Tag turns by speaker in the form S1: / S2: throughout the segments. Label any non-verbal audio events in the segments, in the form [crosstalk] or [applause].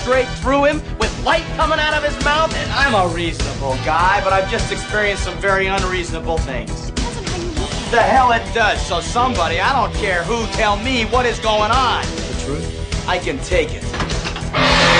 S1: straight through him with light coming out of his mouth, and I'm a reasonable guy, but I've just experienced some very unreasonable things.
S2: Depends on how you look at
S1: The hell it does, so somebody, I don't care who, tell me what is going on.
S3: The truth?
S1: I can take it.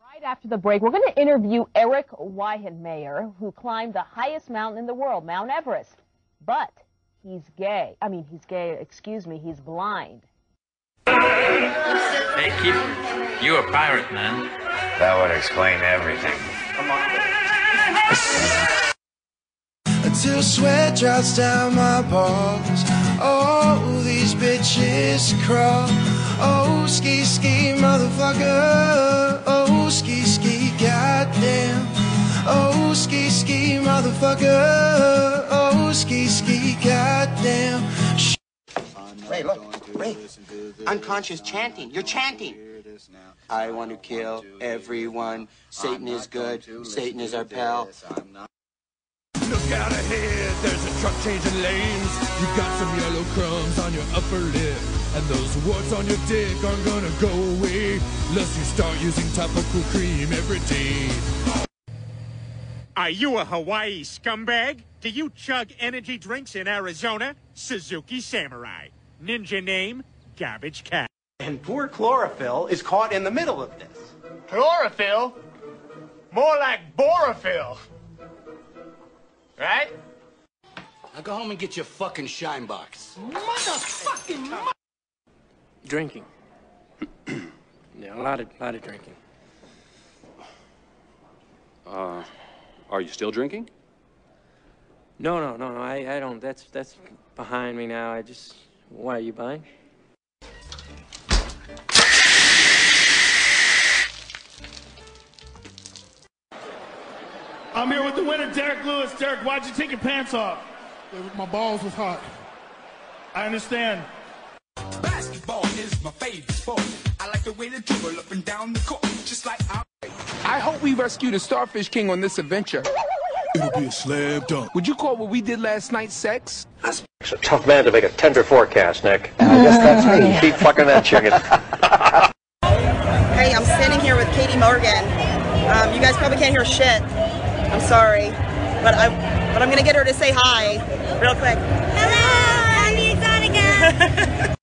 S4: Right after the break, we're going to interview Eric Weihenmayer, who climbed the highest mountain in the world, Mount Everest. But he's gay. I mean, he's gay, excuse me, he's blind.
S5: Gatekeeper, you a pirate, man.
S6: That would explain everything.
S3: Until sweat drops down my balls. Oh, these bitches crawl. Oh, ski ski motherfucker. Oh, ski ski goddamn. Oh, ski ski motherfucker. Oh, ski ski goddamn.
S7: Ray, look, Ray, unconscious chanting. You're chanting. I want to kill everyone. Satan is good. Satan is our pal.
S8: Look out ahead, there's a truck changing lanes. You got some yellow crumbs on your upper lip, and those warts on your dick aren't gonna go away unless you start using topical cream every day.
S9: Are you a Hawaii scumbag? Do you chug energy drinks in Arizona? Suzuki Samurai. Ninja name, Garbage Cat.
S7: And poor chlorophyll is caught in the middle of this.
S10: Chlorophyll? More like borophyll. Right?
S7: Now go home and get your fucking shine box.
S11: Drinking. yeah, a lot of, lot of drinking.
S12: Uh, Are you still drinking?
S11: No, no, no, no. I, I don't. That's, that's behind me now. I just. Why are you buying?
S10: I'm here with the winner, Derek Lewis. Derek, why'd you take your pants off? My balls was hot. I understand.
S13: Basketball is my favorite sport. I like the way they dribble up and down the court, just like I.
S14: I hope we rescue the Starfish King on this adventure.
S8: It'll be a slam dunk.
S14: Would you call what we did last night sex?
S15: It's a tough man to make a tender forecast, Nick. I guess that's me. [laughs] Keep fucking that chicken.
S16: Hey, I'm standing here with Katie Morgan. Um, you guys probably can't hear shit. I'm sorry, but I but I'm gonna get her to say hi real quick.
S17: [laughs]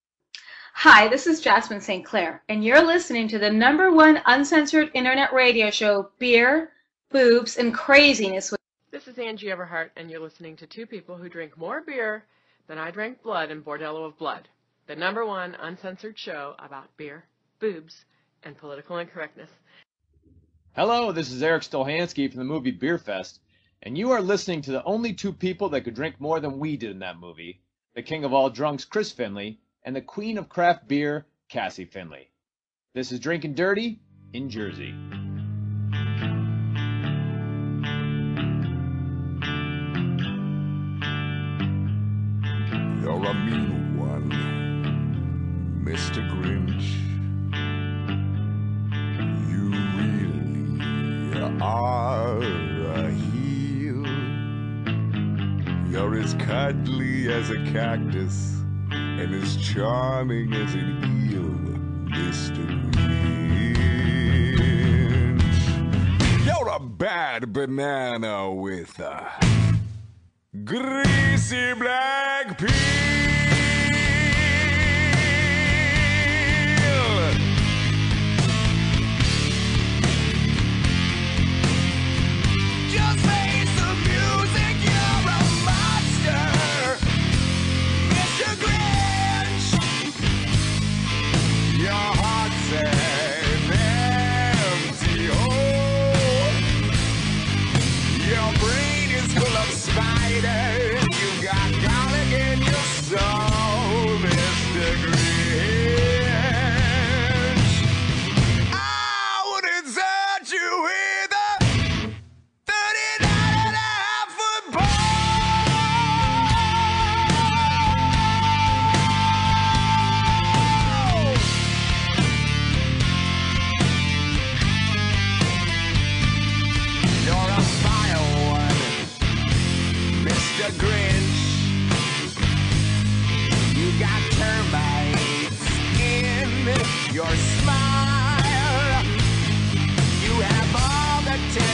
S17: Hi, this is Jasmine St. Clair, and you're listening to the number one uncensored internet radio show, Beer, Boobs, and Craziness. With-
S18: This is Angie Everhart, and you're listening to two people who drink more beer than I drank blood in Bordello of Blood, the number one uncensored show about beer, boobs, and political incorrectness.
S19: Hello, this is Eric Stolhansky from the movie Beer Fest, and you are listening to the only two people that could drink more than we did in that movie the king of all drunks, Chris Finley, and the queen of craft beer, Cassie Finley. This is Drinking Dirty in Jersey.
S8: You're a mean one, Mr. Grinch. You really are a heel. You're as cuddly as a cactus and as charming as an eel, Mr. Grinch. You're a bad banana with a greasy black peel.
S13: Just face the music, you're a monster. Mr. Grinch.
S8: Your heart's an empty hole.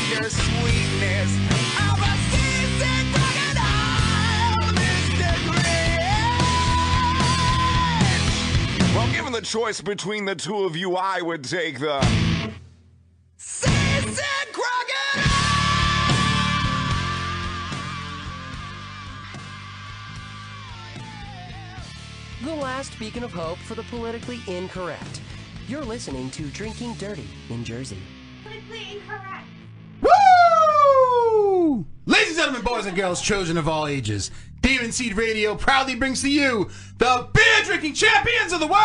S11: weakness. I'm a seasoned crocodile, Mr. Grinch.
S8: Well, given the choice between the two of you, I would take the.
S11: Seasoned crocodile.
S20: The last beacon of hope for the politically incorrect. You're listening to Drinking Dirty in Jersey.
S21: Woo! Ladies and gentlemen, boys and girls, children of all ages, Demon Seed Radio proudly brings to you the beer drinking champions of the world!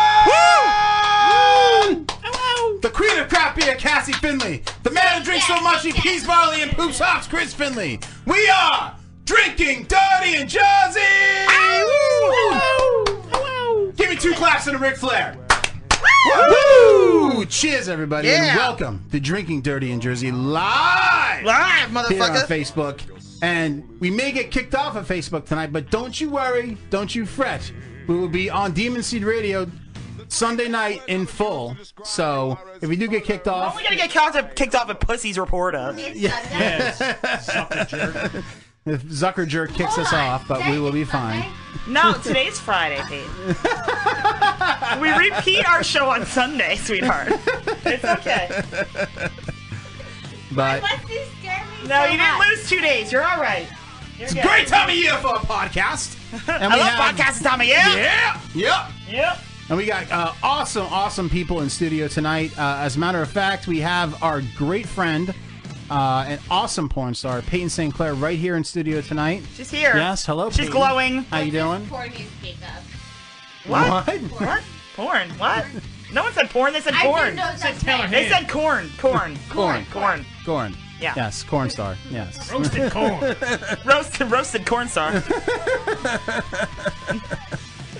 S21: The queen of craft beer, Cassie Finley. The man who drinks so much he pees barley and poops hops, Chris Finley. We are drinking dirty in Jersey! Give me two claps and a Ric Flair. Woo! Cheers, everybody, Yeah. and welcome to Drinking Dirty in Jersey live,
S1: live,
S21: here on
S1: motherfucker.
S21: Facebook. And we may get kicked off of Facebook tonight, but don't you worry, don't you fret. We will be on Demon Seed Radio Sunday night in full. So if we do get kicked
S1: We're
S21: off,
S1: only gonna Oh, get kicked off, kicked off at Pussy's Reporter.
S21: if Zucker Jerk kicks us off, but we will be fine.
S1: No, today's
S21: [laughs]
S1: Friday, Pete. we repeat our show on Sunday, sweetheart. It's okay.
S21: But
S1: No, you didn't lose two days. You're all right. It's
S21: a great time of year for a
S1: [laughs]
S21: podcast.
S1: I love podcasting time of year.
S21: Yeah. Yep.
S1: Yep.
S21: And we got uh, awesome, awesome people in studio tonight. Uh, as a matter of fact, we have our great friend, uh, an awesome porn star, Peyton St. Clair, right here in studio tonight.
S1: She's here.
S21: Yes, hello.
S1: She's
S21: Peyton.
S1: glowing.
S21: How you doing?
S22: Porn you speak of.
S1: What?
S21: What?
S1: What? Porn? What? No one said porn. They said
S22: I didn't
S1: corn.
S22: know that Said Taylor
S1: They
S21: Hayden.
S1: said corn. Corn.
S21: Corn.
S1: Corn.
S21: Corn.
S1: Yeah.
S21: Yes, corn star. Yes. [laughs]
S1: Roasted corn. roasted, roasted corn star.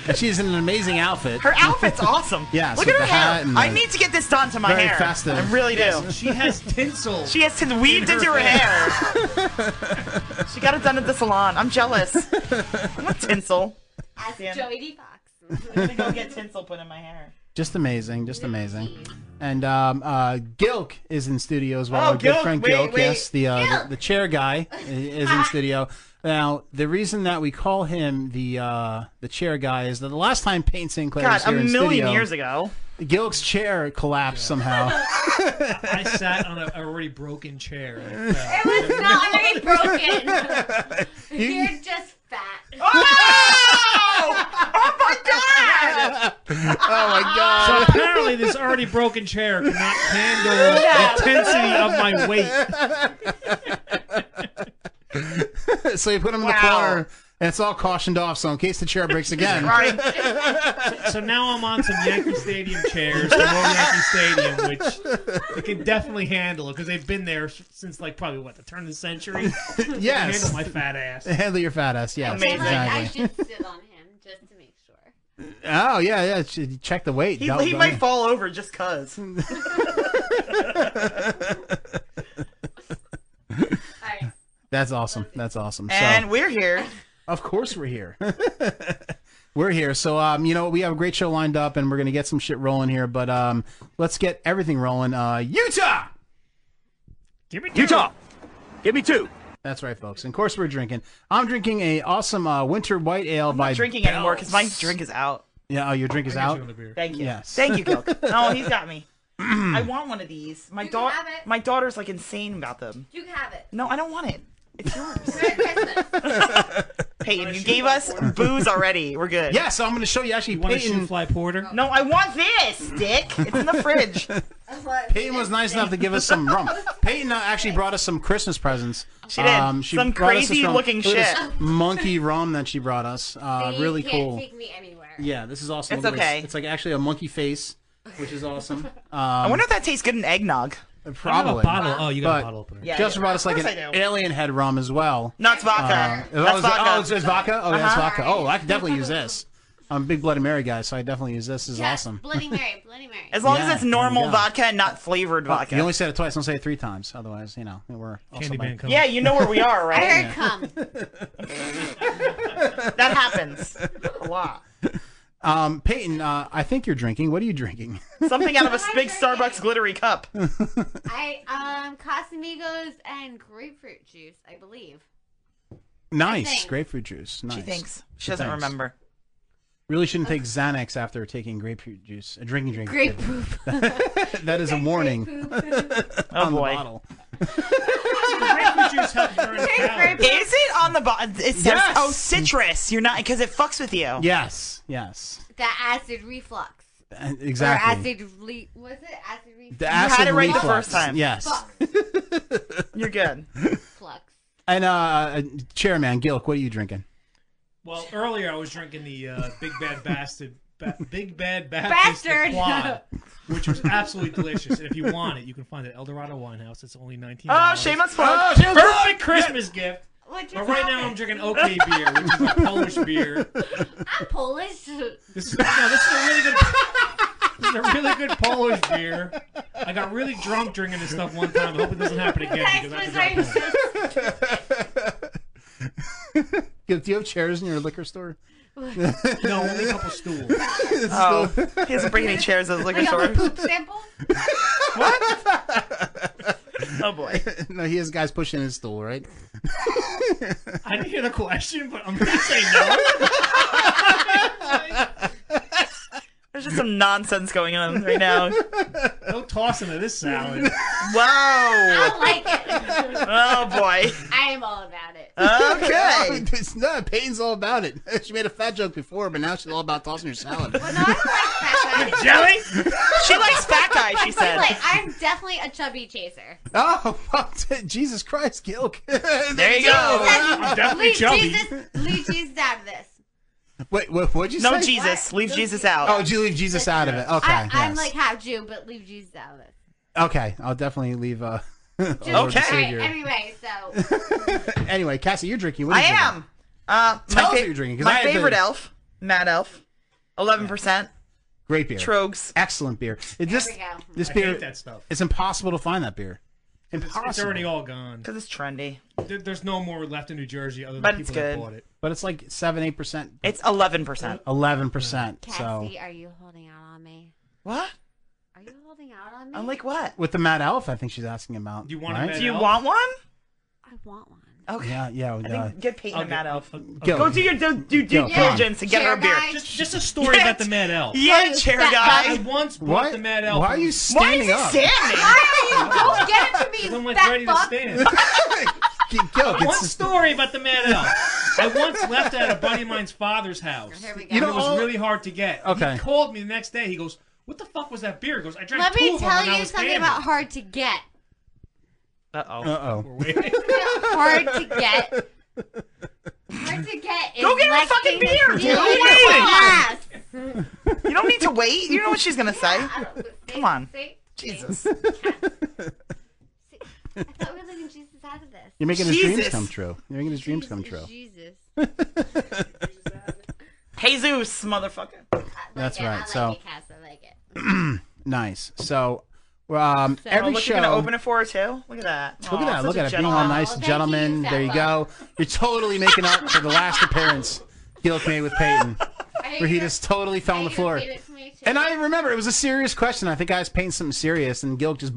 S21: And she's in an amazing outfit.
S1: Her outfit's awesome.
S21: [laughs] Yes,
S1: Look
S21: with
S1: at her
S21: the hat
S1: hair.
S21: and
S1: I
S21: the-
S1: need to get this done to my
S21: Very
S1: hair.
S21: festive.
S1: I really do.
S21: Yes, she
S1: has tinsel. She has tinsel weaved into her hair.
S21: [laughs]
S1: she got it done at the salon. I'm jealous. I want tinsel.
S22: Ask
S1: Yeah.
S22: Joey D. Fox.
S1: I'm gonna go get tinsel put in my hair.
S21: Just amazing, just amazing. And um, uh, Gilk is in studio as well.
S1: Oh,
S21: Our good
S1: Gilk,
S21: friend
S1: wait,
S21: Gilk,
S1: wait.
S21: yes, the, uh, the the chair guy i- is
S1: [laughs]
S21: in studio. Now, the reason that we call him the uh, the chair guy is that the last time Payne Sinclair
S1: God,
S21: was
S1: a
S21: here in
S1: million
S21: studio,
S1: years ago.
S21: Gilk's chair collapsed somehow. [laughs]
S15: I sat on an already
S10: [laughs]
S15: broken chair. and fell.
S22: It was
S21: [laughs]
S22: not very broken.
S20: [laughs]
S21: You-
S22: You're just fat.
S20: Oh
S21: oh my
S15: So apparently, this already broken chair cannot
S10: [laughs]
S15: handle
S21: Yeah.
S15: the intensity of my weight.
S21: so you put him in the
S15: Wow.
S21: corner, and it's all cautioned off. So in case the chair
S1: [laughs]
S21: breaks again,
S15: [laughs] so, so now I'm on some Yankee Stadium chairs, some old Yankee Stadium, which they can definitely handle because they've been there s- since like probably what the turn of the century.
S1: [laughs]
S15: They
S21: [laughs]
S15: can
S21: Yes.
S15: handle my fat
S21: [laughs]
S15: ass.
S21: handle your fat ass. Yes,
S22: Amazing. Like, I
S21: exactly.
S22: should sit on him just to make sure.
S21: Oh yeah, yeah. ch- Check the weight.
S1: He,
S21: Don't-
S1: he
S21: don't-
S1: might fall over just cause.
S21: [laughs] That's awesome. That's awesome. so,
S1: and we're here.
S21: Of course we're
S7: [laughs]
S21: here. we're here. So um, you know, we have a great show lined up, and we're gonna get some shit rolling here. But um, let's get everything rolling. Uh, Utah.
S15: Give me
S21: Utah. Give me two. That's right, folks. And of course, we're drinking. I'm drinking a awesome uh, winter white ale by
S1: not drinking anymore because my drink is out.
S21: Yeah, oh, your drink is
S1: I got
S21: out.
S1: you on the Thank you.
S21: Yes.
S1: Thank you, Gilk. No, he's got me.
S21: [clears throat]
S1: I want one of these. My daughter, my daughter's like insane about them.
S22: You can have it.
S1: No, I don't want it.
S22: [laughs]
S1: It's yours. Peyton, you gave us booze already. We're good.
S21: Yeah, [laughs] so I'm going to show you actually
S1: want a
S21: Peyton.
S15: Fly porter.
S22: Oh.
S1: No, I want [clears throat] this, Dick. It's in the fridge.
S21: [laughs] Peyton was nice enough to give us some rum. Peyton uh, actually brought us some Christmas presents. Um,
S1: She did. Some
S21: brought us this
S1: crazy
S21: rum.
S1: looking
S21: Look at this
S1: shit.
S21: monkey rum that she brought us. Uh,
S22: See,
S21: really
S22: you can't
S21: cool.
S22: Take me anywhere.
S21: Yeah, this is awesome.
S1: It's
S21: Look at this.
S1: okay.
S21: It's like actually a monkey face, which is [laughs] awesome. Um,
S1: I wonder if that tastes good in eggnog.
S21: Probably. But
S1: Yeah,
S21: Just
S1: yeah.
S21: brought us like
S1: Of
S21: an
S1: course I do.
S21: alien head rum as well.
S1: No, it's vodka.
S21: Uh, oh, is
S1: That's
S21: it-
S1: vodka.
S21: Oh, it's, it's vodka? Oh, yeah, it's
S1: Uh-huh.
S21: vodka. Oh, I could definitely use this. I'm a big Bloody Mary guy, so I definitely use this. This is
S1: Yes,
S21: awesome.
S22: Bloody Mary, Bloody Mary.
S1: As long
S21: Yeah,
S1: as it's
S21: there you
S1: normal
S21: go.
S1: vodka and not flavored
S21: Well,
S1: vodka.
S21: You only said it twice. Don't say it three times. Otherwise, you know, we're also
S1: Candyman
S21: bad.
S1: comes. Yeah, you know where we are, right?
S22: I
S1: [laughs] Um.
S22: heard
S21: Yeah.
S22: come.
S1: that happens a lot.
S21: [laughs] Um, Peyton, uh, I think you're drinking. What are you drinking?
S1: [laughs] Something out of a big Starbucks glittery cup.
S22: I um Casamigos and grapefruit juice, I believe.
S21: [laughs] nice grapefruit juice. Nice.
S1: thinks. She doesn't remember.
S21: Really shouldn't take Xanax after taking grapefruit juice. A drinking drink.
S22: Grape
S21: [laughs] that is a warning. [laughs] on
S1: Oh, boy.
S21: the bottle.
S1: grapefruit juice helps
S22: [laughs]
S1: Is it on the bottle? It says,
S21: Yes.
S1: oh, citrus. You're not, because it fucks with you.
S21: Yes. Yes.
S22: The acid reflux.
S21: Uh, Exactly.
S22: Or acid re- was it acid reflux?
S21: The acid
S1: had it right the
S21: reflux.
S1: first time.
S21: Yes.
S1: You're good.
S21: And uh, Chairman Gilk, what are you drinking?
S15: Well, earlier I was drinking the uh, Big Bad Bastard, ba- Big Bad Baptist
S22: Bastard.
S15: Quad, which was absolutely delicious. And if you want it, you can find it at Eldorado Winehouse. It's only nineteen.
S1: Oh, shameless plug.
S15: Oh,
S1: Shameless plug.
S15: Perfect Christmas gift. But right now I'm drinking OK beer, which is a Polish beer.
S22: I'm Polish.
S15: This is, no, this is
S1: [laughs]
S15: a really good. This is a really good Polish beer. I got really drunk drinking this stuff one time. I hope it doesn't happen again. Because I forgot that.
S21: Gilk, do you have chairs in your liquor store?
S22: No, [laughs]
S15: only a
S21: [laughs]
S15: couple stools.
S1: Oh, he doesn't bring any chairs at the liquor
S22: like
S1: store.
S22: a poop sample?
S21: [laughs]
S1: Oh boy.
S21: no, he has guys pushing his stool, right?
S15: I didn't hear the question, but I'm gonna say no.
S1: There's just some nonsense going on
S21: [laughs]
S1: right now.
S15: No tossing of this salad.
S1: Wow.
S22: I like it.
S1: Oh boy.
S22: I am all about it.
S21: [laughs] Okay. no, Peyton's all about it. [laughs] She made a fat joke before, but now she's all about tossing her salad.
S1: [laughs] Jelly? She likes fat guy,
S22: [laughs]
S1: she said.
S22: Like, I'm definitely a chubby chaser.
S21: Oh, well, [laughs] Jesus Christ, Gilk. [laughs]
S1: There you
S22: Jesus,
S1: go.
S22: leave Jesus, leave Jesus out of this.
S21: Wait, what, what'd you
S1: No
S21: say?
S1: Jesus. Leave Jesus out.
S21: Oh, you leave Jesus out of it. Okay,
S22: I, I'm
S21: yes.
S22: like half Jew, but leave Jesus out of this.
S21: Okay, I'll definitely leave. Uh, [laughs] okay.
S22: All right, anyway, so
S21: [laughs] anyway, Cassie, you're drinking. What are
S1: I
S21: you drinking?
S1: am. Uh,
S21: Tell us
S1: my
S21: what
S1: fa-
S21: you're drinking, 'cause I
S1: my
S21: had the-
S1: favorite elf, Mad Elf, eleven percent.
S21: Great beer.
S1: Trogs.
S21: Excellent beer. It just
S1: we go.
S21: this
S1: I
S21: beer.
S1: hate that stuff.
S21: It's impossible to find that beer.
S15: It's,
S21: Impossible.
S15: it's already all gone.
S1: Because it's trendy.
S15: There, there's no more left in New Jersey other than
S1: But
S15: people
S1: it's
S15: that
S1: good.
S15: bought it.
S21: But it's like seven, eight percent.
S1: It's eleven percent.
S21: Eleven percent. So
S22: Cassie, are you holding out on me?
S1: What?
S22: Are you holding out on me?
S1: I'm like, what?
S21: with the Mad Elf, I think she's asking about. You
S1: Do
S21: want right?
S1: you want one?
S22: I want one.
S1: Okay.
S21: Yeah, yeah.
S1: I
S21: yeah.
S1: think get Peyton and Mad Elf.
S21: Go.
S1: Go do your do, do due
S21: Go, come on.
S1: diligence and get her a beer.
S15: Just, just a story about the Mad Elf.
S1: Yeah, chair
S15: I
S1: guy.
S15: once bought
S21: Why-
S15: the Mad Elf.
S21: why are you standing
S1: he
S21: up?
S1: standing?
S22: Why are you? Don't get it to me,
S15: I'm like
S22: fat
S15: ready to
S22: fuck.
S15: stand.
S21: Gilk,
S15: One
S21: it's
S15: story about the Mad Elf. I once left at a buddy of mine's father's house.
S22: Here we go.
S15: You
S21: You
S15: know,
S21: know,
S15: it was
S21: all-
S15: really hard to get.
S21: Okay.
S15: He called me the next day. He goes, "What the fuck was that beer?" He goes, "I drank
S22: Let
S15: two
S22: me
S15: of them
S22: tell
S15: when I
S22: you
S15: was
S22: something
S15: hammered."
S22: about hard to get.
S1: Uh oh.
S21: Uh oh.
S22: Hard to get. Hard to get. Is
S1: Go get her a
S22: like
S1: fucking
S22: things
S1: beer,
S22: you
S1: dude.
S22: do
S1: Wait.
S22: in your class.
S1: You don't need to wait. You know what she's gonna say.
S21: [laughs]
S1: Come on.
S22: [laughs] See?
S1: Jesus.
S22: I thought we were leaving Jesus out of this.
S21: You're making his dreams
S1: Jesus.
S21: come true. You're making his dreams come true. [laughs]
S22: Jesus.
S1: Jesus, motherfucker.
S21: That's
S22: Yeah, I
S21: right.
S22: like
S21: so
S22: it, Cass. I like it.
S21: [clears throat] nice. So um, every
S1: oh, look,
S21: show.
S1: you're gonna open it for her too. Look at that.
S21: Look at
S1: Aw,
S21: that!
S1: such
S21: Look
S1: a
S21: at it, being
S1: gentleman.
S21: all nice
S22: Oh,
S21: gentleman. There you go. You're totally making up for the last appearance Gilk made with
S1: [laughs]
S21: Peyton, where he just totally fell on the floor. And I remember it was a serious question. I think I was painting something serious, and Gilk just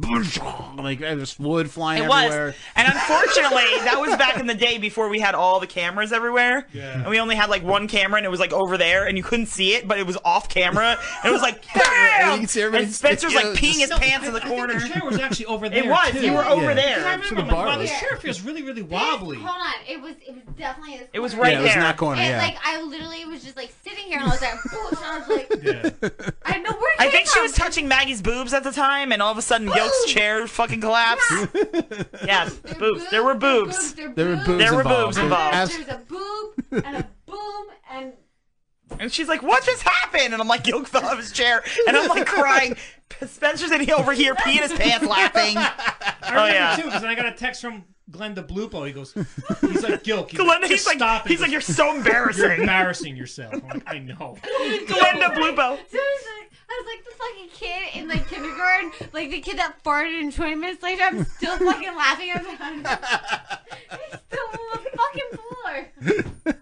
S21: [laughs] like there was wood flying
S1: It
S21: everywhere.
S1: was. And unfortunately, that was back in the day before we had all the cameras everywhere. Yeah. And we only had like one camera and it was like over there and you couldn't see it, but it was off camera. And it was like,
S21: And you
S1: BAM!
S21: can see everybody's-
S1: And Spencer's like
S21: yeah,
S1: peeing his
S21: just-
S1: pants in the corner.
S15: The chair was actually over there.
S1: It was.
S15: too.
S1: You were over
S21: Yeah.
S15: And I
S1: there.
S21: So the
S15: remember, I'm like,
S21: bar
S15: wow, this
S21: was-
S15: chair feels really, really
S22: Hold
S15: wobbly.
S22: on. It was it was definitely this
S1: It was
S21: yeah,
S1: right
S21: it was
S1: there.
S21: not corner.
S22: It,
S21: yeah.
S22: like I literally was just like sitting here and I was like, "Boosh," and I was like, I know where
S1: I think she was touching Maggie's boobs at the time, and all of a sudden, Gilk's chair fucking collapsed. [laughs] yes, boobs. There were boobs.
S21: there were boobs
S1: There were
S21: involved.
S1: boobs involved.
S21: As-
S22: There's a boob and a boom and
S1: And she's like, "What just happened?" And I'm like, "Gilk fell out of his chair," and I'm like crying. Spencer's in here over here peeing his pants, laughing.
S15: I
S1: Oh
S15: remember
S1: yeah.
S15: too because I got a text from Glenn DeBlupo. He goes, he's like, "Gilk, he's
S1: Glenda,
S15: like,
S1: he's
S15: just
S1: like,
S15: stop it."
S1: he's like, you're so
S15: [laughs] You're
S1: embarrassing.
S15: embarrassing yourself. I'm like,
S1: [laughs]
S15: I know.
S1: Glenda Bluebo.
S22: So I was like, I was like the fucking kid in like kindergarten, like the kid that farted and 20 minutes later I'm still fucking laughing at him. I'm still on the fucking floor.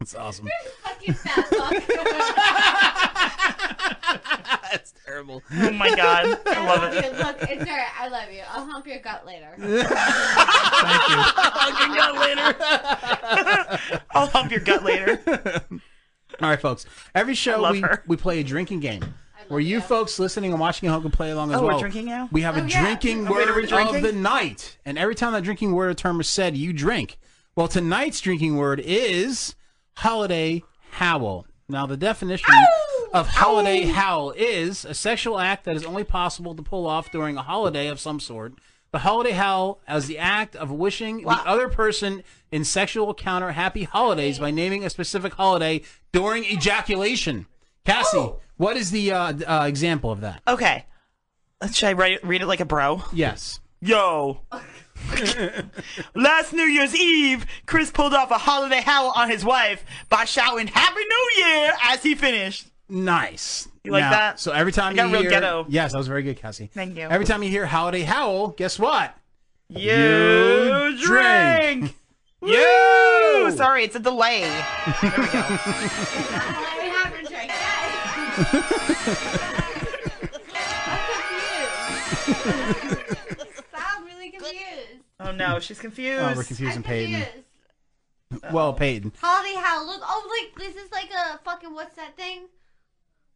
S21: That's awesome.
S1: Oh
S22: Fucking fat fuck. It's alright. I love you. I'll hump your gut later.
S21: [laughs]
S1: I'll your gut
S22: [laughs]
S1: later. I'll hump your gut later.
S21: All right, folks. Every show
S1: love
S21: we,
S1: her.
S21: we play a drinking game. Where you folks listening and watching at home can play along as
S1: Oh, we're
S21: well.
S1: drinking now?
S21: We have
S1: Oh,
S21: a
S1: yeah.
S21: drinking
S1: Oh, wait, are we
S21: word
S1: drinking?
S21: of the night. And every time that drinking word or term is said, you drink. Well, tonight's drinking word is holiday howl. Now, the definition of holiday howl is a sexual act that is only possible to pull off during a holiday of some sort. The holiday howl as the act of wishing the other person in sexual encounter happy holidays by naming a specific holiday during ejaculation. Cassie, what is the uh, d- uh, example of that?
S1: Okay. Uh, Should I write, read it like a bro?
S21: Yes.
S1: Yo. [laughs] Last New Year's Eve, Chris pulled off a holiday howl on his wife by shouting "Happy New Year" as he finished.
S21: Nice.
S1: You like
S21: Now,
S1: that?
S21: So every time
S1: I got
S21: you
S1: real
S21: hear,
S1: ghetto.
S21: yes, that was very good, Cassie.
S1: Thank you.
S21: Every time you hear holiday howl, guess what?
S1: You, [laughs]
S21: drink.
S1: drink. You. Sorry, it's a delay. There we go.
S22: I haven't drank that. I'm really confused.
S1: oh no, she's confused.
S21: Oh, we're confusing Peyton.
S22: Confused.
S21: [laughs] Well, Peyton.
S22: Holiday howl. Look, oh, like this is like a fucking what's that thing?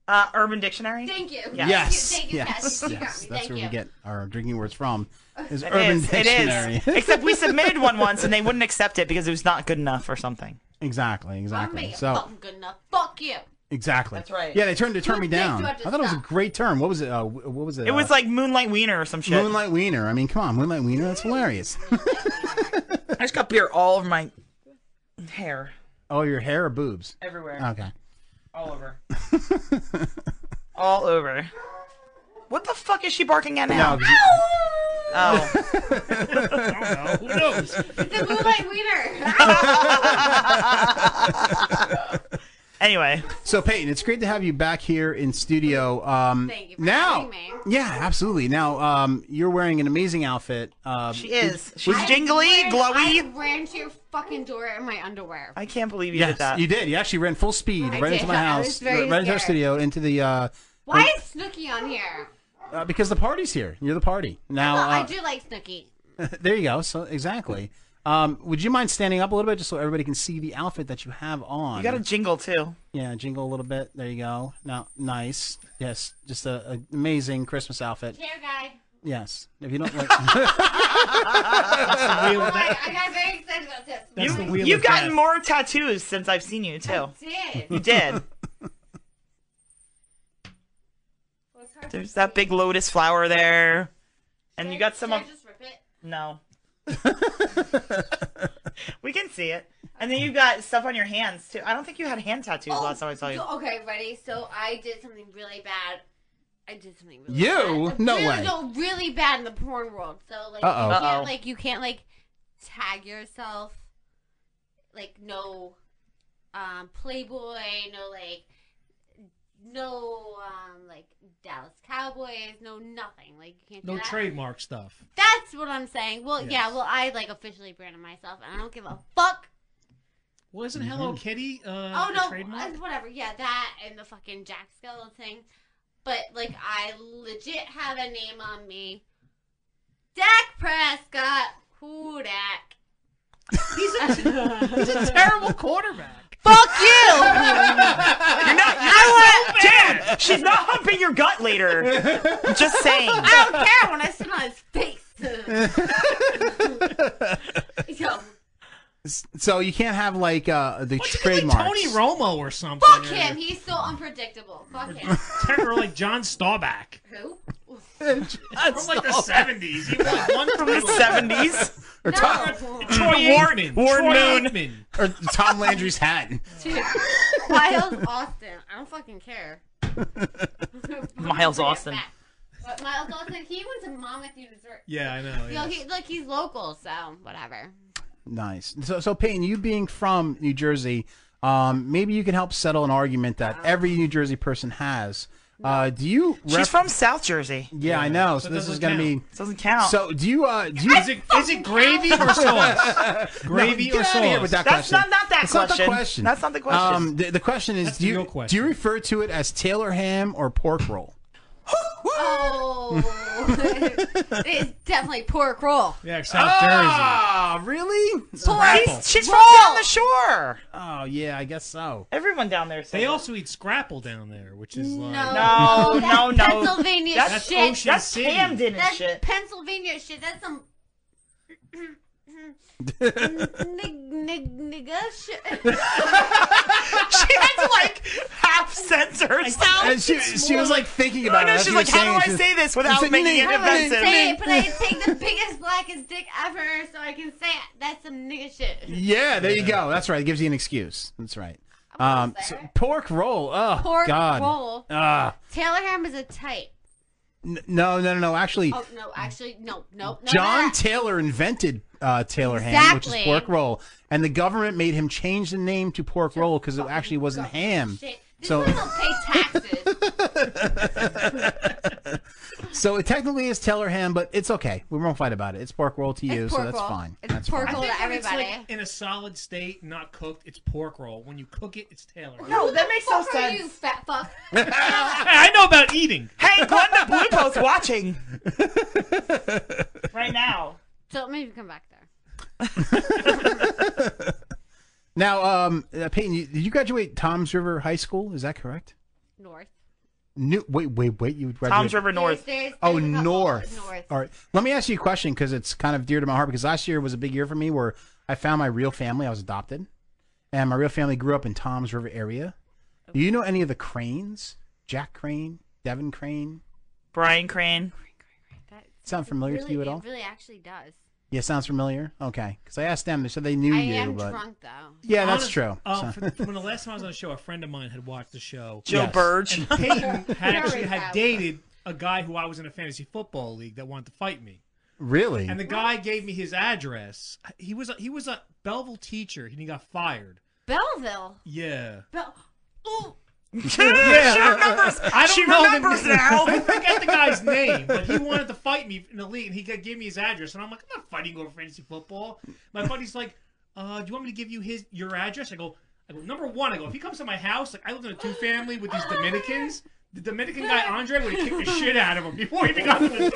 S1: Uh, Urban Dictionary.
S22: Thank you.
S21: Yes.
S22: Thank you,
S21: yes.
S22: Cassie. You got
S21: yes.
S22: me.
S21: That's
S22: Thank
S21: where
S22: you.
S21: we get our drinking words from. Is
S1: It
S21: Urban
S1: is, it
S21: Dictionary. [laughs]
S1: is. Except we submitted one once and they wouldn't accept it because it was not good enough or something.
S21: Exactly.
S22: I'm gonna
S21: Exactly.
S22: make it
S21: So
S22: fucking good enough. Fuck
S1: [laughs]
S22: you.
S21: exactly.
S1: That's right.
S21: Yeah, [laughs] they turned to turn me
S1: Who thinks
S21: down. I
S1: about this
S21: thought it was a great term. What was it? Uh, wh- what was it?
S1: It was
S21: Uh,
S1: like Moonlight Wiener or some shit.
S21: Moonlight Wiener. I mean, come on, Moonlight Wiener. That's
S1: [laughs]
S21: hilarious.
S1: I just got beer all over my hair,
S21: oh, your hair or boobs?
S1: everywhere.
S21: Okay.
S1: All over. all over. What the fuck is she barking at now?
S21: No, 'cause you-
S1: [laughs] Oh.
S22: Who knows? It's a moonlight wiener.
S1: anyway.
S21: So Peyton, it's great to have you back here in studio. Um,
S22: Thank you for
S21: now,
S22: having me.
S21: yeah, absolutely. Now, um, you're wearing an amazing outfit. Um,
S1: She is.
S21: would-
S1: She's
S21: would-
S1: [laughs] jingly,
S22: I
S1: glowy.
S22: ran into your fucking door in my underwear.
S1: I can't [laughs] believe you
S21: yes,
S1: did that. [laughs]
S21: you did. You actually ran full speed
S22: I
S21: right into
S22: did. [laughs]
S21: my
S22: I
S21: house,
S22: was very
S21: right into our
S22: scared.
S21: studio, into the. Uh,
S22: Why is Snooky on here?
S21: uh, because the party's here. You're the party now.
S22: Well, I
S21: Uh,
S22: do like Snooky.
S21: [laughs] there you go. So exactly. Um, would you mind standing up a little bit just so everybody can see the outfit that you have on?
S1: You got a jingle too.
S21: Yeah, jingle a little bit. There you go. Now, nice. Yes, just a, an amazing Christmas outfit.
S22: Hair guy.
S21: Yes. If you
S15: [laughs]
S21: don't like. [laughs]
S22: Oh, I, I
S1: [laughs]
S22: got very excited about this.
S1: Uh, You,
S21: the wheel
S1: you've
S21: of
S1: gotten
S21: death.
S1: more tattoos since I've seen you too.
S22: Did.
S1: You did. There's that big lotus flower there, and you got some
S22: Should
S1: of
S11: I
S1: just rip it? no. we can see it, and then you've got stuff on your hands too. I don't think you had hand tattoos last time I saw you.
S22: So- okay, ready? So I did something really bad. I did something really
S21: You?
S22: bad.
S21: No
S22: really,
S21: way.
S22: No, really bad in the porn world. So like
S21: Uh-oh.
S22: you
S21: Uh-oh.
S22: can't like you can't like tag yourself like no um Playboy, no like no um like Dallas Cowboys, no nothing. Like you can't do
S15: No
S22: that.
S15: trademark stuff.
S22: That's what I'm saying. Well, yeah, well I like officially branded myself and I don't give a fuck.
S15: Wasn't
S21: Mm-hmm.
S15: Hello Kitty? Uh,
S22: Oh
S15: a
S22: no,
S15: trademark?
S22: [laughs] uh, whatever. Yeah, that and the fucking Jack Skellington thing. But like, I legit have a name on me. Dak Prescott. Who Dak?
S15: He's a, he's
S1: [laughs]
S15: a terrible quarterback.
S22: Fuck
S21: [laughs]
S22: you!
S1: You're not. You're not dude, she's not humping your gut later. I'm just saying.
S22: I don't care when I sit on his face. Yo,
S21: so you can't have like uh, the trademark.
S15: Tony Romo or something.
S22: fuck
S15: or-
S22: him. He's so unpredictable. Fuck
S15: [laughs]
S22: him.
S15: Or like John Staubach.
S22: Who?
S15: from like the 70s. He was one
S21: [laughs]
S15: from the
S1: 70s.
S21: Or Tom,
S15: Troy
S1: Warren-
S15: Aikman.
S21: Warren
S15: Troy
S21: Moon.
S15: Aikman.
S21: or Tom Landry's hat.
S22: Dude, Miles Austin. I don't fucking care.
S1: Miles Austin.
S22: But Miles Austin, he went to Monmouth University.
S21: Yeah, I know,
S22: Yo, he, look, he's local, so whatever.
S21: Nice. So, so Peyton, you being from New Jersey, um, maybe you can help settle an argument that every New Jersey person has. Uh, do you?
S1: She's from South Jersey.
S21: Yeah, I know. So, this is going to be.
S1: doesn't count.
S21: So do you? Uh, do you?
S1: Is it- is it
S21: [laughs]
S1: gravy or sauce? Gravy
S21: no,
S1: or
S21: get outta here
S1: sauce?
S21: with that
S1: That's
S21: question.
S1: not- not that
S21: That's Not
S1: question.
S21: the question.
S1: That's not the question.
S21: Um, the, the question is: Do you do you refer to it as Taylor ham or pork roll?
S22: oh, [laughs] it's definitely pork roll.
S15: Yeah, South
S21: Ah, really?
S15: She's-
S1: she's from down the shore.
S21: Oh yeah, I guess so.
S1: Everyone down there.
S15: They also eat scrapple down there, which is
S22: [laughs]
S15: like
S1: No, no,
S22: that's
S1: no.
S22: Pennsylvania
S1: That's
S22: shit.
S1: Ocean That's City. Camden and
S22: That's
S1: shit.
S22: Pennsylvania shit. That's some. [clears throat] Nig- nig- nigga shit. [laughs]
S1: she had to like half censor herself.
S21: And she, she was like thinking
S1: I
S21: about
S1: know,
S21: it.
S1: she's like, how do I say this without making it offensive?
S22: Say it, but I take the biggest blackest dick ever, so I can say it. that's some nigga shit.
S21: Yeah, there you go. That's right. It gives you an excuse. That's right. Um, so- pork roll. Oh
S22: Pork
S21: God.
S22: roll.
S21: Ah,
S22: Taylor ham is a type.
S21: n- no, no, no, no. Actually,
S22: Oh no, actually, no, no, no.
S21: John
S22: that.
S21: Taylor invented uh, Taylor ham, which is
S22: Exactly.
S21: pork roll, and the government made him change the name to pork roll because it actually wasn't ham.
S22: Oh, Shit. This
S21: So,
S22: one will pay taxes.
S21: so it technically is Taylor ham, but it's okay. We won't fight about it. It's pork roll to you, so
S22: pork
S21: that's
S22: roll.
S21: fine.
S22: It's
S21: that's
S22: pork
S21: fine.
S22: roll.
S15: I think
S22: to
S15: when it's,
S22: everybody.
S15: like, in a solid state, not cooked, it's pork roll. When you cook it, it's Taylor.
S22: Who the fuck are You fat fuck.
S15: I know about eating.
S1: Hey, Glenda Blue Post watching. right now.
S22: So maybe come back there.
S21: Now, um, uh, Peyton, you, did you graduate Tom's River High School? Is that correct?
S22: North.
S21: New, wait, wait, wait. You graduated
S1: Tom's River North.
S22: There's, there's,
S21: Oh,
S22: there's a couple
S21: north.
S22: north.
S21: All right. Let me ask you a question because it's kind of dear to my heart. Because last year was a big year for me where I found my real family. I was adopted, and my real family grew up in Tom's River area. Do you know any of the Cranes? Jack Crane, Devin Crane.
S1: Brian Crane.
S21: Sound familiar
S22: really,
S21: to you at
S22: it
S21: all?
S22: really actually does.
S21: Yeah, sounds familiar. Okay, because I asked them, they said they knew
S22: I
S21: you.
S22: am
S21: but
S22: drunk though.
S21: yeah, that's
S1: Oh.
S15: Honest-
S21: true.
S15: Uh,
S21: So-
S15: for- when the last time I was on the show, a friend of mine had watched the show.
S21: [laughs] Joe Yes. Burge.
S15: And
S21: [laughs]
S15: Peyton had
S22: Very
S15: actually had
S22: loud.
S15: dated a guy who I was in a fantasy football league that wanted to fight me.
S21: really?
S15: And the guy gave me his address. He was a, he was a Belleville teacher, and he got fired.
S22: Belleville.
S15: Yeah.
S22: Bell. Ooh.
S1: she remembers.
S15: uh, I don't
S1: she
S15: know
S1: remembers
S15: the,
S1: now.
S15: I forget the guy's name, but he wanted to fight me in the league, and he g- gave me his address, and I'm like, I'm not fighting over fantasy football. My buddy's like, uh, Do you want me to give you his your address? I go, I go. Number one, I go. If he comes to my house, like I live in a two family with these Dominicans. The Dominican guy Andre would have kicked the shit out of him before he even got to the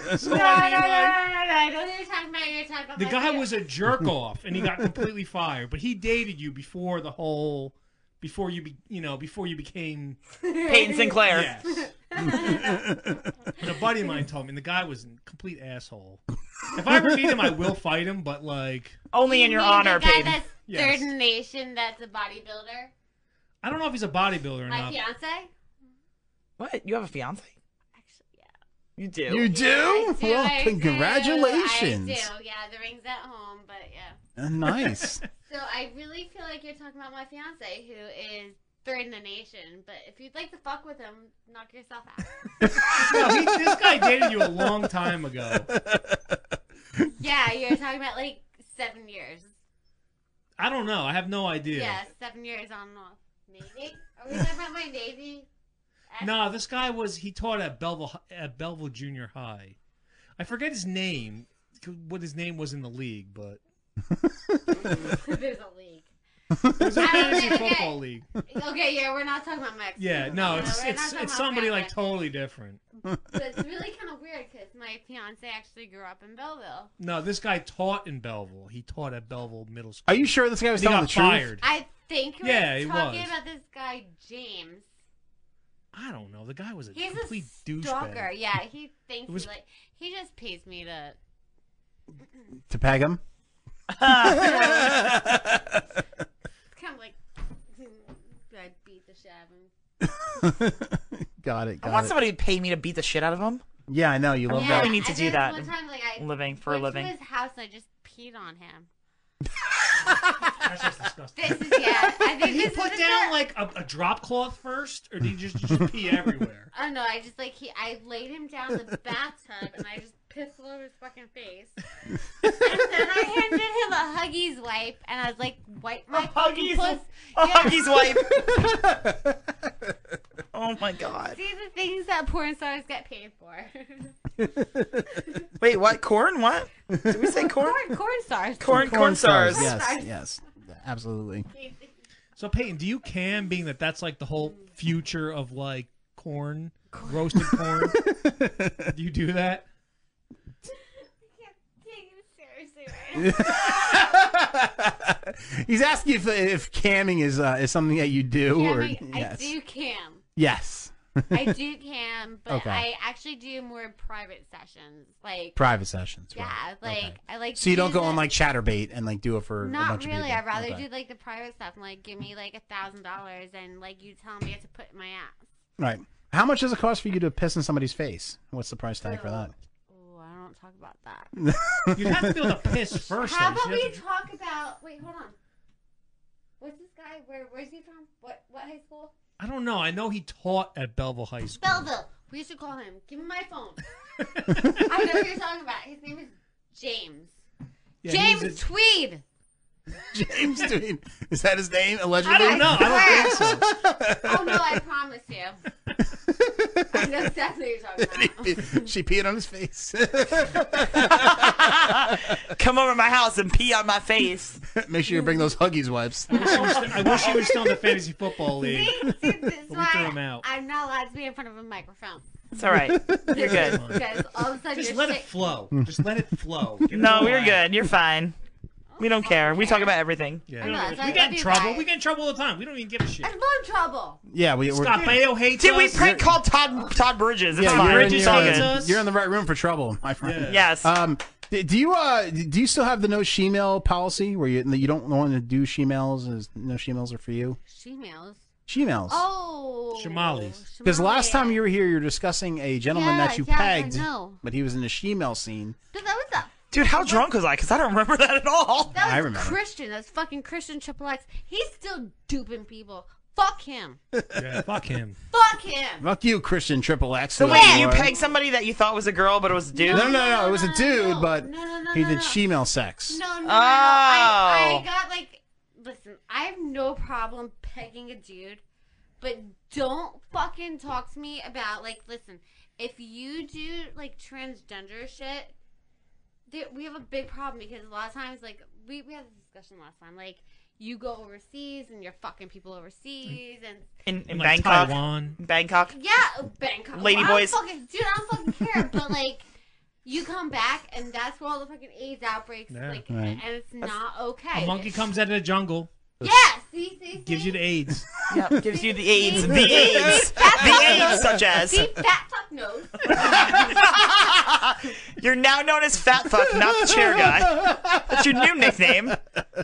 S22: [laughs]
S15: door. So,
S22: No, no, no, no, no, no!
S15: I mean, like,
S22: I don't even talk about your talk about
S15: the
S22: my
S15: guy
S22: shit.
S15: was a jerk off, and he got completely fired. But he dated you before the whole, before you be, you know, before you became
S1: Peyton Sinclair.
S15: Yes. and a buddy of mine told me, and the guy was a complete asshole. If I ever meet him, I will fight him. But like,
S1: Only in your
S22: You mean
S1: honor,
S22: the guy
S1: Peyton.
S22: that's
S15: Yes.
S22: third nation that's a bodybuilder.
S15: I don't know if he's a bodybuilder or
S22: My
S15: not.
S22: fiance.
S1: What? You have a fiance? You do.
S21: You do?
S22: Do
S21: well,
S22: I do,
S21: congratulations.
S22: I do. Yeah, the ring's at home, but
S15: [laughs]
S22: yeah.
S21: Uh, [laughs] nice.
S22: So I really feel like you're talking about my fiance, who is third in the nation. But if you'd like to fuck with him, knock yourself out.
S15: No, he,
S1: [laughs]
S15: this guy dated you a long time ago.
S22: yeah, you're talking about like seven years.
S15: I don't know. I have no idea.
S22: Yeah, seven years on off. Navy. Are we talking about my navy?
S15: No, this guy was. He taught at Belleville at Belleville Junior High. I forget his name. What his name was in the league, but [laughs]
S22: There's a league.
S15: it was a
S22: I don't
S15: fantasy
S22: think- okay.
S15: football league.
S22: Okay, yeah, we're not talking about my. ex-
S15: Yeah, no, it's
S22: we're not
S15: it's
S22: talking
S15: it's
S22: about
S15: somebody
S22: my
S15: like
S22: ex.
S15: totally different.
S22: But it's really kind of weird because my fiance actually grew up in Belleville.
S15: No, this guy taught in Belleville. He taught at Belleville Middle School.
S21: Are you sure this guy was
S15: he
S21: telling
S15: got
S21: the truth?
S15: fired.
S22: I think we're
S15: Yeah, he
S22: talking
S15: was.
S22: about this guy James.
S15: I don't know. The guy was a
S22: He's
S15: complete
S22: a stalker.
S15: douchebag.
S22: Yeah, he thinks
S15: was-
S11: he,
S22: he like he just pays me to.
S21: To peg
S22: [laughs]
S15: [laughs]
S21: him?
S22: It's kind of like [laughs] I beat the shit out of him.
S21: Got it.
S1: I
S21: got
S1: want
S21: it.
S1: somebody to pay me to beat the shit out of him.
S21: Yeah, I know. You
S22: Oh,
S1: I
S21: love
S1: really
S21: that.
S1: need to
S22: I
S1: do
S22: did
S1: that.
S22: one time, like, I
S1: living for a
S22: went to
S1: living.
S22: his house and I just peed on him.
S15: That's just disgusting.
S22: [laughs] This is yeah. I
S15: Did
S22: think
S15: he
S22: this
S15: put
S22: is
S15: down like a, a drop cloth first, or did he just,
S21: [laughs]
S15: just pee everywhere?
S22: I don't know. I just like he. I laid him down in the bathtub and I just pissed all over his fucking face. and then I handed him a Huggies wipe and I was like, wipe my fucking
S1: Huggies-
S22: puss.
S1: A
S22: Yeah.
S1: Huggies wipe.
S22: [laughs]
S1: [laughs] oh my god.
S22: See the things that porn stars get paid for.
S1: Wait, what? Corn? What? Did we say corn?
S22: corn, corn stars.
S1: Corn, corn stars.
S21: Yes, yes, absolutely.
S15: So Peyton, do you cam being that that's like the whole future of like corn? roasted corn. do you do that?
S21: [laughs] He's asking if if camming is uh, is something that you do or
S22: Camming,
S21: yes.
S22: I do cam.
S21: Yes.
S22: I do cam, but
S21: Okay.
S22: I actually do more private sessions, like
S21: Private sessions,
S22: Yeah,
S21: right.
S22: like
S21: Okay.
S22: I like.
S21: [laughs] so you
S22: to
S21: don't
S22: do
S21: go on
S22: the-
S21: like ChatterBait and like do it for a
S22: Not
S21: bunch of
S22: really.
S21: people.
S22: I'd rather
S21: Okay.
S22: do like the private stuff, and, like give me like a thousand dollars, and like you tell me what to put in my ass.
S21: Right. How much does it cost for you to piss in somebody's face? What's the price tag for that?
S22: Oh, I don't talk about
S21: [laughs]
S22: that.
S21: You'd
S15: have to be able to piss first.
S22: How
S15: though.
S22: about
S15: You
S22: we
S15: have to-
S22: talk about? Wait, hold on. What's this guy? Where? Where's he from? What? What high school?
S15: I don't know. I know he taught at Belleville High School.
S22: Belleville. We used to call him. Give me my
S21: [laughs]
S22: phone. I know who you're talking about. His name is James.
S21: Yeah, he's
S22: James
S21: a- [laughs]
S22: Tweed.
S21: James Dean. Is that his name? Allegedly?
S22: I don't know. I
S21: don't think so.
S22: [laughs] Oh no,
S21: [laughs]
S22: I promise you. I know exactly who you're talking about.
S21: [laughs] she peed on his face.
S1: [laughs] Come over to my house and pee on my face.
S21: Make sure you bring those Huggies wipes.
S15: I wish he was still in the
S22: [laughs]
S15: fantasy football league.
S22: That's
S15: we threw
S22: why
S15: him out.
S22: I'm not allowed to be in front of a microphone.
S1: It's all right. You're good.
S22: Because all of a sudden
S15: Just
S22: you're
S15: let
S22: sick.
S15: it flow. Just let it
S22: [laughs]
S15: flow. Get it
S1: No,
S15: all
S1: we're
S15: out.
S1: good. You're fine. We don't care. We talk about everything.
S15: Yeah.
S22: I know, that's why
S15: We
S22: I love
S15: get in
S22: you
S15: trouble.
S22: guys.
S15: We get in trouble all the time. We don't even give a shit.
S22: I love trouble.
S21: Yeah, we, we're.
S15: Scott Baio hates
S1: Dude, we
S15: us.
S1: prank called Todd Todd Bridges. It's
S21: Yeah,
S1: fine.
S21: you're in,
S1: It's
S21: your,
S1: all
S21: uh,
S1: good.
S21: you're in the right room for trouble, my friend.
S1: Yeah. Yes.
S21: Um, d- do you uh do you still have the no shemale policy where you you don't want to do shemales? Is no shemales are for you?
S22: Shemales.
S21: Shemales.
S22: Oh.
S21: Shamalis. Because last time you were here, you were discussing a gentleman
S22: Yeah,
S21: that you
S22: yeah, I
S21: pegged,
S22: know.
S21: but he was in the shemale scene.
S22: Dude, that was a
S1: Dude, how drunk was I? Because I don't remember that at all.
S22: That was
S21: I remember.
S22: Christian. That's fucking Christian Triple X. He's still duping people. Fuck him.
S15: Yeah, fuck him.
S22: Fuck him.
S21: Fuck you, Christian Triple X.
S1: So
S21: whoever
S1: wait, you
S21: are.
S1: pegged somebody that you thought was a girl, but it was a dude?
S21: No, no, no, it was a dude, but he did
S22: no.
S21: shemale sex.
S22: No, no, no. no.
S1: Oh.
S22: I, I got like, listen, I have no problem pegging a dude, but don't fucking talk to me about like, listen, if you do like transgender shit, there, we have a big problem because a lot of times, like, we we had this discussion last time, like. You go overseas and you're fucking people overseas and
S1: In, in
S15: Like
S1: Bangkok.
S15: Taiwan.
S1: Bangkok.
S22: yeah, Bangkok.
S1: Lady
S22: I don't
S1: boys.
S22: fucking- dude, I don't fucking care. but like, you come back and that's where all the fucking AIDS outbreaks.
S15: Yeah.
S22: Like,
S15: Right.
S22: and it's not okay.
S15: A monkey comes out of the jungle,
S22: Yeah, see, see, see.
S15: gives you the AIDS.
S1: Yep, gives you the AIDS. The
S15: See?
S1: AIDS. The AIDS, such as.
S22: See, fat fuck knows.
S1: You're now known as Fat Fuck, not the
S21: [laughs]
S1: chair guy. That's your new nickname.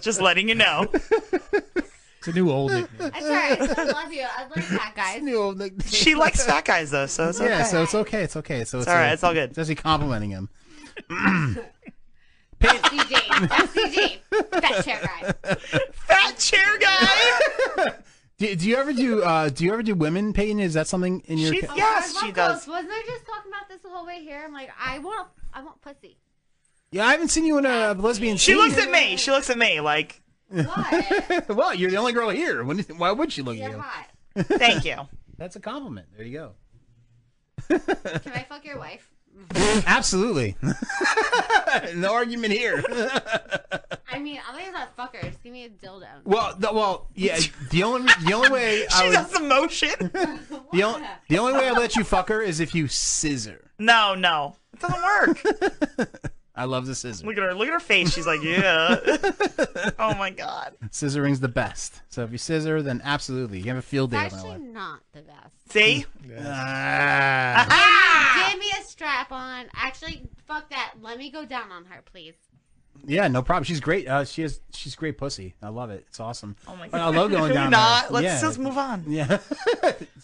S1: Just letting you know.
S15: It's a new old nickname.
S22: That's alright. I love you. I like fat guys.
S21: [laughs]
S1: [laughs] She likes fat guys though, so it's okay.
S21: Yeah, so it's okay, it's okay. So it's,
S1: all
S21: a-
S1: right, it's all good.
S21: It's actually complimenting
S1: [laughs]
S21: him.
S22: CJ. That's CJ. Fat chair guy.
S1: Fat chair guy.
S21: [laughs] Do, do you ever do uh, do you ever do women painting? Is that something in your?
S1: She's-
S21: ca-
S22: Oh my
S1: Yes,
S22: God,
S1: she
S22: Rumpos,
S1: does.
S22: Wasn't I just talking about this the whole way here? I'm like, I want, I want pussy.
S21: yeah, I haven't seen you in a lesbian.
S1: She
S21: scene.
S1: looks at me. She looks at me
S21: [laughs]
S1: like,
S21: well, you're the only girl here. When- Why would she look at
S22: You're
S21: you?
S22: hot.
S1: "Thank you."
S21: [laughs] That's a compliment. There you go. [laughs]
S22: Can I fuck your wife?
S21: Absolutely. [laughs] no argument here. [laughs]
S22: I mean, I'm like that fucker. Just give me a dildo.
S21: Well, the, well, yeah. The only the only way I
S1: [laughs] She
S21: would,
S1: does the motion.
S21: the only the only way I let you fuck her is if you scissor.
S1: No, no, it doesn't work. [laughs]
S21: I love the scissor.
S1: Look at her. Look at her face. She's
S21: [laughs]
S1: like, "Yeah." Oh my god.
S21: Scissoring's the best. So if you scissor, then absolutely, you have a field
S22: It's
S21: day with my
S22: actually
S21: life.
S22: not the best.
S1: See?
S21: Ah.
S22: Give me a strap on. Actually, fuck that. Let me go down on her, please.
S21: [laughs] Yeah, no problem. She's great. Uh, she has she's great pussy. I love it. It's awesome. Oh
S1: my
S21: I love going
S1: [laughs] Can
S21: down
S1: we not?
S21: there.
S1: Let's
S21: yeah.
S1: just move on.
S21: [laughs] Yeah.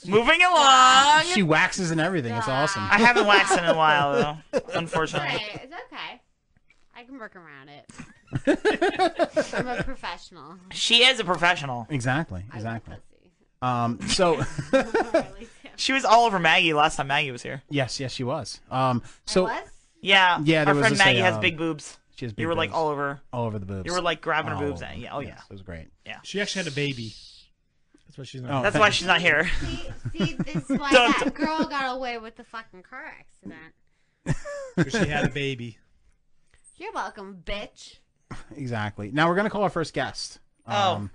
S1: Moving along.
S21: she waxes and everything. It's awesome.
S1: I haven't waxed
S21: [laughs]
S1: in a while though, unfortunately.
S22: Right, it's okay. I can work around it. I'm a professional.
S1: She is a professional.
S21: Exactly. Exactly. Um. So [laughs]
S1: She was all over Maggie last time Maggie was here.
S21: yes, yes, she was. Um. So
S1: Yeah.
S21: Yeah, there
S1: Our
S21: was
S1: friend
S21: this,
S1: Maggie
S21: uh,
S1: has big boobs.
S21: she has big
S1: You were like
S21: boobs.
S1: all over.
S21: all over the boobs.
S1: You were like grabbing her
S21: All
S1: boobs.
S21: over.
S1: And, yeah. Oh
S21: Yes,
S1: yeah.
S21: It
S1: [laughs]
S21: was great.
S1: Yeah.
S15: She actually had a baby. That's why she's not.
S21: Oh,
S1: That's
S21: thank
S1: why
S21: you.
S1: she's not here.
S22: See, see this is
S21: [laughs]
S22: why
S1: Dun,
S22: that girl got away with the fucking car accident.
S15: 'Cause she had a baby.
S22: You're welcome, bitch.
S21: Exactly. Now we're gonna call our first guest.
S1: Oh.
S21: Um,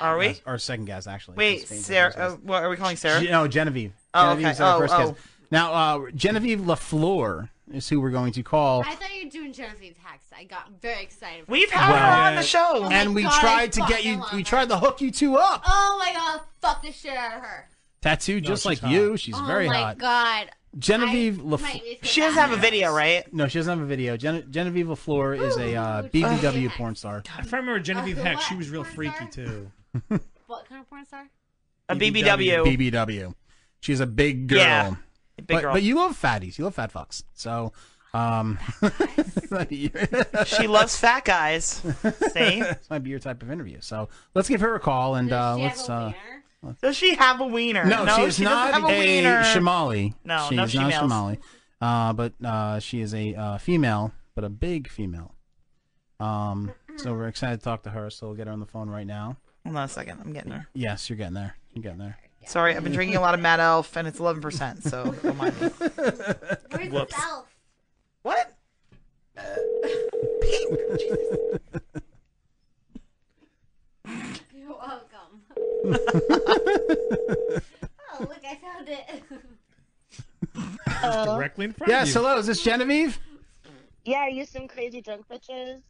S1: Are we?
S21: Yes, Or second guest, actually.
S1: Wait,
S21: It's Spain's
S1: Sarah.
S21: first
S1: Uh,
S21: guest.
S1: what are we calling Sarah?
S21: Ge- no, Genevieve.
S1: Oh, okay.
S21: Genevieve's our
S1: Oh,
S21: first guest.
S1: oh.
S21: Now, uh, Genevieve LaFleur is who we're going to call.
S22: I thought you were doing Genevieve's hacks. I got very excited. for
S1: We've
S22: that.
S1: had her on the
S21: Right.
S1: show,
S21: and we
S22: God, I
S21: tried to get
S22: fucking
S21: you,
S22: love
S21: we
S22: her.
S21: tried to hook you two up.
S22: Oh my god! Fuck the shit out of her.
S21: Tattoo just like you. She's
S22: oh
S21: very
S22: my
S21: hot.
S22: god.
S21: Genevieve
S22: might
S21: LaFleur.
S22: be She doesn't
S1: have a video, right?
S21: No, she doesn't have a video. Gen- Genevieve LaFleur is a uh, BBW
S1: Oh.
S21: porn star.
S15: If I remember Genevieve
S22: Uh,
S15: Heck,
S22: what
S15: she was real freaky too.
S22: What kind of porn star?
S1: A BBW.
S21: BBW. She's a big girl.
S1: Yeah, big
S21: but,
S1: girl.
S21: But you love fatties. You love fat fucks. So, um,
S1: she loves fat guys. See?
S21: this [laughs] might be your type of interview. So let's give her a call and uh, let's. Uh,
S1: Does she have a wiener?
S21: no, she is
S1: doesn't
S21: not
S1: have a,
S21: a,
S1: wiener.
S21: Shomali.
S1: No,
S21: she
S1: no
S21: is not a
S1: females.
S21: Shomali. Uh, but uh, she is a uh, female, but a big female. Um, so we're excited to talk to her. So we'll get her on the phone right now.
S1: Hold on a second. I'm getting her.
S21: Yes, you're getting there. You're getting there.
S1: Sorry, I've been drinking a lot of Mad Elf, and it's 11%, so don't mind me.
S22: Where's
S1: Whoops.
S22: the self?
S1: What?
S22: You're welcome. oh look, I found it.
S15: directly in front of
S21: Yes,
S15: you.
S21: hello. Is this Genevieve?
S23: Yeah, are you some crazy drunk bitches?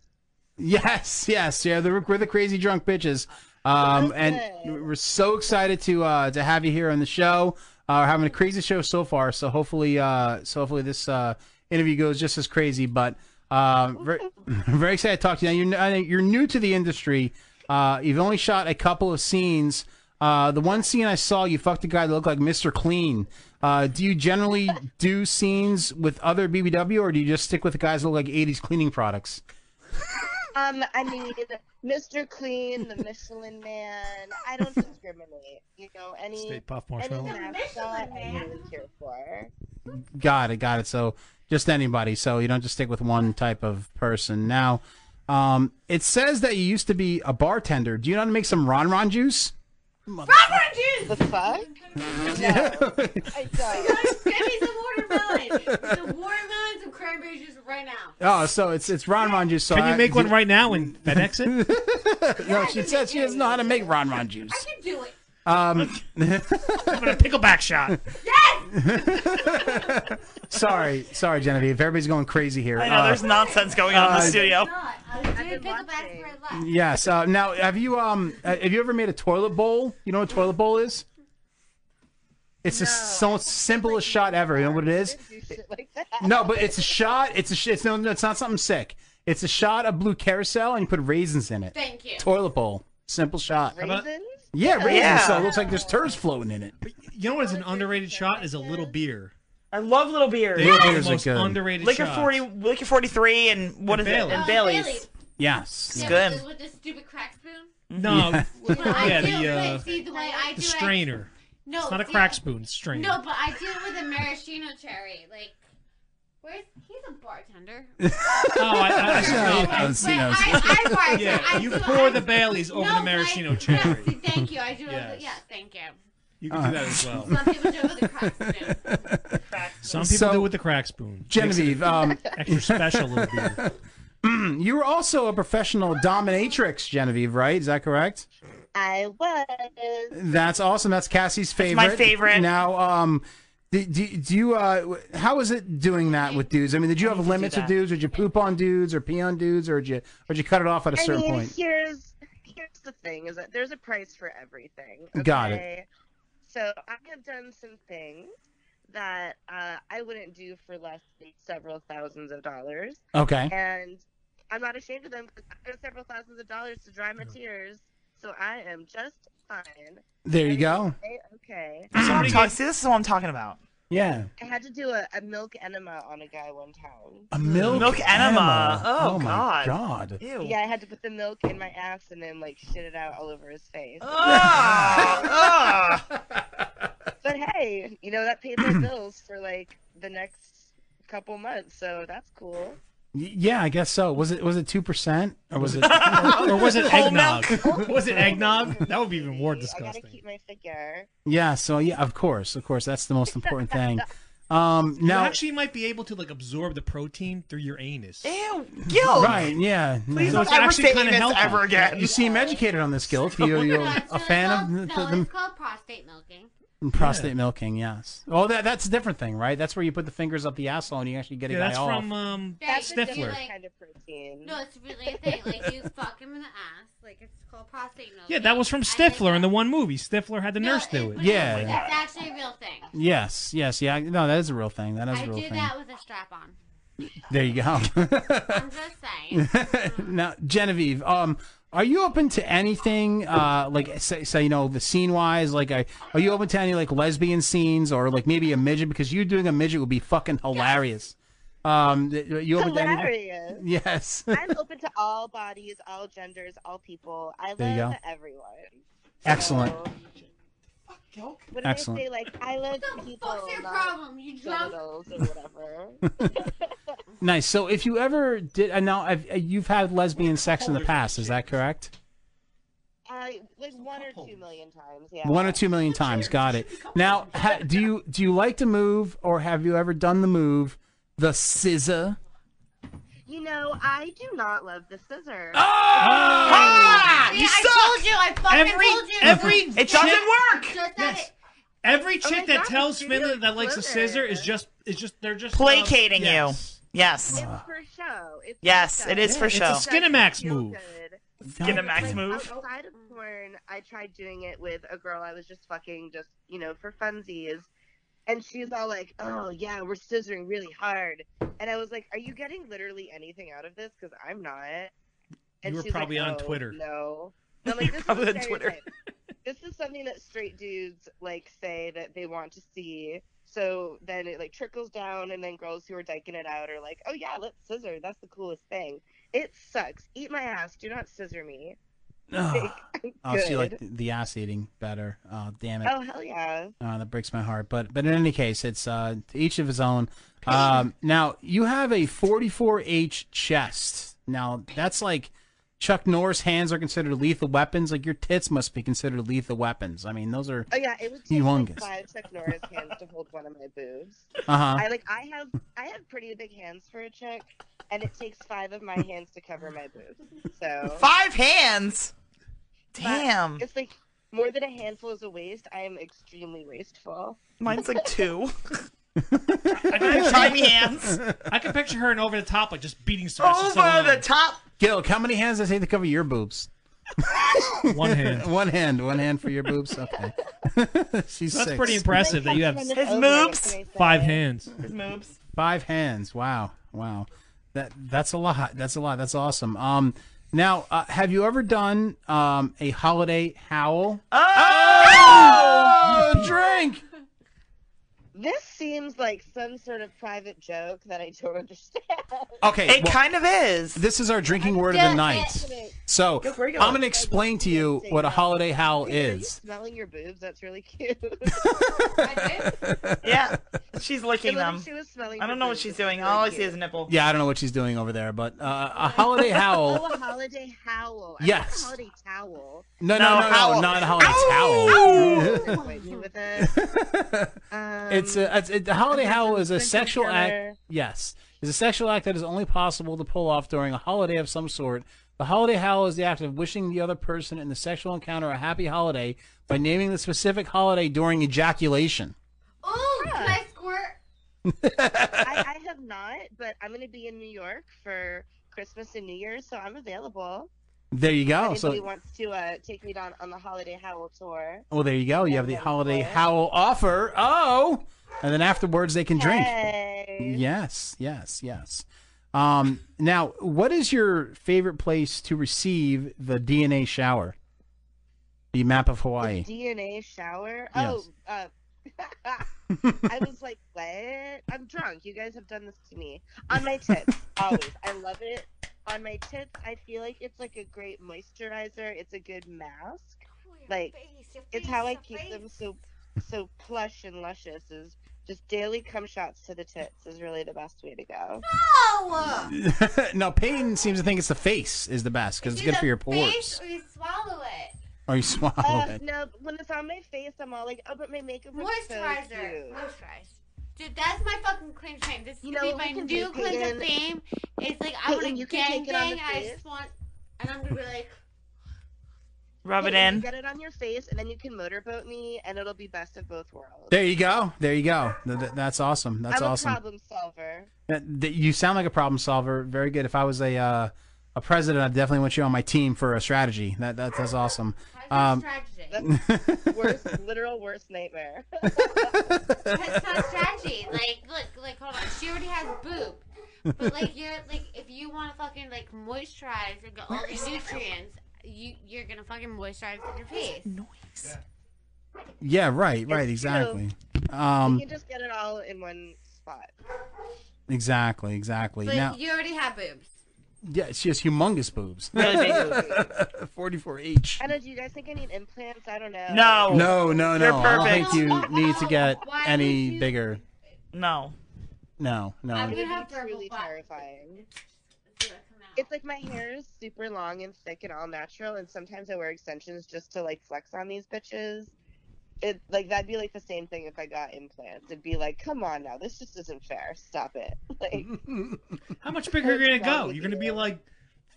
S21: Yes, yes, yeah. The, we're the crazy drunk bitches, um, and we're so excited to uh, to have you here on the show. Uh, we're having a crazy show so far, so hopefully, uh, so hopefully this uh, interview goes just as crazy. But um, very, [laughs] very excited to talk to you. Now you're you're new to the industry. Uh, you've only shot a couple of scenes. Uh, the one scene I saw, you fucked a guy that looked like Mr. Clean. Uh, do you generally do scenes with other BBW, or do you just stick with guys that look like '80s cleaning products?
S23: Um, I mean, Mr. Clean, the Michelin Man. I don't discriminate. You know, any
S21: Stay puff marshmallow.
S23: any mascot I really care for.
S21: Got it, got it. So just anybody. So you don't just stick with one type of person. Now, um, it says that you used to be a bartender. Do you know how to make some Ron Ron juice?
S22: [laughs]
S23: The fuck? I
S22: don't. Get me some watermelon. Some watermelon, some cranberry juice right now.
S21: [laughs] Oh, so it's it's Ron Ron juice. So
S15: Can you
S21: I-
S15: make one
S21: do-
S15: right now and FedEx
S21: [laughs]
S15: it?
S21: No, she said she doesn't know how to make Ron Ron juice.
S22: I can do it.
S1: [laughs]
S21: Um,
S15: a pickleback shot.
S21: [laughs] sorry, sorry, Genevieve. Everybody's going crazy here.
S1: I know,
S21: Uh,
S1: there's nonsense
S15: Oh,
S1: going on in the
S21: uh,
S1: studio.
S21: Yes. Uh, now, have you um uh, have you ever made a toilet bowl? You know what a toilet bowl is? It's the so simplest shot ever. You know what it is? No, but it's a shot. It's a sh- it's no, no, it's not something sick. It's a shot of blue carousel and you put raisins in it.
S22: Thank you.
S21: Toilet bowl, simple shot.
S23: Raisins?
S21: Yeah, raisins.
S15: Yeah.
S21: So it looks like there's turds floating in it.
S15: You know what is an underrated shot is a little beer.
S1: I love little beers.
S21: Little
S15: One of the
S21: beers are
S15: most
S21: good.
S15: underrated
S1: Liquor
S15: shots.
S1: 40, Liquor 43, and what is
S15: And
S1: it?
S15: Bailey's.
S1: And
S15: Oh,
S1: Bailey's.
S21: Yes.
S1: It's
S22: Yeah,
S1: good.
S22: With, the- with the stupid crack spoon.
S15: No,
S21: Yeah.
S22: I
S15: [laughs] yeah,
S22: do
S15: the
S22: it.
S15: uh,
S22: see the way I do
S15: the strainer.
S22: It. No,
S15: it's not a
S22: see,
S15: crack spoon, it's a [laughs] strainer.
S22: No, but I do it with a maraschino cherry. Like, where's he's a
S21: [laughs]
S22: bartender?
S15: Oh, I, [laughs] I, I,
S22: [laughs]
S21: Yeah,
S15: no,
S21: I don't see
S15: I-
S21: those.
S22: I bartend.
S15: [laughs] yeah,
S22: I
S15: you
S22: do,
S15: pour
S22: I,
S15: the Baileys over
S22: No,
S15: the maraschino
S22: I-
S15: cherry.
S22: Yes, thank you. I do.
S15: Yes.
S22: Yes. Yeah, thank you.
S15: You can do that as well.
S22: [laughs] Some people do it with a crack spoon.
S15: [laughs] Some people
S21: So-
S15: do it with the crack spoon.
S21: Genevieve, um,
S15: extra special little
S22: [laughs]
S15: beer.
S21: [laughs] you were also a professional dominatrix, Genevieve, right? Is that correct?
S23: I was.
S21: That's awesome. That's Cassie's favorite.
S23: my favorite.
S21: Now, um, do, do, do you, uh, w- how was it doing that with dudes? I mean, did you have limits with
S23: that.
S21: dudes? Did you poop on dudes or pee on dudes or did you, or did you cut it off at a
S23: I
S21: certain
S23: mean,
S21: point?
S23: here's here's the thing: is that there's a price for everything.
S21: Got it.
S23: okay? So I have done some things that uh, I wouldn't do for less than several thousands of dollars.
S21: Okay.
S23: And I'm not ashamed of them because I have several thousands of dollars to dry my tears, so I am just fine.
S21: There you go.
S23: Okay. okay.
S1: That's what I'm talking- See, this is what I'm talking about.
S21: Yeah.
S23: I had to do a, a milk enema on a guy one time.
S21: A milk,
S1: Milk enema. Oh,
S21: my
S1: God.
S21: God.
S23: Yeah, I had to put the milk in my ass and then like shit it out all over his face.
S1: Ah,
S23: [laughs] but hey, you know that
S21: [clears throat]
S23: paid my bills for like the next couple months, so that's cool.
S21: Y- Yeah, I guess so. Was it, was it 2% or was [laughs] it?
S15: or was it
S21: Whole
S15: eggnog?
S23: milk?
S15: was it eggnog? That would be
S21: [laughs]
S15: even more
S23: I gotta
S15: disgusting.
S23: keep my figure. [laughs]
S21: Yeah, so yeah, of course, of course, that's the most important thing. Um, now,
S15: you actually might be able to like absorb the protein through your anus.
S1: Ew, Gil.
S21: Right? Yeah.
S15: Please
S21: No.
S15: don't So it's ever actually say kinda anus healthy. ever again.
S21: You seem educated on this, Gil. If you, you're
S23: [laughs]
S21: a fan of [laughs] the,
S22: No,
S21: the-
S22: it's called prostate milking.
S21: the prostate milking, yes. Oh, that that's a different thing, right? That's where you put the fingers up the asshole and you actually get a
S15: Yeah,
S21: guy
S15: that's
S21: off.
S15: from um,
S22: Yeah, you do,
S21: Stifler.
S22: like-
S23: Kind of protein.
S22: No, it's really a thing. Like you fuck him in the ass. Like it's called prostate milking.
S15: Yeah, that was from Stifler in the one movie. Stifler had the nurse do it.
S21: Yeah.
S22: It's actually a real thing.
S21: Yes, yes, yeah. No, that is a real thing. That is
S22: I
S21: a real
S22: do
S21: thing.
S22: that with a strap on.
S21: There you go. [laughs]
S22: I'm just saying.
S21: now, Genevieve, um, are you open to anything, uh, like say, say you know, the scene wise? Like, I, are you open to any like lesbian scenes or like maybe a midget? Because you doing a midget would be fucking hilarious. Um, th- you open
S23: Hilarious.
S21: to anything? [laughs] Yes.
S23: I'm open to all bodies, all genders, all people. I
S21: There you
S23: love
S21: go.
S23: everyone.
S21: Excellent.
S23: What do
S21: Excellent.
S23: they say? Like, I love people.
S22: fuck's your
S23: not
S22: problem? You drunk?
S23: genitals or
S21: [laughs]
S23: whatever.
S21: Nice. So, if you ever did, and now I've, uh, you've had lesbian sex in the past, is that correct?
S23: uh, like one or two million times. Yeah.
S21: One or two million times. Got it. Now, ha, do you do you like to move, or have you ever done the move, the scissor?
S23: You know, I do not love the scissor. Oh!
S1: Ah!
S22: See, I told you. I fucking
S15: Every-
S22: told you.
S15: every
S1: It doesn't work.
S22: Just that it-
S15: Every
S22: Oh
S15: chick
S22: my
S15: that
S22: God,
S15: tells
S22: the video
S15: Finland that likes a
S22: is
S15: scissor is just is just they're just
S1: Placating
S15: uh, yes.
S1: you. Yes.
S23: It's for show. It's
S1: Yes,
S23: for show.
S1: it is for show.
S15: It's a Skinamax move.
S1: Skinamax
S23: Like,
S1: move.
S23: Outside of porn, I tried doing it with a girl I was just fucking, just you know, for funsies, and she's all like, "Oh yeah, we're scissoring really hard," and I was like, "Are you getting literally anything out of this? Because I'm not."
S15: You
S23: And
S15: were
S23: she's like,
S15: probably on
S23: "Oh,
S15: Twitter."
S23: No,
S21: [laughs]
S23: And I'm like, this
S1: probably
S23: is a
S1: on Twitter.
S23: stereotype. This is something that straight dudes like say that they want to see. So then it like trickles down, and then girls who are diking it out are like, "Oh yeah, let's scissor. That's the coolest thing." It sucks. Eat my ass. Do not scissor me.
S21: Ugh. [sighs] Oh, so you like
S23: Good.
S21: the, the ass eating better. Oh, damn it.
S23: Oh hell yeah.
S21: Uh, that breaks my heart. But but in any case, it's uh, to each of his own. Um, now you have a 44H chest. Now that's like Chuck Norris hands are considered lethal weapons. Like your tits must be considered lethal weapons. I mean, those are
S23: Oh yeah, it would take
S21: humongous.
S23: like five Chuck Norris hands to hold one of my boobs.
S21: Uh-huh.
S23: I like I have I have pretty big hands for a chick, and it takes five of my hands to cover my boobs. So
S1: Five hands.
S23: but
S1: Damn.
S23: it's like more than a handful is a waste. I am extremely wasteful.
S1: Mine's like two. [laughs]
S15: Tiny
S1: hands.
S15: I can picture her in over the top, like just beating stars.
S1: Over the top.
S21: Gil, how many hands does it take to cover your boobs?
S15: [laughs] One
S21: [laughs]
S15: hand.
S21: one hand. One hand for your boobs. Okay. [laughs] She's
S15: That's
S21: six.
S15: pretty impressive that you have
S1: His moves.
S15: five hands.
S1: His moves.
S21: Five hands. Wow. Wow. That that's a lot. That's a lot. That's awesome. Um now, uh, have you ever done um a holiday howl?
S1: Uh, Oh!
S21: drink.
S23: This seems like some sort of private joke that I don't understand.
S21: Okay.
S1: It
S21: well,
S1: kind of is.
S21: This is our drinking word of the night. So,
S1: Go, where you
S21: I'm
S1: going?
S21: going to explain to you what a holiday
S23: [laughs]
S21: howl is.
S23: Smelling your boobs, that's
S21: [laughs]
S23: really cute.
S1: Yeah. She's licking
S23: Like,
S1: them.
S23: she was smelling
S1: I
S23: your
S1: don't know what
S23: boobs.
S1: she's
S23: It's
S1: doing.
S23: really
S1: All I see
S23: cute.
S1: is a nipple.
S21: Yeah, I don't know what she's doing over there, but uh, a
S1: [laughs]
S21: holiday
S23: Oh,
S21: howl.
S23: a holiday howl. I
S21: Yes.
S23: thought a holiday towel.
S21: No, no,
S1: No,
S21: no, no,
S1: howl.
S21: not a holiday howl.
S23: Wait, you with a-
S21: it's a it's, it, the holiday howl is a
S23: Christmas
S21: sexual
S23: dinner.
S21: act. Yes, is a sexual act that is only possible to pull off during a holiday of some sort. The holiday howl is the act of wishing the other person in the sexual encounter a happy holiday by naming the specific holiday during ejaculation. [laughs]
S22: Oh, can I squirt?
S23: I, I have not, but I'm going to be in New York for Christmas and New Year's, so I'm available.
S21: There you
S23: If
S21: go.
S23: Anybody
S21: Oh, So,
S23: wants to uh, take me down on the holiday howl tour?
S21: well, there you go. You have the holiday howl offer. Oh, and then afterwards they can drink.
S23: Hey.
S21: Yes, yes, yes. Um, now, what is your favorite place to receive the DNA shower? The map of Hawaii.
S23: DNA shower.
S21: Yes.
S23: Oh, uh, [laughs] I was like, what? I'm drunk. You guys have done this to me. On my
S21: [laughs]
S23: tits, always. I love it. On my tits, I feel like it's like a great moisturizer. It's a good mask. Like, it's how I keep them so so plush and luscious. Is just daily cum shots to the tits is really the best way to go.
S22: Oh,
S21: [laughs] no, Peyton seems to think it's the face is the best because it's good for your pores.
S22: Face or you swallow it.
S21: Or you swallow
S23: Uh,
S21: it.
S23: no, when it's on my face, I'm all like, oh, but my makeup looks so
S22: Moisturizer.
S23: cute.
S22: Moisturize. Dude, that's my fucking claim to fame. This is
S23: You
S22: gonna
S23: know,
S22: be
S23: we
S22: my
S23: can
S22: new
S23: do
S22: claim to
S23: Peyton-
S22: fame. It's like I
S23: Peyton,
S22: want to
S23: you can
S22: gangbang.
S23: take it on the
S22: I
S23: face.
S22: just want, and I'm gonna be like,
S1: Rub it
S23: Hey, you
S1: in.
S23: Get it on your face, and then you can motorboat me, and it'll be best of both worlds.
S1: There
S21: you go. There you go. Th- th- that's awesome. That's
S23: I'm
S21: awesome.
S23: a problem solver.
S21: That- that- You sound like a problem solver. Very good. If I was a uh, a president, I would definitely want you on my team for a strategy. That, that that's awesome. Um, [laughs]
S23: That's worst, literal worst nightmare. [laughs]
S21: [laughs]
S22: that's not strategy. Like, look, like, hold on. She already has boob. But like, you're like, if you want to fucking like moisturize and get all the nutrients, you you're gonna fucking moisturize your face. Noise.
S21: yeah. Right. Right. Exactly. Um.
S23: you can just get it all in one spot.
S21: Exactly. Exactly.
S22: But
S21: Now,
S22: you already have boobs.
S21: yeah, she has humongous boobs.
S23: Really
S21: [laughs] Forty-four H.
S23: I don't. Do you guys think I need implants? I don't know.
S21: No. No.
S1: You're
S21: No. I don't think
S1: perfect.
S21: you need to get
S23: Why would
S21: any
S23: you-
S21: bigger.
S1: No.
S21: No. No.
S23: It would be truly terrifying. It's like my hair is super long and thick and all natural, and sometimes I wear extensions just to like flex on these bitches. It like that'd be like the same thing if I got implants. It'd be like, come on now, this just isn't fair. Stop it. [laughs] Like,
S15: How much bigger are you gonna go? You're gonna be like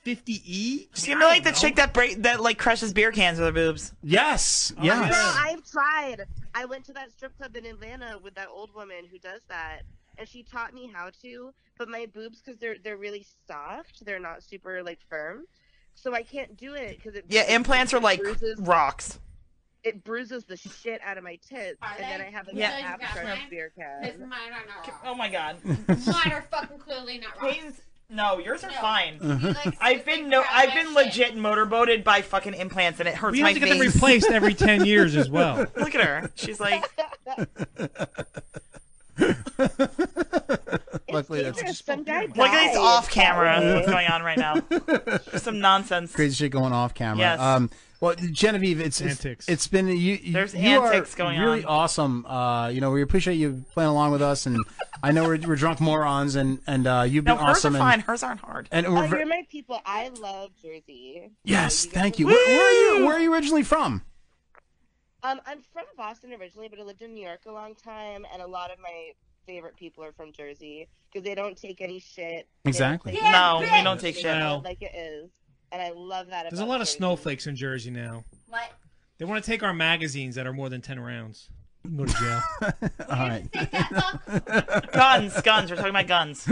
S15: E? 50e.
S1: She's gonna be like the chick that break that like crushes beer cans with her boobs.
S21: Yes.
S22: Oh
S23: No, I've tried. I went to that strip club in Atlanta with that old woman who does that, and she taught me how to. But my boobs, because they're they're really soft, they're not super like firm, so I can't do it because it.
S1: Yeah, implants are like rocks.
S23: It bruises the shit out of my tits, and then I have a
S1: Yeah.
S23: yeah.
S1: Mine?
S23: beer
S22: Because
S23: can.
S22: mine are not wrong.
S1: Oh my god.
S22: [laughs] Mine are fucking clearly not wrong.
S1: Please, no, yours are fine.
S21: You like
S1: [laughs] I've been no, I've been legit motorboated by fucking implants, and it hurts
S15: We
S1: my
S15: have to get them
S1: face.
S15: replaced every 10 years as well.
S1: [laughs] Look at her. She's like,
S22: [laughs]
S15: [laughs]
S21: Luckily, that's
S23: There's some guy
S1: look at
S23: died.
S1: these off camera. [laughs] What's going on right now? There's some nonsense.
S21: crazy shit going off camera.
S1: Yes.
S21: Um, well, Genevieve, it's it's-
S1: Antics.
S21: it's been you. you
S1: There's
S21: you
S1: antics
S21: are
S1: going
S21: really
S1: on.
S21: awesome. Uh, you know, we appreciate you playing along with us, and I know we're, we're drunk morons, and and uh, you've
S1: No,
S21: been
S1: hers
S21: awesome.
S1: are
S21: and-
S1: fine. Hers aren't hard.
S21: And
S23: Oh,
S21: we're
S23: you're
S21: ver-
S23: my people. I love Jersey.
S21: yes, thank you. Where, where are you. Where are you originally from?
S23: Um, I'm from Boston originally, but I lived in New York a long time, and a lot of my favorite people are from Jersey because they don't take any shit. They don't
S21: Exactly.
S23: take
S1: No,
S23: shit.
S1: we don't take
S23: They
S1: shit.
S23: tell it Like it is, and I love that.
S15: There's a
S23: about
S15: lot of
S23: Jersey.
S15: snowflakes in Jersey now.
S22: What?
S15: They want to take our magazines that are more than 10 rounds. You can Go to jail. [laughs]
S21: All right.
S1: [laughs] guns, guns. We're talking
S21: [laughs]
S1: about guns.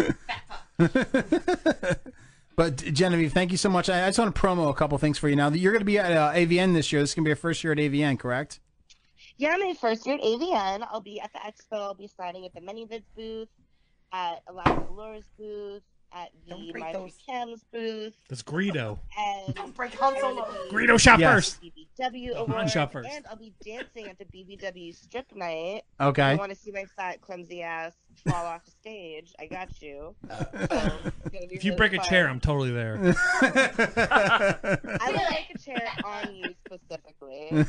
S21: But Genevieve, thank you so much. I, I just want to promo a couple things for you now. You're going to be at uh, AVN this year. This is going to be your first year at AVN, correct?
S23: Yeah, my first year at AVN. I'll be at the expo. I'll be signing at the ManyVids booth, at Alaska Laura's booth, at the
S1: break
S23: My
S1: those.
S23: Cam's booth,
S15: [laughs] That's Greedo.
S23: and don't
S1: break Han Solo.
S15: Greedo shop first.
S23: BBW
S15: Han
S23: awards,
S15: shop first.
S23: and I'll be dancing at the BBW strip night.
S21: Okay.
S23: If you want to see my fat, clumsy ass fall off the stage? I got you. So, it's gonna be
S15: If you
S23: really
S15: break a
S23: fun.
S15: chair, I'm totally there.
S23: I will break a chair on you specifically.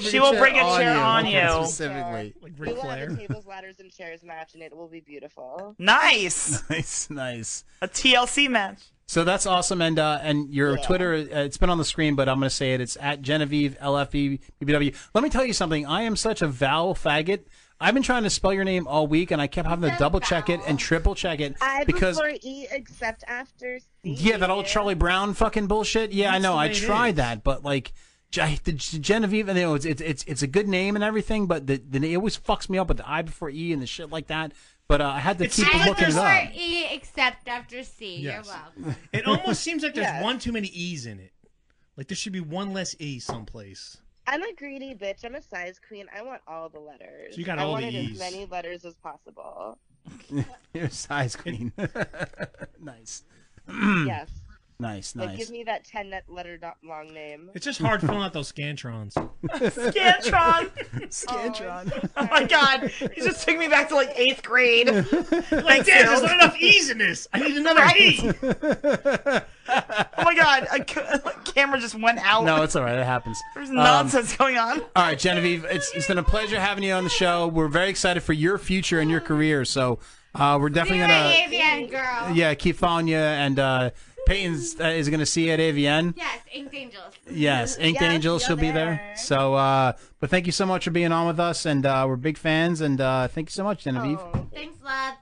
S1: She will break a chair on you.
S21: Specifically.
S15: Like
S23: we will have a tables, ladders, and chairs match, and it will be beautiful.
S1: Nice.
S21: [laughs] nice, nice.
S1: A TLC match.
S21: So that's awesome, and uh, and your Twitter, uh, it's been on the screen, but I'm going to say it. It's at Genevieve E LFE BBW. Let me tell you something. I am such a vowel faggot. I've been trying to spell your name all week, and I kept having to double check it and triple check it
S23: I
S21: because
S23: before E except after C.
S21: yeah, that old Charlie Brown fucking bullshit. Yeah, I
S23: That's
S21: know.
S23: the
S21: I
S23: way it
S21: tried
S23: is.
S21: that, but like. G- The G- Genevieve, and you know, it's, it's it's it's a good name and everything, but the, the it always fucks me up with the I before E and the shit like that. But uh, I had to keep
S22: I
S21: looking it
S22: prefer
S21: up.
S22: E except after C.
S15: Yes.
S22: You're welcome.
S15: It almost seems like there's
S22: Yes.
S15: one too many E's in it. Like there should be one less E someplace.
S23: I'm a greedy bitch. I'm a size queen. I want all the letters.
S15: So you got
S23: I
S15: all the
S23: wanted
S15: E's.
S23: as many letters as
S15: [clears throat]
S23: possible.
S21: [laughs] You're a size queen. [laughs] nice. [clears throat]
S23: yes.
S21: Nice,
S23: Like,
S21: nice.
S23: give me that 10 net letter dot long name.
S15: It's just hard [laughs]
S23: [laughs]
S15: filling out those scantrons.
S1: [laughs] Scantron.
S23: Scantron.
S1: Oh my god, you just took me back to like
S21: [laughs]
S1: eighth grade.
S15: Like,
S1: Thank
S15: damn, there's
S1: you.
S15: not enough E's in this. I need another
S1: Right.
S15: E.
S1: Oh my god, a ca- [laughs] camera just went out.
S21: No, it's all right. It happens.
S1: There's
S21: Um,
S1: nonsense going on.
S21: all right, Genevieve, it's, it's been a pleasure having you on the show. We're very excited for your future and your career. So uh, we're definitely
S22: You're
S21: gonna
S22: an AVN girl.
S21: yeah keep following you and uh, Peyton's uh, is going to see you at AVN.
S22: Yes, Inked Angels.
S21: Yes, Inked
S22: Yes,
S21: Angels,
S22: you're
S21: she'll be there. So, uh, but thank you so much for being on with us, and uh, we're big fans. And uh, thank you so much, Genevieve.
S22: Thanks, love.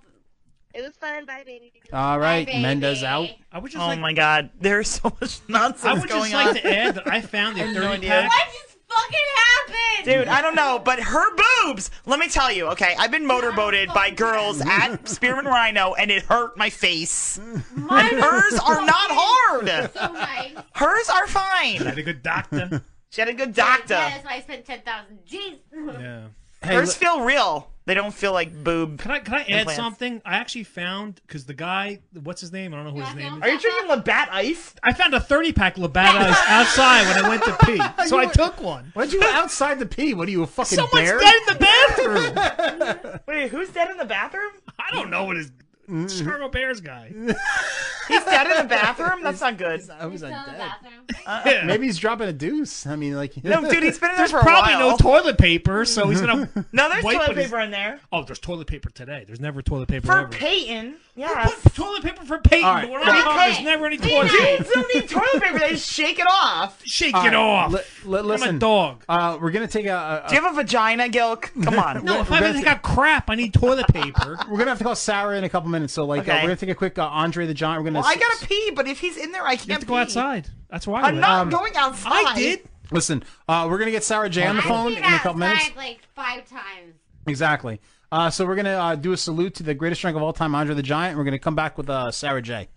S23: It was fun. Bye, baby.
S21: All right, Mendez out.
S15: I would
S21: just
S1: oh
S21: like-
S1: my god, there's so much [laughs] nonsense
S15: I would
S1: going
S15: just
S1: on.
S15: like to add that
S1: [laughs]
S15: I found a
S1: I have no
S15: 30
S1: idea.
S15: pack.
S1: What
S22: just fucking happened?
S1: Dude, I don't know, but her boobs. Let me tell you, okay? I've been motorboated by girls at Spearman Rhino, and it hurt my face. and hers are not hard.
S22: So nice.
S1: Hers are fine. She
S15: had a good doctor.
S1: She had a good doctor.
S22: Yeah, that's why I spent 10,000 G's.
S15: Yeah.
S1: Hers feel real. They don't feel like boob.
S15: Can I can I add something? I actually found because the guy, what's his name? I don't know who his name is.
S1: Are you drinking Labatt Ice?
S15: I found a thirty pack Labatt Ice outside when I went to
S1: [laughs]
S15: pee, so
S21: You
S15: I
S21: were-
S15: took one.
S21: Why'd you go outside the pee? What are you, a fucking
S15: Someone's
S21: bear?
S15: dead in the bathroom.
S1: Wait, who's dead in the bathroom?
S15: I don't know what his
S21: Mm-hmm.
S1: [laughs]
S15: Chicago Bears guy.
S1: He's dead in the bathroom? That's not good.
S21: I was undead.
S15: [laughs]
S1: Uh,
S21: Maybe he's dropping a deuce. I mean, like
S1: No, dude,
S21: [laughs]
S1: he's been in there
S15: There's
S1: for a
S15: probably no
S1: while.
S15: toilet paper, so he's gonna.
S1: [laughs] No, there's
S15: wipe
S1: toilet
S15: with his-
S1: paper in there.
S15: Oh, there's toilet paper today. There's never toilet paper
S1: For
S15: ever.
S1: Peyton, yeah.
S15: toilet paper for Peyton,
S21: All right.
S15: but we're not talking- There's never any toilet paper.
S1: Dudes don't need toilet paper. They just shake it off.
S15: [laughs] Shake
S21: All
S15: it
S21: right,
S15: off.
S21: li- li- listen,
S15: dog.
S21: Uh, we're gonna take a. a,
S1: Do you have a vagina, Gilk? Come
S15: [laughs]
S1: on.
S21: No, if I haven't
S15: got crap, I need toilet paper.
S21: [laughs] we're gonna have to call Sarah in a couple minutes. So like, uh,
S1: Okay.
S21: we're gonna take a quick uh, Andre the Giant. We're gonna.
S1: Well, I
S15: [laughs]
S1: gotta pee, but if he's in there, I can't. You have to
S15: go outside. That's why I
S1: I'm
S21: went.
S1: not
S21: Um,
S1: going outside.
S21: I did. Listen, uh, we're gonna get Sarah J on the phone in a couple minutes.
S22: I've like five times.
S21: Exactly. Uh, so we're gonna uh, do a salute to the greatest drunk of all time, Andre the Giant. And we're gonna come back with uh, Sarah J.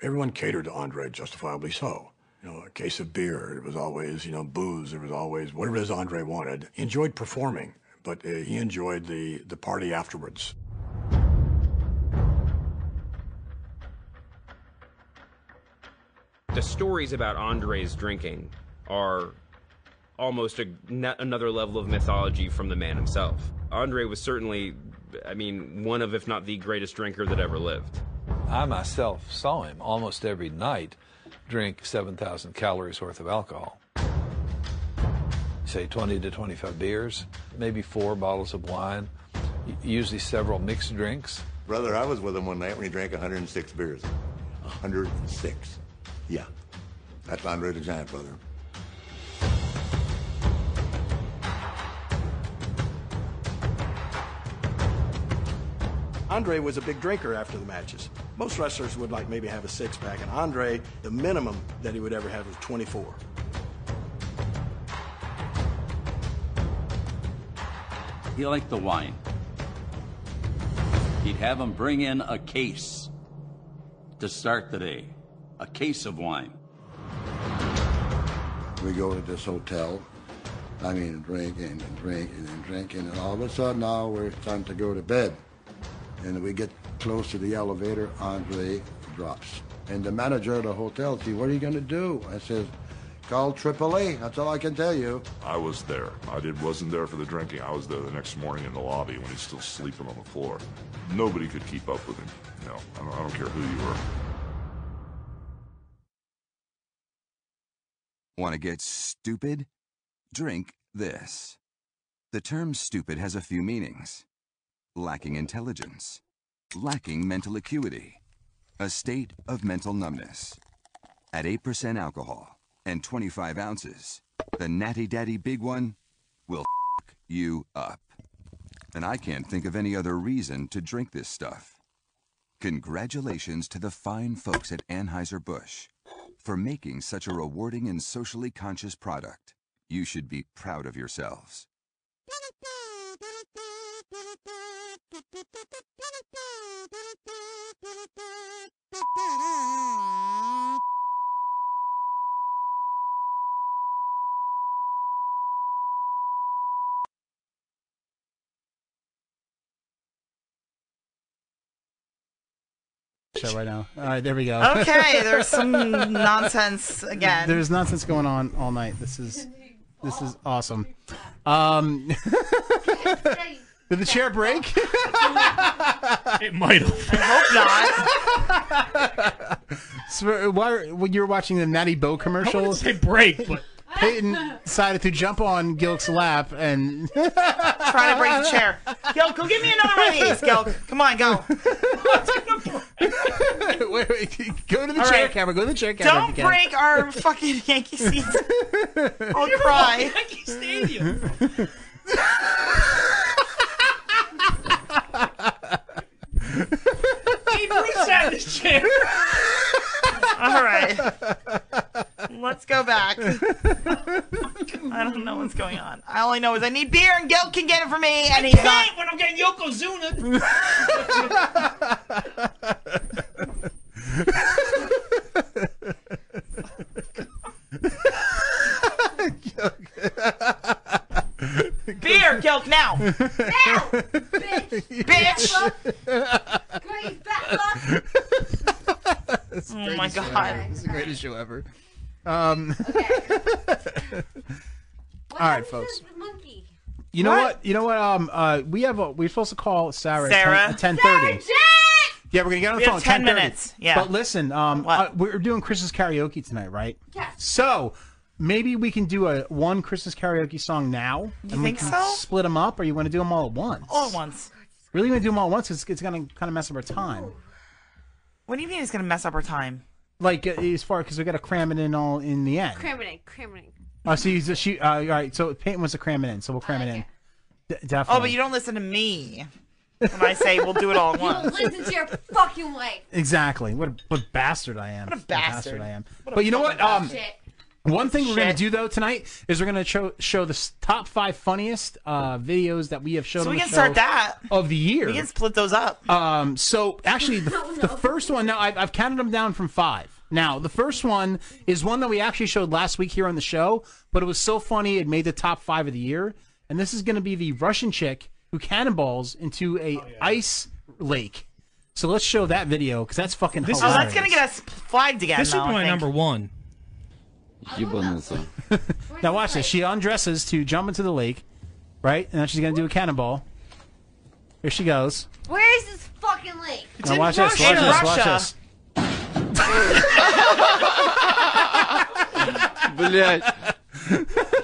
S3: everyone catered to Andre, justifiably so. You know, a case of beer, it was always, you know, booze, it was always whatever it is Andre wanted. He enjoyed performing, but uh, he enjoyed the, the party afterwards.
S24: the stories about Andre's drinking are almost a, n- another level of mythology from the man himself. Andre was certainly, I mean, one of, if not the greatest drinker that ever lived.
S13: I myself saw him almost every night drink 7,000 calories worth of alcohol. Say 20 to 25 beers, maybe four bottles of wine, u- usually several mixed drinks.
S7: Brother, I was with him one night when he drank 106 beers. 106. Yeah. That's Andre the Giant, brother.
S25: Andre was a big drinker after the matches. Most wrestlers would like maybe have a six pack, and Andre, the minimum that he would ever have was 24.
S26: He liked the wine. He'd have him bring in a case to start the day. A case of wine.
S7: We go to this hotel. I mean, drinking and drinking and drinking, and all of a sudden now we're time to go to bed. And we get close to the elevator, Andre drops. And the manager of the hotel says, what are you going to do? I says, call AAA. That's all I can tell you.
S27: I was there. I did, wasn't there for the drinking. I was there the next morning in the lobby when he's still sleeping on the floor. Nobody could keep up with him. No, I don't, I don't care who you were.
S28: Want to get stupid? Drink this. The term stupid has a few meanings lacking intelligence, lacking mental acuity, a state of mental numbness. At 8% alcohol and 25 ounces, the natty daddy big one will [laughs] f you up. And I can't think of any other reason to drink this stuff. Congratulations to the fine folks at Anheuser-Busch for making such a rewarding and socially conscious product. You should be proud of yourselves.
S21: Show right now. All right, there we go.
S1: Okay, there's some nonsense
S21: [laughs]
S1: again.
S21: There's nonsense going on all night. This is this is awesome. Um, [laughs] did the chair break?
S15: it might have.
S1: I hope not.
S21: [laughs] So, uh, why, when you were watching the Natty Bow commercials,
S15: say break, but
S21: [laughs] Peyton decided to jump on Gilk's lap and
S1: Trying to break the chair. Gilk, go give me another one of these, [laughs] Gilk. [laughs] Come
S21: [laughs]
S1: on, go.
S21: wait, wait, go to the
S1: All
S21: chair
S1: right.
S21: camera. Go to the chair camera.
S1: Don't
S21: if you can. [laughs]
S1: break our fucking Yankee seats. [laughs] I'll cry. Yankee Stadium.
S15: Babe Ruth sat in this chair.
S1: All right. Let's go back. I don't know what's going on. All I know is I need beer and Gil can get it for me and
S15: I
S1: he's
S15: can't
S1: not.
S15: when I'm getting
S1: [laughs]
S15: Yokozuna.
S1: Beer, Gilk, now. Now!
S22: Bitch! Great backlog.
S21: This is
S1: Oh
S21: the
S1: my
S21: greatest show
S1: God.
S21: ever. This is the greatest show ever. Um, [laughs] all right, folks.
S22: Monkey.
S21: You know what? You know what? Um, uh, we have a, we're supposed to call Sarah,
S1: Sarah.
S21: at ten thirty. Yeah, we're gonna get on
S1: We
S21: the
S1: have
S21: phone. 10:30.
S1: 10 minutes, yeah.
S21: But listen, um, uh, we're doing Christmas karaoke tonight, right?
S22: Yeah.
S21: So maybe we can do a one Christmas karaoke song now, you and
S1: think
S21: we can
S1: so?
S21: split them up, or you want to do them all at once?
S1: All at once.
S21: Really gonna do them all at once? 'Cause It's, it's gonna kind of mess up our time.
S1: What do you mean it's going to mess up our time?
S21: Like uh, as far because we gotta cram it in all in the end.
S22: Cramming it, cramming it.
S21: Oh, so you, she, uh, all right. So Peyton wants to cram it in, so we'll cram it in. D- definitely.
S1: Oh, but you don't listen to me when I say we'll do it
S21: [laughs]
S1: all at
S22: You
S1: once.
S22: listen to your fucking wife.
S21: Exactly. What a, what a bastard I am. What a
S22: bastard.
S21: I am.
S22: What a
S21: but you know what? Um,
S22: Shit.
S21: one thing we're going
S1: Shit.
S21: to do though tonight is we're going to show show the s- top five funniest uh, videos that we have shown.
S1: So
S21: on
S1: we
S21: the
S1: can start
S21: show
S1: that.
S21: of the year.
S1: We can split those up.
S21: Um, so actually,
S1: [laughs]
S21: the, the first one now I've, I've counted them down from five. Now the first one is one that we actually showed last week here on the show, but it was so funny it made the top five of the year. And this is going to be the Russian chick who cannonballs into a
S1: Oh,
S21: ice lake. So let's show that video because that's fucking.
S1: This is-
S21: hilarious.
S1: Oh, that's gonna get us flagged again, This should though, be I my think. number
S21: one. now watch this. She undresses to jump into the lake, right? And then she's gonna do a cannonball. Here she goes.
S22: Where is this fucking lake?
S21: now watch this. Watch this. Watch this.
S29: Блять.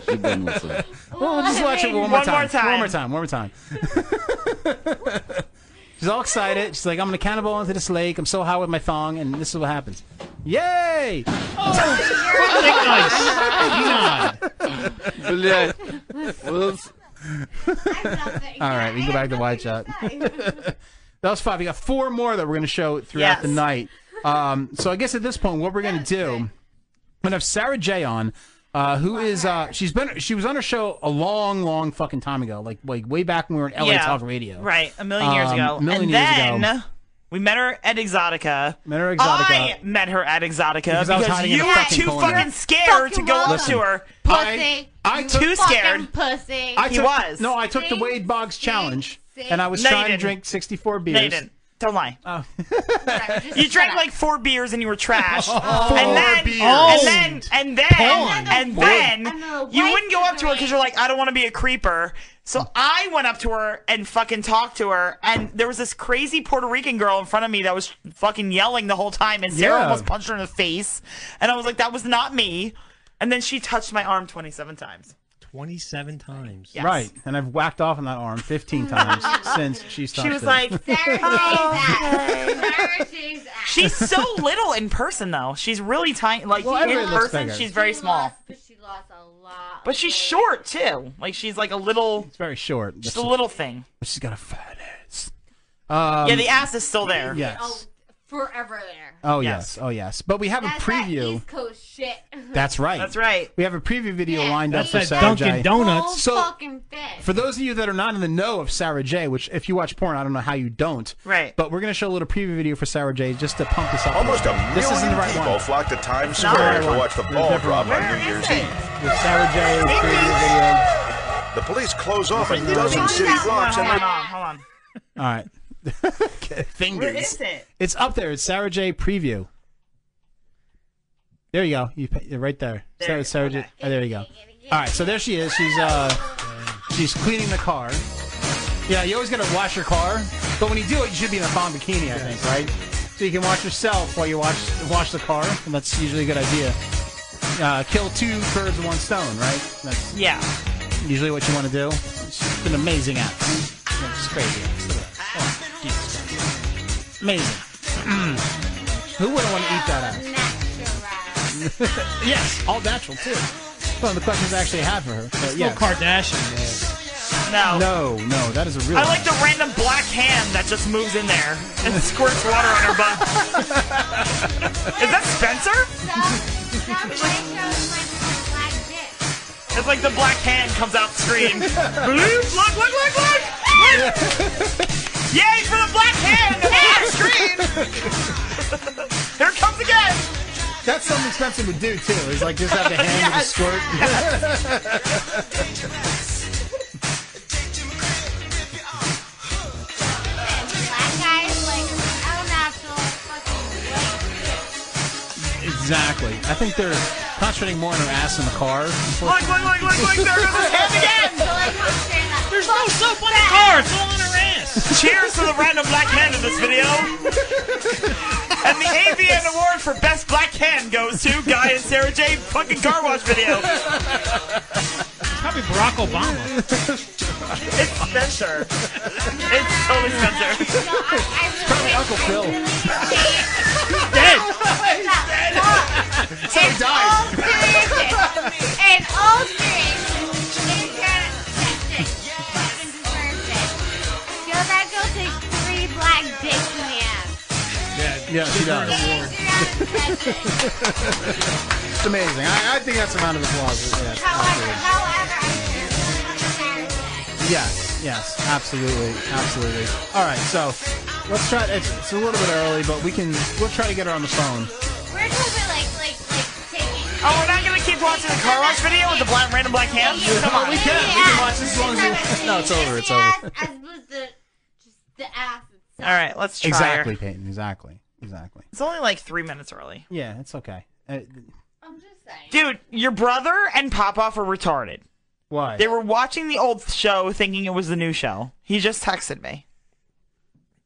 S21: Well, we'll just
S29: I
S21: watch it
S29: mean,
S21: one more,
S29: one
S21: time.
S29: more time.
S21: One more time. One more time. [laughs] She's all excited. She's like, "I'm gonna cannonball into this lake. I'm so high with my thong, and this is what happens." Yay! [laughs]
S29: Блять. Whoops.
S21: All right, we can go back to White Shot. that was five. We got four more that we're going to show throughout the
S29: Yes.
S21: night. Um, so I guess at this point, what we're going to do, I'm going to have Sarah J on, uh, who is uh, she's been she was on her show a long, long fucking time ago, like like way back when we were in LA
S1: Yeah,
S21: Talk Radio,
S1: Right, a million years
S21: Um,
S1: ago.
S21: a million
S1: and
S21: years
S1: then
S21: ago.
S1: we met her at Exotica.
S21: Met her at Exotica.
S1: I met her at Exotica
S21: Because
S1: because,
S21: I was hiding in
S1: you
S21: a
S1: were
S21: fucking
S1: too
S21: corner.
S1: fucking scared to go up
S21: Listen,
S1: to her.
S21: I- I took-
S1: too scared.
S22: Pussy.
S21: I
S1: he
S21: took,
S1: was.
S21: No, I took the Wade Boggs challenge, and I was
S1: No, you
S21: trying to
S1: didn't.
S21: drink 64 beers.
S1: No, you didn't. Don't lie.
S21: Oh.
S1: you drank like four beers and you were trash. and then,
S22: beers.
S1: and then, and then,
S22: Porn.
S1: and
S22: Porn.
S1: then,
S22: And the
S1: you
S22: white
S1: wouldn't go up to her because you're like, I don't want to be a creeper. So I went up to her and fucking talked to her, and there was this crazy Puerto Rican girl in front of me that was fucking yelling the whole time, and Sarah
S21: Yeah.
S1: almost punched her in the face, and I was like, that was not me. And then she touched my arm 27 times.
S15: 27 times.
S1: Yes.
S21: Right, and I've whacked off on that arm
S1: [laughs]
S21: 15 times since she stopped.
S1: She was
S21: it.
S1: like,
S22: [laughs] "Oh, okay."
S1: She's so little in person, though. She's really tiny. Like
S21: Well,
S1: in
S21: everybody looks
S1: person,
S21: bigger.
S1: she's very small. But she's short too. Like she's like a little,
S21: it's very short.
S1: just a little thing.
S21: But she's got a fat ass. Um,
S1: yeah, the ass is still there.
S22: Oh.
S21: Yes.
S22: Forever there.
S21: Oh yes. Oh yes. But we have
S22: That's
S21: a
S22: that
S21: preview.
S22: East Coast shit. [laughs]
S21: That's right.
S1: That's right.
S21: We have a preview video lined That's up that for Sarah Dunkin' J. Donuts.
S22: So
S21: So
S22: fucking fit.
S21: for those of you that are not in the know of Sarah J, which if you watch porn, I don't know how you don't.
S22: Right.
S21: But we're gonna show a little preview video for Sarah J just to pump this up.
S30: Almost a
S21: This isn't
S30: million
S21: the right
S30: people
S21: one.
S30: flocked to Times
S21: It's not the
S30: Square
S21: right
S30: to
S21: one.
S30: watch the
S21: There's
S30: ball
S21: never
S30: drop
S21: one.
S30: on New Year's Eve.
S21: The Sarah J preview
S30: The police close off a
S21: Hold on,
S30: dozen
S21: hold
S30: city
S21: on,
S30: blocks
S1: hold
S30: and
S1: on, hold
S30: they
S1: on, hold on.
S21: video. All right. [laughs] Okay, Fingers.
S1: Where is it?
S21: It's up there. It's Sarah J preview. There you go. You pa- right there. Sarah, Sarah J. oh, there you go. All right. So there she is. She's uh, she's cleaning the car. Yeah, you always gotta wash your car, but when you do it, you should be in a bomb bikini, I think, right? So you can wash yourself while you wash wash the car, and that's usually a good idea. uh, kill two birds with one stone, right? That's
S1: yeah.
S21: Usually, what you want to do. It's an amazing act. It's crazy. Look at that. Oh, Jesus Christ. Amazing. Mm. Who wouldn't want to eat that ass? yes, all natural too. Well, the questions I actually have for her. But
S15: No
S21: yeah.
S15: Kardashian.
S1: No.
S21: No, no, that is a real.
S1: I like the random black hand that just moves in there and squirts water on her butt. Is that Spencer? It's like the black hand comes out scream. Bloop, look, look, look, look! look! Yay for the black hand! The black screen! Here it comes again!
S21: That's something Spencer would do too. Is like just have the hand with a
S1: [laughs] Yes.
S21: squirt. Exactly. I think they're concentrating more on her ass in the car.
S1: Look, look, look, look, look! There goes his hand again!
S15: There's no soap on the car. It's all on her ass.
S1: Cheers to the random black hand in this video. And the AVN award for best black hand goes to Guy and Sarah J. fucking car wash video.
S15: Probably Barack Obama.
S1: It's [laughs] Spencer. It's totally Spencer.
S22: It's
S21: probably Uncle Phil.
S1: Dead.
S21: So he died.
S22: And all things, in your Yo, that girl takes three black dicks in the ass.
S21: Yeah, she
S1: [laughs]
S21: does. it's amazing. I, I think that's a round of applause. Yes,
S22: However,
S21: absolutely.
S22: however, I do.
S21: yes, yes, absolutely, absolutely. All right, so let's try. It's, it's a little bit early, but we can. We'll try to get her on the phone.
S22: We're talking like, like, like taking.
S1: Oh, we're not gonna keep watching the car wash video with the black random black hand. Come on,
S21: we can. We can watch this as long as we. No, it's over. It's over.
S22: As was the, just the ass.
S1: All right, let's try.
S21: Exactly,
S1: Her.
S21: Peyton. Exactly. Exactly.
S1: It's only like three minutes early.
S21: Yeah, it's okay. Uh,
S1: Dude, your brother and Popoff are retarded.
S21: Why?
S1: They were watching the old show thinking it was the new show. He just texted me.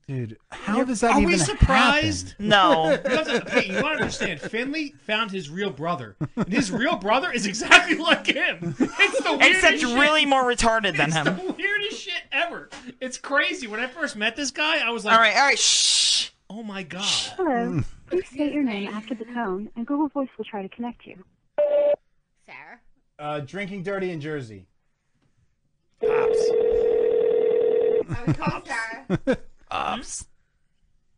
S21: Dude, how does that
S15: Are
S21: even
S1: [laughs]
S15: we surprised?
S21: happen?
S15: [laughs] hey, you want to understand? Finley found his real brother, and his real brother is exactly like him. It's the weirdest
S1: Except
S15: shit.
S1: really more retarded than
S15: it's
S1: him.
S15: the weirdest shit ever. It's crazy. When I first met this guy, I was like,
S1: All right, all right, shh.
S15: Oh my god.
S4: Hello. Please state your name after the tone, and Google Voice will try to connect you.
S21: Uh, drinking dirty in Jersey.
S1: Ops.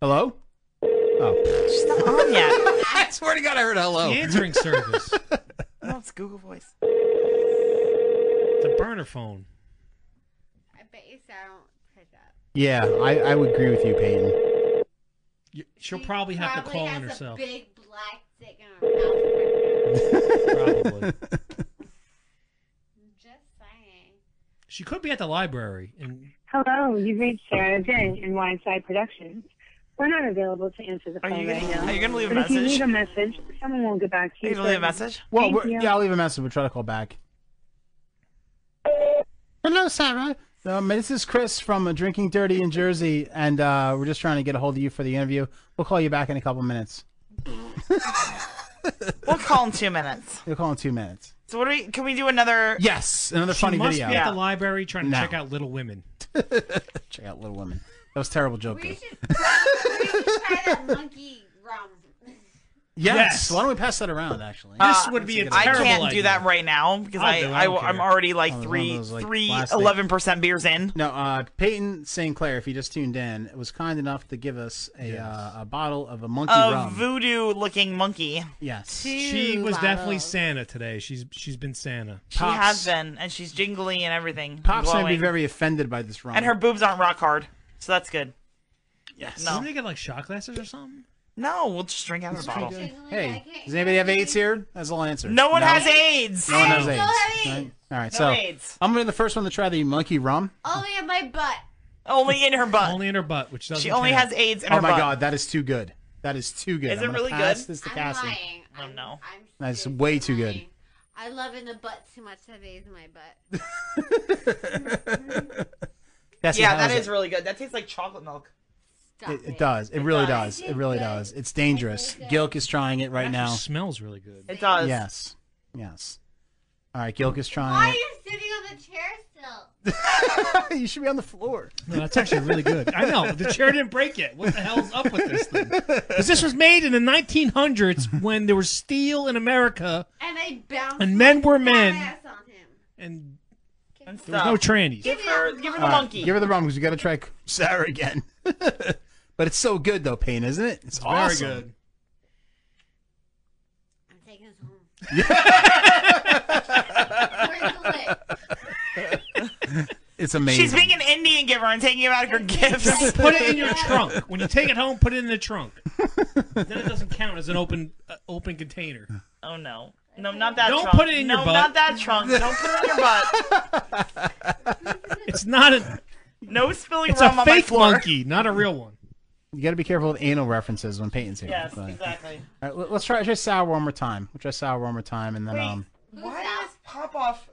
S21: Hello? Oh.
S1: She's not on yet. [laughs] I
S21: swear to God, I heard hello.
S15: The
S1: [laughs]
S15: answering service.
S1: No, it's Google Voice.
S15: It's a burner phone.
S22: I bet you sound.
S21: [laughs] Yeah, I, I would agree with you, Peyton.
S15: You- She'll probably have to
S22: probably
S15: call
S22: has
S15: in
S22: a
S15: herself.
S22: big [laughs] black dick in her
S21: [laughs]
S15: Probably.
S22: Just saying.
S15: She could be at the library. And
S4: Hello, you've reached Sarah J. in Wineside Productions. We're not available to answer the
S1: Are
S4: phone
S1: you
S4: right
S1: gonna-
S4: now.
S1: are you gonna leave a
S4: but If you
S1: message?
S4: leave a message, someone will get back to you.
S1: Are you gonna leave a
S4: shortly.
S1: message?
S21: Well,
S4: Thank
S21: we're,
S4: you.
S21: yeah, I'll leave a message. We'll try to call back. Hello, Sarah. Um, this is Chris from uh, Drinking Dirty in Jersey, and uh, we're just trying to get a hold of you for the interview. We'll call you back in a couple minutes.
S1: [laughs] We'll call in two minutes.
S21: We'll call in two minutes.
S1: So what do we? Can we do another?
S21: Yes, another
S15: she
S21: funny
S15: must
S21: video.
S15: be at the library trying to
S21: No.
S15: check out Little Women.
S21: [laughs]
S15: [laughs]
S21: Check out Little Women. That was a terrible joke. though.
S22: Try that monkey rum.
S21: Yes.
S15: Yes.
S21: Why don't we pass that around? Actually,
S1: Uh,
S21: That's
S1: I
S21: good idea.
S1: can't do that right now because
S21: I'll
S1: I,
S21: do it, I
S1: I,
S21: don't
S1: I am
S21: care.
S1: already like
S21: Oh, it's one of
S1: three
S21: those, like,
S1: three
S21: last thing.
S1: eleven percent beers in.
S21: No, uh, Peyton St. Clair, if you just tuned in, was kind enough to give us a uh, a bottle of a monkey
S1: A
S21: rum.
S1: voodoo looking monkey.
S21: Yes.
S15: She was definitely Santa today. She's she's been Santa.
S1: She has been, and she's jingly and everything.
S21: Pops might be
S1: glowing.
S21: very offended by this rum.
S1: And her boobs aren't rock hard, so that's good. Yes.
S15: Didn't
S1: No.
S15: they get like shot glasses or something?
S1: No, we'll just drink out of the bottle.
S21: Hey, does anybody have AIDS here? That's all I answer.
S1: No one has AIDS.
S21: No one has
S1: No
S21: AIDS.
S22: have
S21: Right? All right,
S1: No
S21: so
S1: AIDS.
S21: I'm gonna be the first one to try the monkey rum.
S22: Only in my butt.
S1: Only in her butt.
S15: Only in her butt, which doesn't.
S1: She only
S15: count.
S1: has AIDS in
S21: oh
S1: her
S21: my
S1: butt.
S21: god, that is too good. That is too good.
S1: Is
S21: I'm
S1: it
S21: gonna
S1: really
S21: pass
S1: good?
S21: This to
S22: I'm
S21: Cassie.
S22: lying.
S1: Oh no.
S21: That's way too good.
S22: I love in the butt too much that is my
S21: [laughs]
S22: butt.
S21: Cassie,
S1: yeah,
S21: how
S1: that
S21: is
S1: is really good. That tastes like chocolate milk.
S21: It, it does. It really does. It really does. It's dangerous. Gilk is trying it right now.
S15: smells really good.
S1: It does.
S21: Yes. Yes. All right, Gilkis
S22: Why
S21: trying.
S22: are
S21: it.
S22: you sitting on the
S21: [laughs]
S22: chair still?
S21: [laughs] you should be on the floor.
S15: No, that's actually really good. I know the chair didn't break it. What the hell's up with this thing? Because this was made in the 1900s when there was steel in America
S22: [laughs] And I bounced.
S15: and men were
S22: my
S15: men
S22: ass on him.
S15: and there was
S21: Stop.
S15: no
S1: [laughs]
S15: trannies.
S22: Give her, give
S21: All right, Give her the rum because we got to try Sarah again. [laughs] but it's so good though, Payne, isn't it? It's,
S15: very
S21: awesome.
S15: good.
S22: I'm taking this home.
S21: it's amazing.
S1: She's being an Indian giver and taking out her gifts.
S15: Just put it in your trunk. When you take it home, put it in the trunk. then it doesn't count as an open uh, open container.
S1: Oh no. No, not that
S15: Don't
S1: trunk.
S15: put it in
S1: no,
S15: your butt.
S1: not that trunk. Don't put it in your butt.
S15: [laughs]
S21: [laughs]
S15: It's not a.
S1: No spilling
S15: It's
S1: rum
S15: a
S1: on my
S15: fake
S1: floor.
S15: monkey, not a real one.
S21: You got to be careful with anal references when Peyton's here.
S1: Yes,
S21: but-
S1: exactly.
S21: All right, let- let's try try sour one more time. We'll try sour one more time, and then
S1: Wait.
S21: um,
S1: Why is Popoff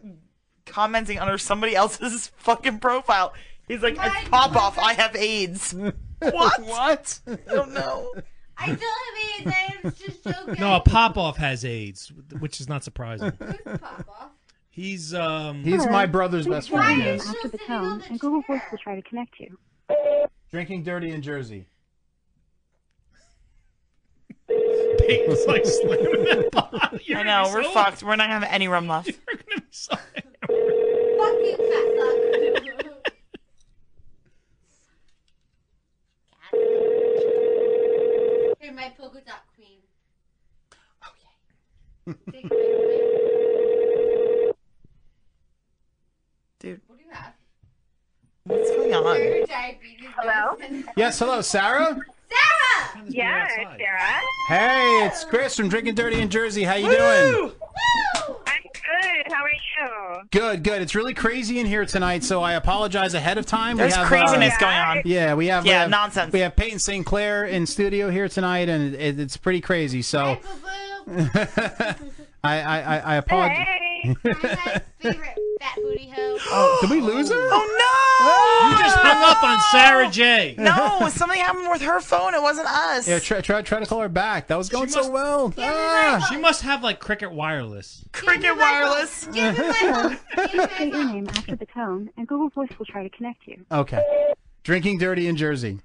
S1: commenting under somebody else's [laughs] fucking profile? He's like, it's Popoff, I
S21: [laughs]
S1: have AIDS. what?
S21: What? I
S1: don't know.
S22: I don't have AIDS. I am just joking.
S15: No, a pop off has AIDS, which is not surprising. He's um.
S21: He's my brother's best friend.
S4: After the tone, and Google Voice will try to connect you.
S21: Drinking dirty in Jersey.
S15: Peyton's like slamming that bottle. You're
S1: I
S15: gonna
S1: know,
S15: be
S1: we're
S15: so-
S1: fucked. We're not gonna have any rum
S15: [laughs]
S1: left.
S22: You're my polka dot queen.
S1: Dude.
S22: What do you have?
S1: What's going on?
S22: Your diabetes. Hello?
S21: Yes, hello, Sarah.
S4: Yeah, it's Sarah.
S21: Hey, it's Chris from Drinking Dirty in Jersey. How you
S4: I'm
S21: doing?
S4: good. How are you?
S21: Good, good. It's really crazy in here tonight, so I apologize ahead of time. uh,
S1: There's craziness going on.
S21: Yeah, we have. uh, we
S1: Yeah,
S21: have-
S1: nonsense.
S21: We have Peyton St. Clair in studio here tonight, and it, it's pretty crazy. So, I, [laughs] I, I, I apologize.
S22: Hey. Favorite fat booty hoe.
S21: [gasps] Oh, did we lose her?
S1: Oh no!
S15: You just hung up on Sarah J.
S1: No, something happened with her phone. It wasn't
S21: [laughs]
S1: us.
S21: Yeah, try, try, try to call her back. That was going so well. Ah.
S15: She must have like Cricket Wireless.
S1: Cricket wireless. [laughs]
S4: Say your name after the tone, and Google Voice will try to connect you.
S21: Okay. Drinking dirty in Jersey.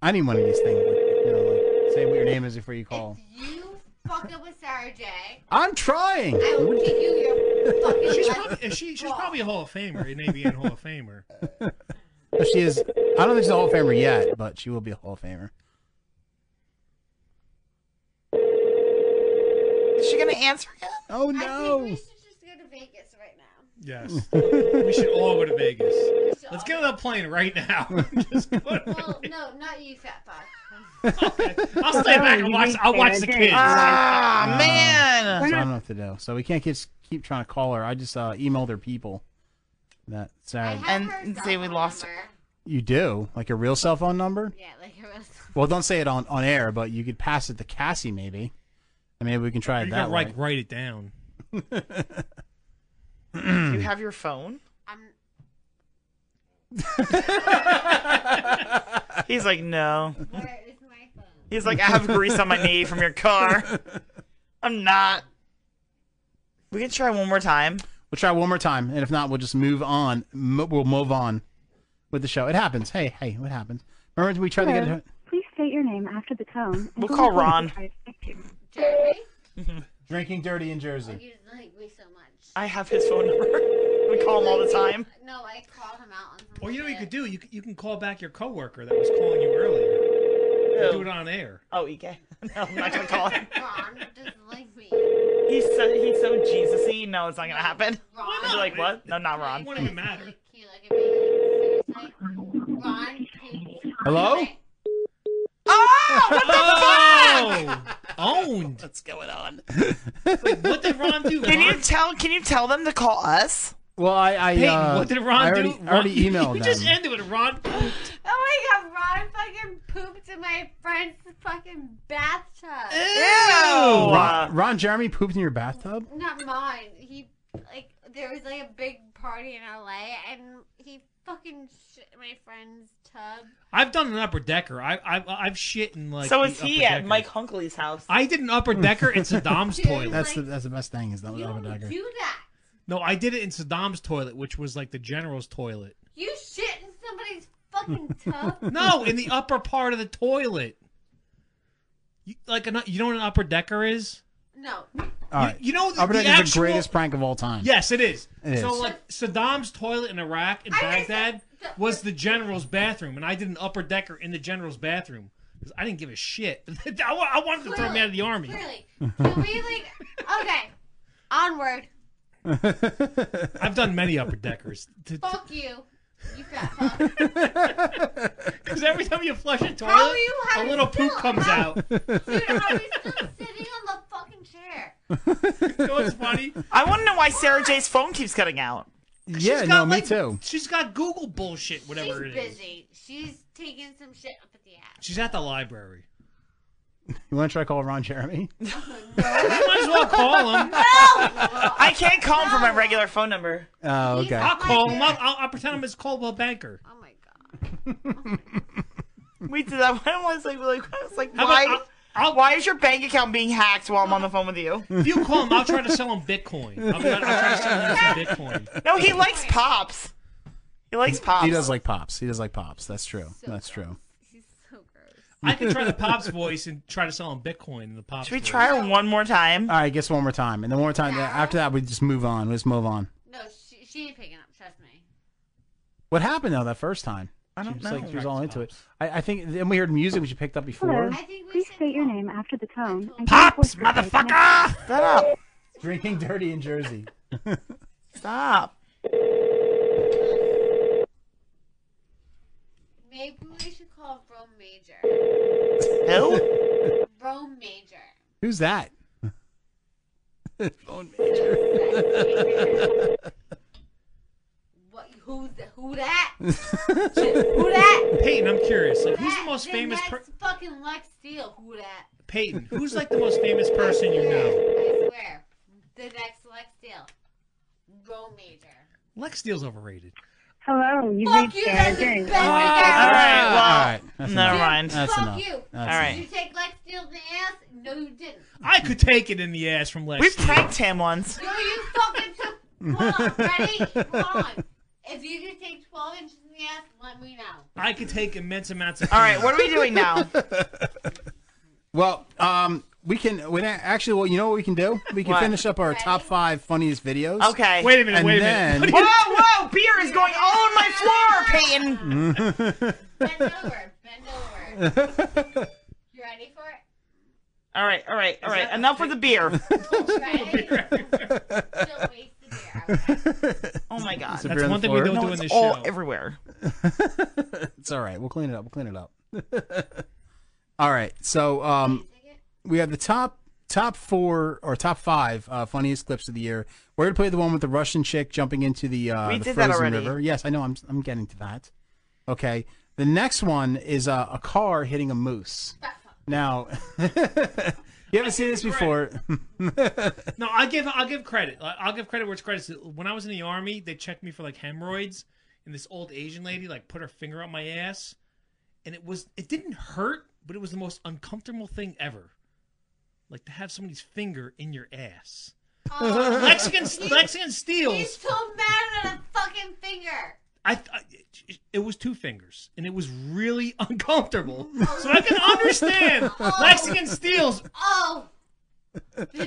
S21: I need one of these things. Like, you know, like, say what your name is before you call.
S22: You fuck up with Sarah J.
S21: I'm trying.
S22: I will give you your fucking
S1: [laughs]
S15: She's,
S22: life.
S15: probably, she, she's probably a Hall of Famer, an ABN Hall of Famer.
S21: But she is. I don't think she's a Hall of Famer yet, but she will be a Hall of Famer.
S1: Is she gonna answer again?
S21: Oh
S22: I think we should just go to Vegas right now.
S15: Yes. we should all go to Vegas. Let's get on a plane right now. [laughs] Just go to
S22: Well, no, not you, fat fuck.
S15: Vegas. I'll stay back and watch. I'll watch the kids.
S1: Ah
S21: Uh,
S1: man.
S21: So I don't know what to do. So we can't just keep trying to call her. I just uh, emailed her people. That Sarah,
S1: And say we lost her.
S21: you do like a real cell phone number.
S22: Yeah, like it was.
S21: Well, don't say it on, on air, but you could pass it to Cassie maybe. And maybe we can try it
S15: You
S21: that
S15: gotta like
S21: way.
S15: write it down.
S1: Do you have your phone?
S22: I'm-
S1: [laughs] He's like, no.
S22: Where is my phone?
S1: He's like, I have grease on my knee from your car.
S4: [laughs]
S1: I'm not. We can try one more time.
S21: We'll try one more time, and if not, we'll just move on. Mo- we'll move on with the show. It happens. Hey, hey, what happens? Remember we tried to get
S4: Hello.
S21: her-
S4: Please state your name after the tone. and
S1: We'll
S4: Google
S1: call
S4: Voice will
S1: Ron.
S4: try to connect you.
S22: Jeremy?
S1: [laughs]
S21: drinking dirty in Jersey.
S22: You just like me so much.
S1: I have his phone number. [laughs] We call him all the time.
S22: No, I call him out on some
S15: Or Oh, you know what you could
S22: shit.
S15: do? You, c- you can call back your coworker that was calling you earlier. Do it on air.
S1: Oh, EK. No, I'm not gonna call him.
S22: Ron doesn't like me.
S1: He's so he's so Jesusy. No, it's not gonna happen.
S22: Ron.
S1: He's like, what? No, not Ron.
S15: It won't
S1: [laughs]
S15: even matter.
S22: Like, he look at me like, seriously? Ron hates me.
S21: Hello?
S1: Oh, what the fuck?
S15: Oh, owned.
S1: What's going on?
S15: What did Ron do?
S1: Can you
S15: Ron-
S1: tell? Can you tell them to call us?
S21: Well, I, I
S15: Peyton,
S21: uh,
S15: what did Ron
S21: I already,
S15: do?
S21: I already
S15: Ron- [laughs]
S21: emailed
S15: You
S21: them.
S15: just ended with Ron. pooped.
S22: Oh my god, Ron fucking pooped in my friend's fucking bathtub.
S1: Ew.
S21: Ron, Ron Jeremy pooped in your bathtub.
S22: Not mine. He like there was like a big party in LA, and he fucking shit in my friend's tub.
S15: I've done an upper decker. I, I, I've shit in like.
S18: so
S15: the
S18: is he
S15: upper
S18: at
S15: decker.
S18: Mike Hunkley's house?
S15: I did an upper decker
S18: [laughs]
S15: in Saddam's toilet.
S21: That's the that's the best thing is the upper decker.
S22: Do that.
S15: No, I did it in Saddam's toilet, which was like the general's toilet.
S22: You shit in somebody's fucking tub.
S15: [laughs] No, in the upper part of the toilet. You, like an, you know what an upper decker is?
S22: No.
S21: All right.
S15: You know the,
S21: upper
S15: the
S21: decker is the
S15: actual
S21: greatest prank of all time.
S15: Yes, it is.
S21: It
S15: so
S21: is.
S15: like Saddam's toilet in Iraq in Baghdad was the general's bathroom, and I did an upper decker in the general's bathroom 'Cause I didn't give a shit. [laughs] I, wa- I wanted to throw him out of the army.
S22: Clearly. Can we like okay. Onward.
S15: I've done many upper [laughs] deckers.
S22: Fuck you. You fat
S15: Because every time you flush a
S22: How
S15: toilet,
S22: are you
S15: a
S22: having
S15: little
S22: still-
S15: poop comes
S22: how-
S15: [laughs] out.
S22: Dude, how are you still sitting on the fucking chair?
S15: funny?
S18: [laughs] I want to know why Sarah J's phone keeps cutting out.
S21: Yeah, no, me too.
S15: She's got Google bullshit, whatever
S22: She's
S15: it is.
S22: busy. She's taking some shit up at the ass.
S15: She's at the library.
S21: You want to try to call Ron Jeremy?
S15: Might as well call him.
S18: I can't call him from my regular phone number.
S21: Oh, okay.
S15: I'll call him. I'll, I'll, I'll pretend I'm his Caldwell banker.
S18: [laughs] We did that one was like, like, I was like
S15: How about
S18: why?
S15: I'll-
S18: why is your bank account being hacked while I'm on the phone with
S15: [laughs]
S18: you?
S15: If you call him, I'll try to sell him Bitcoin. I'll, be like, I'll try to sell [laughs] him some Bitcoin.
S18: No, he likes pops. He likes pops.
S21: He does like pops. He does like pops. That's true. That's true.
S15: I can try the Pop's voice and try to sell him Bitcoin in the Pop's
S18: Should we
S15: voice.
S18: try her one more time?
S21: All right, guess one more time, and then one more time. After that, we just move on. We just move on.
S22: No, she, she ain't picking up. Trust me.
S21: What happened though that first time? I
S18: don't
S21: she was Like,
S18: know.
S21: she was all into it. I, I think. Then we heard music which you picked up before.
S22: Please
S4: state your name after the tone. and
S21: Pops,
S4: keyboard shortcut.
S21: motherfucker!
S18: Shut up!
S21: [laughs] Drinking dirty in Jersey.
S18: Stop.
S22: Maybe we should call Rome Major.
S18: Who?
S22: Rome Major.
S21: Who's that?
S22: What? Who's th- who
S15: [laughs]
S22: that?
S15: Who
S22: that?
S15: Peyton, I'm curious. Like, who's the most
S22: Then
S15: famous?
S22: That's
S15: Per-
S22: fucking Lex Steele. Who that?
S15: Peyton, who's like the most famous person you know?
S22: I swear. The next Lex Steele. Rome Major.
S15: Lex Steele's overrated.
S4: Hello, you
S22: Fuck
S4: reached
S22: you,
S4: Sarah
S22: that's the
S4: Jane.
S22: best Oh,
S15: we got.
S18: All right. Well,
S21: All right, that's
S18: never
S21: enough.
S18: mind.
S21: That's
S22: Fuck
S21: enough.
S22: you.
S21: That's
S18: All
S22: Did you
S18: right.
S22: take Lex Steele in the ass? No, you didn't.
S15: I could take it in the ass from Lex.
S18: We
S15: Steele.
S18: pranked him once.
S22: No, you fucking took. Hold on, ready? Hold on. If you could take 12 inches in the ass, let me know.
S15: I could take immense amounts
S18: [laughs]
S15: of.
S18: All right. What are we doing now?
S21: Well, um, we can. We don't- actually, well, you know what we can do? We can
S18: What?
S21: finish up our top five funniest videos.
S18: Okay.
S15: Wait a minute.
S21: And
S15: wait a
S21: then-
S15: minute.
S18: Whoa,
S21: [laughs]
S15: [laughs]
S18: whoa! Beer is going all on my floor, Peyton.
S21: Mm-hmm.
S22: You ready for it?
S18: All right. All right. All right. Enough with the beer.
S15: [laughs]
S22: Ready? Don't waste the beer.
S15: [laughs]
S18: Oh my god.
S21: Is the That's beer on one the thing we floor? don't
S18: no,
S15: do in
S18: it's
S15: this
S18: all
S15: show.
S18: everywhere.
S21: it's all right. We'll clean it up. We'll clean it up. [laughs] all right. So um, we have the top top four or top five uh, funniest clips of the year. We're gonna play the one with the Russian chick jumping into the uh,
S18: We
S21: the
S18: did that
S21: frozen
S18: already.
S21: river. Yes, I know. I'm I'm getting to that. Okay. The next one is uh, a car hitting a moose. Now, [laughs] you haven't seen this before. [laughs]
S15: [laughs] No, I give I'll give credit. I- I'll give credit where it's credit. When I was in the army, they checked me for like hemorrhoids, and this old Asian lady like put her finger up my ass, and it was it didn't hurt, but it was the most uncomfortable thing ever. Like to have somebody's finger in your ass.
S22: Oh.
S15: Lexington Lexington
S22: He's
S15: Steels.
S22: so mad at a fucking finger.
S15: I, I it, it was two fingers, and it was really [laughs] uncomfortable.
S8: Oh.
S15: So I can
S8: [laughs]
S15: understand Lexington Steels.
S22: Oh.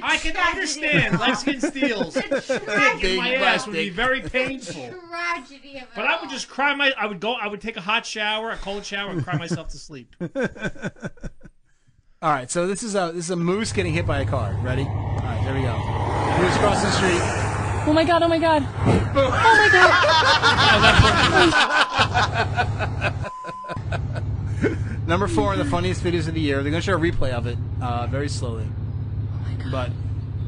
S15: I can understand Lexington Steels. Dick in my ass would be very painful.
S22: Tragedy of it.
S15: But I would just cry my. I would go. I would take a hot shower, a cold shower, and cry myself to sleep.
S21: All right, so this is a this is a moose getting hit by a car. Ready? All right, there we go. Moose crossing the street. [laughs]
S12: Oh my god, oh my god. Oh my
S18: [laughs]
S12: god.
S21: Number four of the funniest videos of the year. They're gonna show a replay of it, uh, very slowly. But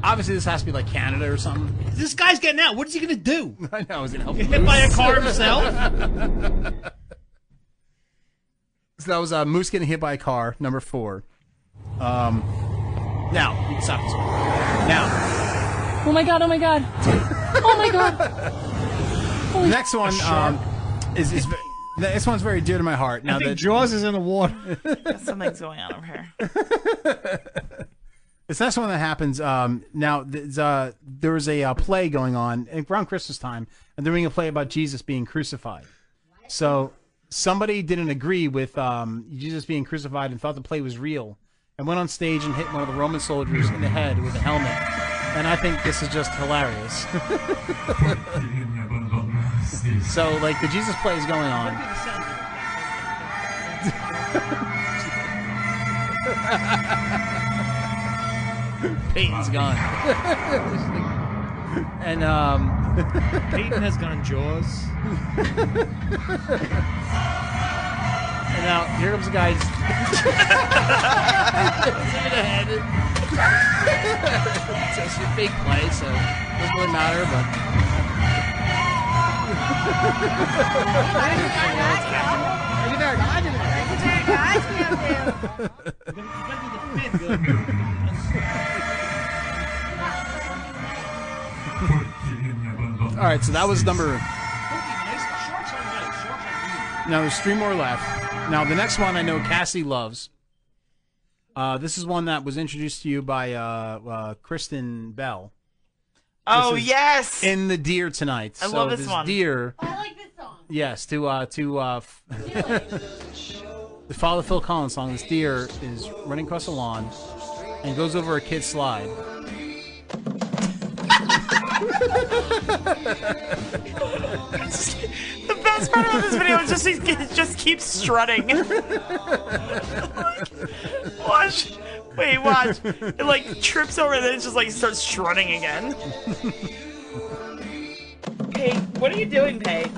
S21: obviously, this has to be like Canada or something.
S15: This guy's getting out. What is he gonna do?
S21: [laughs] I know. Is it help?
S15: Get hit by a
S21: [laughs]
S15: car himself?
S21: So that was uh, moose getting hit by a car. Number four. Um, now you can stop this. Now
S12: Oh my god, oh my god. my
S15: [laughs]
S12: god.
S21: Next one um, is, is this one's very dear to my heart. Now
S8: think
S21: that Jaws is in the [laughs] water.
S8: Something's going on over here.
S21: It's that's one that happens. Um, now, there's, uh, there was a uh, play going on and around Christmas time, and they're doing a play about Jesus being crucified. So somebody didn't agree with um, Jesus being crucified and thought the play was real, and went on stage and hit one of the Roman soldiers in the head with a helmet. And I think this is just hilarious. [laughs] so, like, the Jesus play is going on. [laughs] Peyton's gone. And um,
S8: Peyton has gone Jaws.
S21: And now here comes the guys. so it's a big play, so it doesn't really matter, but. All right, so that was number. Now there's three more left. Now the next one I know Cassie loves. Uh, this is one that was introduced to you by uh, uh, Kristen Bell.
S8: Oh,
S21: yes, in the deer tonight.
S8: I
S21: so
S8: love this one.
S21: Deer.
S22: Oh, I like this song.
S21: Yes, to uh, to uh, f- [laughs] the Father Phil Collins song. This deer is running across the lawn and goes over a kid's slide.
S8: the best part about this video is just he he just keeps strutting. [laughs] watch, wait, watch. It like trips over and then it just like starts strutting again. Hey, what are you doing, Pay?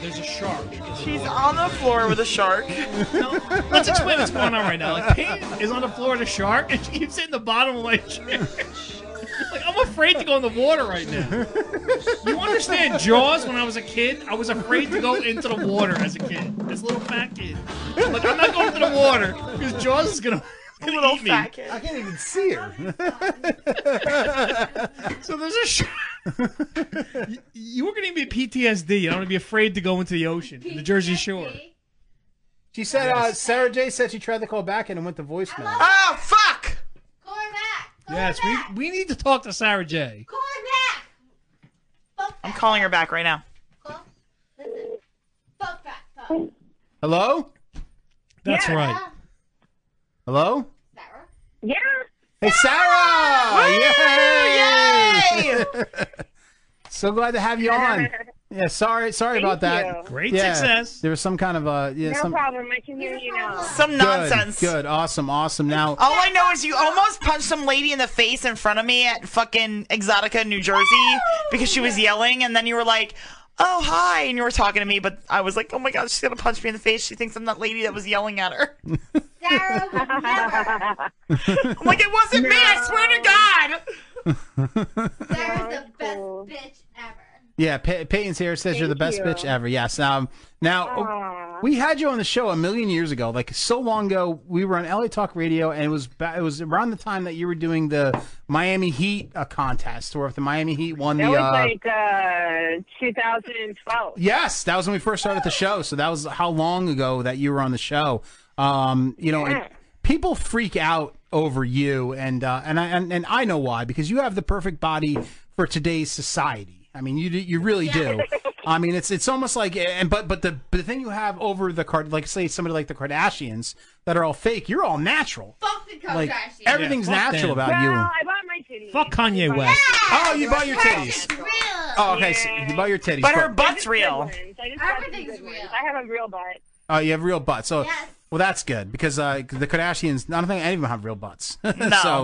S15: There's a shark.
S8: She's on the floor with a shark.
S15: [laughs] Let's explain what's going on right now. Like Peyton is on the floor with a shark, and she keeps hitting the bottom of my chair. Like I'm afraid to go in the water right now. You understand Jaws? When I was a kid, I was afraid to go into the water as a kid, as a little fat kid. Like I'm not going to the water because Jaws is gonna. gonna
S8: [laughs] Little
S15: eat me.
S8: fat kid. I
S21: can't even see her.
S15: so there's
S21: [laughs]
S15: a shark. You- you were going to be PTSD. I'm going to be afraid to go into the ocean, the Jersey Shore.
S21: She said uh, Sarah J said she tried to call back in and went to voicemail.
S8: Oh fuck!
S15: Yes, we, we need to talk to Sarah J.
S8: I'm calling her back right now.
S21: Hello?
S15: That's right.
S21: Hello?
S4: Yeah.
S21: Hey Sarah!
S4: Woo!
S21: [laughs] so glad to have you on.
S4: [laughs]
S21: Yeah, sorry, sorry
S4: Thank
S21: about that.
S4: you. Great
S21: Yeah,
S4: success.
S21: There was some kind of uh, yeah,
S4: no
S21: some
S4: problem. I can hear you now.
S8: Some
S21: good,
S8: nonsense.
S21: Good, awesome, awesome. Now,
S8: All I know is you almost punched some lady in the face in front of me at fucking Exotica, New Jersey, because she was yelling, and then you were like, "Oh hi," and you were talking to me, but I was like, "Oh my god, she's gonna punch me in the face." She thinks I'm that lady that was yelling at her. I'm like, it wasn't me. I swear to God.
S22: [laughs] Sarah's the best bitch ever.
S21: yeah, Pey- Peyton's here says you're the
S22: Thank
S21: best
S22: you.
S21: bitch ever. Yes. Um, now we had you on the show a million years ago, like so long ago. We were on LA Talk Radio, and it was ba- it was around the time that you were doing the Miami Heat uh, contest, or if the Miami Heat won
S4: That
S21: the.
S4: was
S21: uh,
S4: like uh, 2012.
S21: Yes, that was when we first started the show. So that was how long ago that you were on the show. Um, you know, and people freak out over you, and uh, and I and, and I know why because you have the perfect body for today's society. I mean, you do- you really do. I mean, it's it's almost like and but but the but the thing you have over the card, like say somebody like the Kardashians that are all fake, you're all natural. Like everything's
S15: Yeah, fuck
S21: natural
S15: them.
S21: about you.
S4: Well, I bought my titties.
S15: Fuck Kanye West.
S21: Oh, you bought your titties. Oh, okay, so you bought your titties.
S8: But her
S21: Cool.
S8: butt's real.
S4: Everything's real. I have a real butt.
S21: Oh, you have real butts. So, well, that's good because uh, the Kardashians. I don't think any of them have real butts. [laughs] so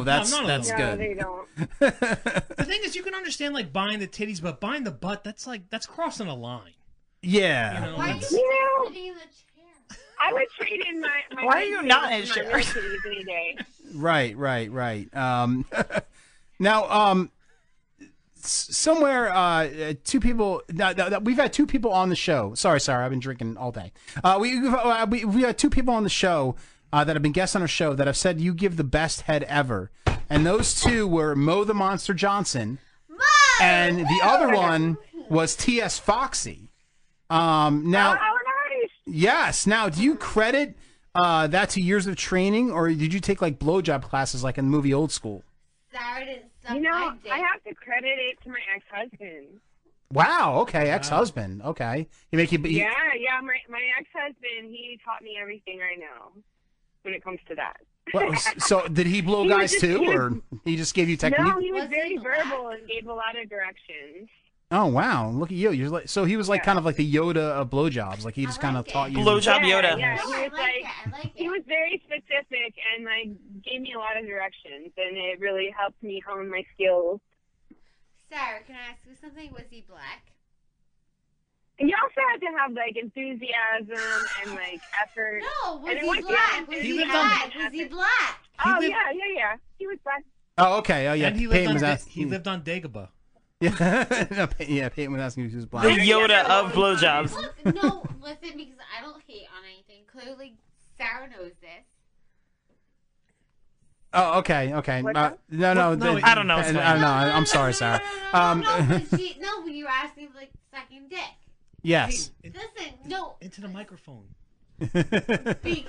S21: that's
S15: No, none of
S21: that's
S15: them.
S21: good. [laughs]
S4: don't.
S15: The thing is, you can understand like buying the titties, but buying the butt, that's like, that's crossing a line.
S21: Yeah.
S15: You know,
S4: Why
S15: it's-
S4: you sitting in the chair? I would trade in my. my
S8: Why are you
S4: titties
S8: not in
S4: for my
S8: a
S4: real
S8: chair?
S4: titties any day.
S21: Right. Right. Right. Um, [laughs] now, um, s- somewhere, uh, uh, two people. Now, now, now, we've had two people on the show. Sorry, sorry. I've been drinking all day. Uh, we we've, uh, we we had two people on the show. Uh, that have been guests on our show that have said you give the best head ever, and those two were Mo the Monster Johnson and the other one was T.S. Foxy. Um, now,
S4: Oh,
S21: yes. Now, do you credit uh, that to years of training, or did you take like blowjob classes, like in the movie Old School?
S22: You know, I,
S4: have to credit it to my ex-husband.
S21: Wow. Okay, ex-husband. Okay, you make you. he-
S4: yeah, yeah. My my ex-husband, he taught me everything I know when it comes to that.
S21: Well, s- so did he
S4: [laughs]
S21: blow
S4: He was
S21: guys
S4: just-
S21: too,
S4: he was-
S21: or he just gave you technique?
S4: No, he was very verbal and gave a lot of directions.
S21: Oh wow! Look at you. You're like so he was like kind of like the Yoda of blowjobs. Like he just kind of taught you
S4: yeah, Yeah, he was like, he was very specific and like gave me a lot of directions, and it really helped me hone my skills.
S22: Sarah, can I ask you something? Was he black?
S4: And you also had to have like enthusiasm and like effort.
S22: No, was
S4: And
S22: he
S4: once you
S22: black?
S4: had
S22: Was he
S21: um,
S4: enthusiasm
S22: black?
S4: and
S22: Was he
S4: effort-
S22: black?
S4: Oh
S22: He lived-
S4: yeah, yeah, yeah. He was black.
S21: Oh okay. Oh yeah.
S15: And he lived
S21: Peyton
S15: on
S21: was
S15: Da-
S21: ask- hmm.
S15: he lived on Dagobah.
S21: [laughs] Yeah. No, Pey- yeah. Peyton was asking if she was
S8: The
S21: blind.
S8: Yoda of blowjobs.
S22: Look, no, listen, because I don't hate on anything. Clearly, Sarah knows this.
S21: Oh okay. Okay. Uh, no no.
S8: Well, no,
S21: the-
S8: I don't know what's
S21: I
S8: going
S21: don't
S8: on.
S21: know. I'm sorry, Sarah. Um.
S22: But she, no, when you were asking like sucking dick.
S21: Yes.
S22: Listen, no.
S15: Into the microphone.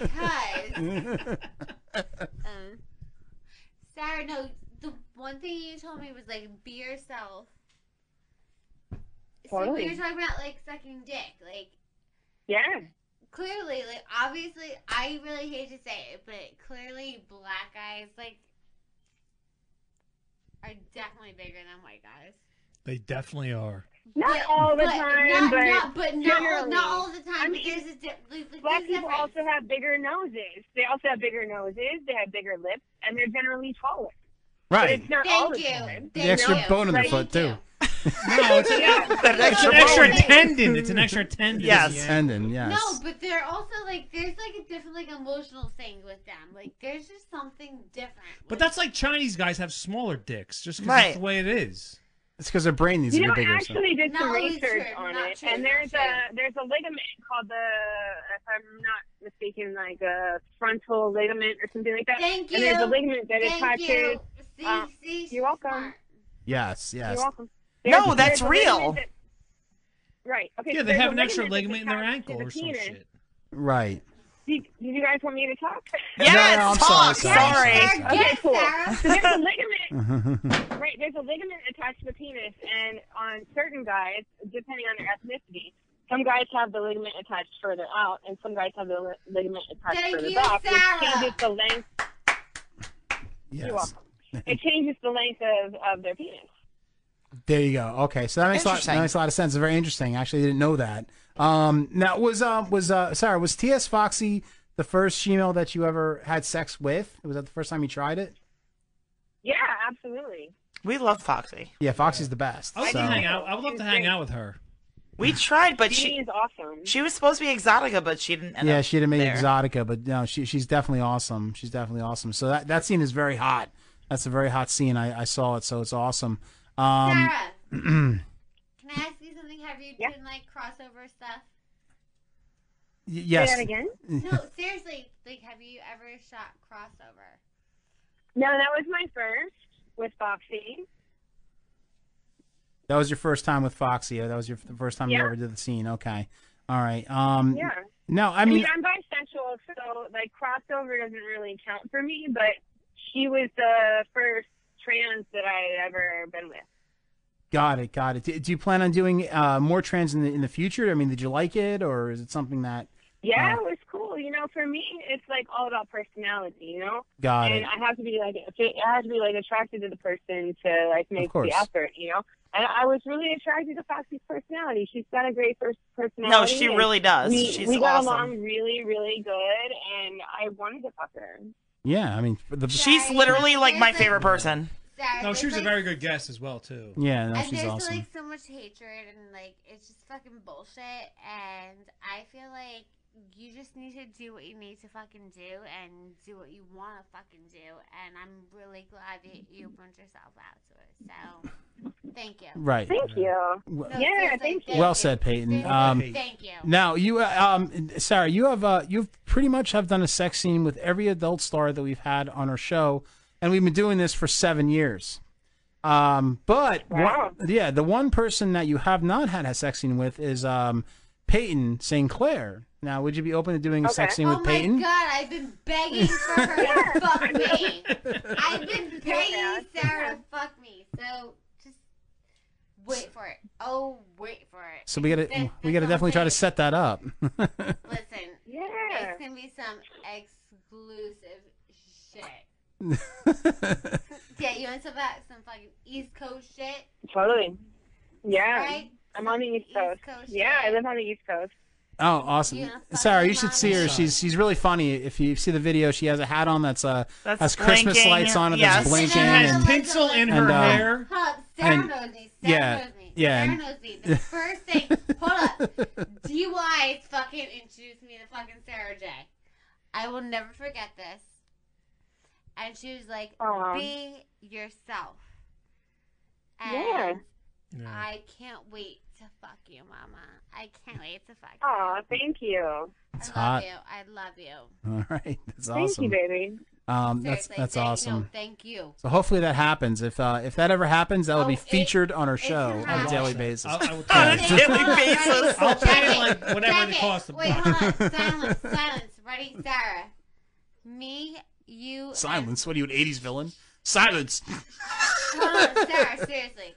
S22: Because. um, Sarah, no. The one thing you told me was like be yourself. So
S4: Totally.
S22: when you're talking about like sucking dick, like
S4: Yeah.
S22: clearly, like obviously, I really hate to say it, but clearly, black guys like are definitely bigger than white guys.
S15: They definitely are.
S4: [laughs] Not all the
S22: but
S4: time,
S22: not-
S4: but
S22: not- but not all-
S4: generally.
S22: not all the time,
S4: I
S22: but
S4: mean,
S22: there's a di- like, like,
S4: black
S22: there's a
S4: people
S22: difference.
S4: also have bigger noses. They also have bigger noses. They have bigger lips, and they're generally taller. But
S21: Right.
S4: it's not
S22: Thank
S4: all the
S22: you.
S4: time.
S21: [laughs] The extra bone in the
S4: [laughs]
S21: foot too.
S22: Oh,
S15: No, it's,
S21: That extra
S15: an extra
S21: bone.
S15: tendon. It's an extra tendon. Yeah.
S21: Tendon. Yes.
S22: No, but they're also like there's like a different like emotional thing with them. Like there's just something different.
S15: But that's like Chinese guys have smaller dicks, just because
S21: Right.
S15: that's the way it is.
S21: It's because their brain needs
S15: You
S21: to
S15: know,
S21: be bigger. so-
S4: actually did some
S22: Not always
S4: research
S22: true,
S4: on
S22: not
S4: it,
S22: true,
S4: and
S22: not
S4: there's a
S22: true.
S4: there's a ligament called the, if I'm not mistaken, like a frontal ligament or something like that.
S22: Thank
S4: And there's a
S22: you.
S4: ligament that
S22: Thank
S4: attaches.
S22: you. See,
S4: uh,
S22: see,
S4: you're welcome.
S21: Yes. Yes.
S4: You're welcome.
S21: No,
S4: There's-
S21: that's
S4: there's a ligament
S21: real.
S4: that- right. Okay.
S15: Yeah,
S4: so
S15: they
S4: there's
S15: have
S4: a
S15: an extra
S4: ligament
S15: ligament in their
S4: that's attached
S15: ankle
S4: to the
S15: or some
S4: penis.
S15: shit.
S21: Right.
S4: Did, did you guys want me to talk?
S21: Yes, No, no, I'm sorry, talk. sorry, I'm sorry. Yes,
S4: Okay,
S22: yes,
S4: cool.
S22: Sarah.
S4: So there's a ligament Right, there's a ligament attached to the penis, and on certain guys, depending on their ethnicity, some guys have the ligament attached further out, and some guys have the li- ligament attached
S22: Thank
S4: further
S22: you,
S4: back,
S22: Sarah.
S4: which changes the length. You're
S21: Yes.
S4: welcome. It changes the length of, of their penis.
S21: There you go. Okay, so that makes a lot, that
S4: Interesting.
S21: makes a lot of sense. It's very interesting. Actually, I didn't know that. Um, now was uh, was uh, Sarah was T.S. Foxy the first female that you ever had sex with? Was that the first time you tried it?
S4: Yeah, absolutely.
S8: We love Foxy.
S21: Yeah, Foxy's the best.
S8: I would
S21: so-
S8: hang
S15: I would love to [laughs] hang out with her.
S8: We tried, but she
S4: is awesome.
S8: She was supposed to be Exotica, but she didn't. End
S21: yeah,
S8: up
S21: she didn't make
S8: there.
S21: Exotica, but no, she she's definitely awesome. She's definitely awesome. So that, that scene is very hot. That's a very hot scene. I, I saw it, so it's awesome. Um, y-
S22: Can I ask you something? Have you done like crossover stuff?
S21: yes.
S22: no, seriously. Like, have you ever shot crossover?
S4: No, that was my first with Foxy.
S21: [clears throat] That was your first time with Foxy. or That was your the first time you
S4: Yeah.
S21: ever did the scene. Okay. All right. Um,
S4: Yeah.
S21: No, I mean,
S4: I'm bisexual, so like crossover doesn't really count for me. But she was the first trans that I had ever been with.
S21: got it, got it. Do, do you plan on doing uh, more trans in the in the future? I mean, did you like it, or is it something that?
S4: Yeah,
S21: uh,
S4: it was cool. You know, for me, it's like all about personality. You know,
S21: Got
S4: and
S21: it.
S4: I have to be like, I have to be like attracted to the person to like make the
S21: course.
S4: effort. You know, and I was really attracted to Foxy's personality. She's got a great pers- personality.
S8: No, she
S4: and
S8: really does.
S4: We,
S8: She's
S4: we got
S8: awesome.
S4: along really, really good, and I wanted to fuck her.
S21: yeah, I mean, the,
S8: She's literally like my favorite person.
S15: No, she was a very good guest as well too.
S21: Yeah,
S22: and there's like so much hatred and like it's just fucking bullshit. And I feel like you just need to do what you need to fucking do and do what you want to fucking do. And I'm really glad that you opened yourself out to it. So thank you.
S21: Right. Thank
S4: you.
S21: Well-
S22: No, seriously,
S21: well said, Peyton. Um,
S22: thank you.
S21: Now you, uh, um, Sarah, you have uh, you've pretty much have done a sex scene with every adult star that we've had on our show, and we've been doing this for seven years. Um, but
S23: Wow.
S21: one- yeah, the one person that you have not had a sex scene with is um, Peyton St. Clair. Now, would you be open to doing a sex scene
S22: oh
S21: with Peyton?
S22: my god, I've been begging for her to fuck me. I've been begging Sarah to fuck me. So just wait for it. Oh, wait for it.
S21: So we gotta
S22: That-
S21: we gotta definitely try to set
S22: [laughs]
S21: that up. [laughs]
S22: Listen, it's gonna be some exclusive shit. yeah, you want some about some fucking East Coast shit?
S4: Totally. Yeah.
S22: Right?
S4: I'm on the East Coast. yeah, I live on the East Coast.
S21: Oh, awesome! Sarah, you should see her. She's she's really funny. If you see the video, she has a hat on that's uh
S8: That's
S21: has Christmas
S8: blinking,
S21: lights on it
S8: yes.
S21: that's blinking.
S8: She has
S21: and-
S15: pencil in
S21: and,
S15: her
S21: uh,
S15: hair.
S22: Hold up, Sarah
S21: and-
S22: knows me. Sarah
S21: yeah,
S22: knows me.
S21: yeah,
S22: Sarah
S21: and-
S22: knows me. The first thing, hold up, DY fucking introduced me to fucking Sarah J. I will never forget this. And she was like,
S4: Aw.
S22: "Be yourself." And
S4: Yeah.
S22: I can't wait to fuck you, Mama. I can't wait to fuck
S4: Aw, thank you.
S21: It's
S22: you. I
S21: hot.
S22: love you. I love you.
S21: [laughs] All right, that's
S22: Thank you,
S21: awesome.
S22: baby.
S21: Um, that's
S22: Seriously,
S21: that's
S22: thank- no,
S21: awesome.
S22: thank you.
S21: So hopefully that happens. If uh, if that ever happens, that will be
S22: Oh, it-
S21: featured on our show on a
S22: happens.
S21: daily basis.
S15: I-
S22: [laughs]
S15: I will
S21: Yeah.
S15: try. On a daily
S22: basis.
S15: I'll pay it
S22: Second,
S15: like whatever it
S22: second.
S15: costs.
S22: Wait, hold on.
S21: [laughs]
S22: Silence, silence. Ready, Sarah? Me, you.
S21: Silence. What are you, an '80s villain? Silence.
S22: Hold on, Sarah. Seriously.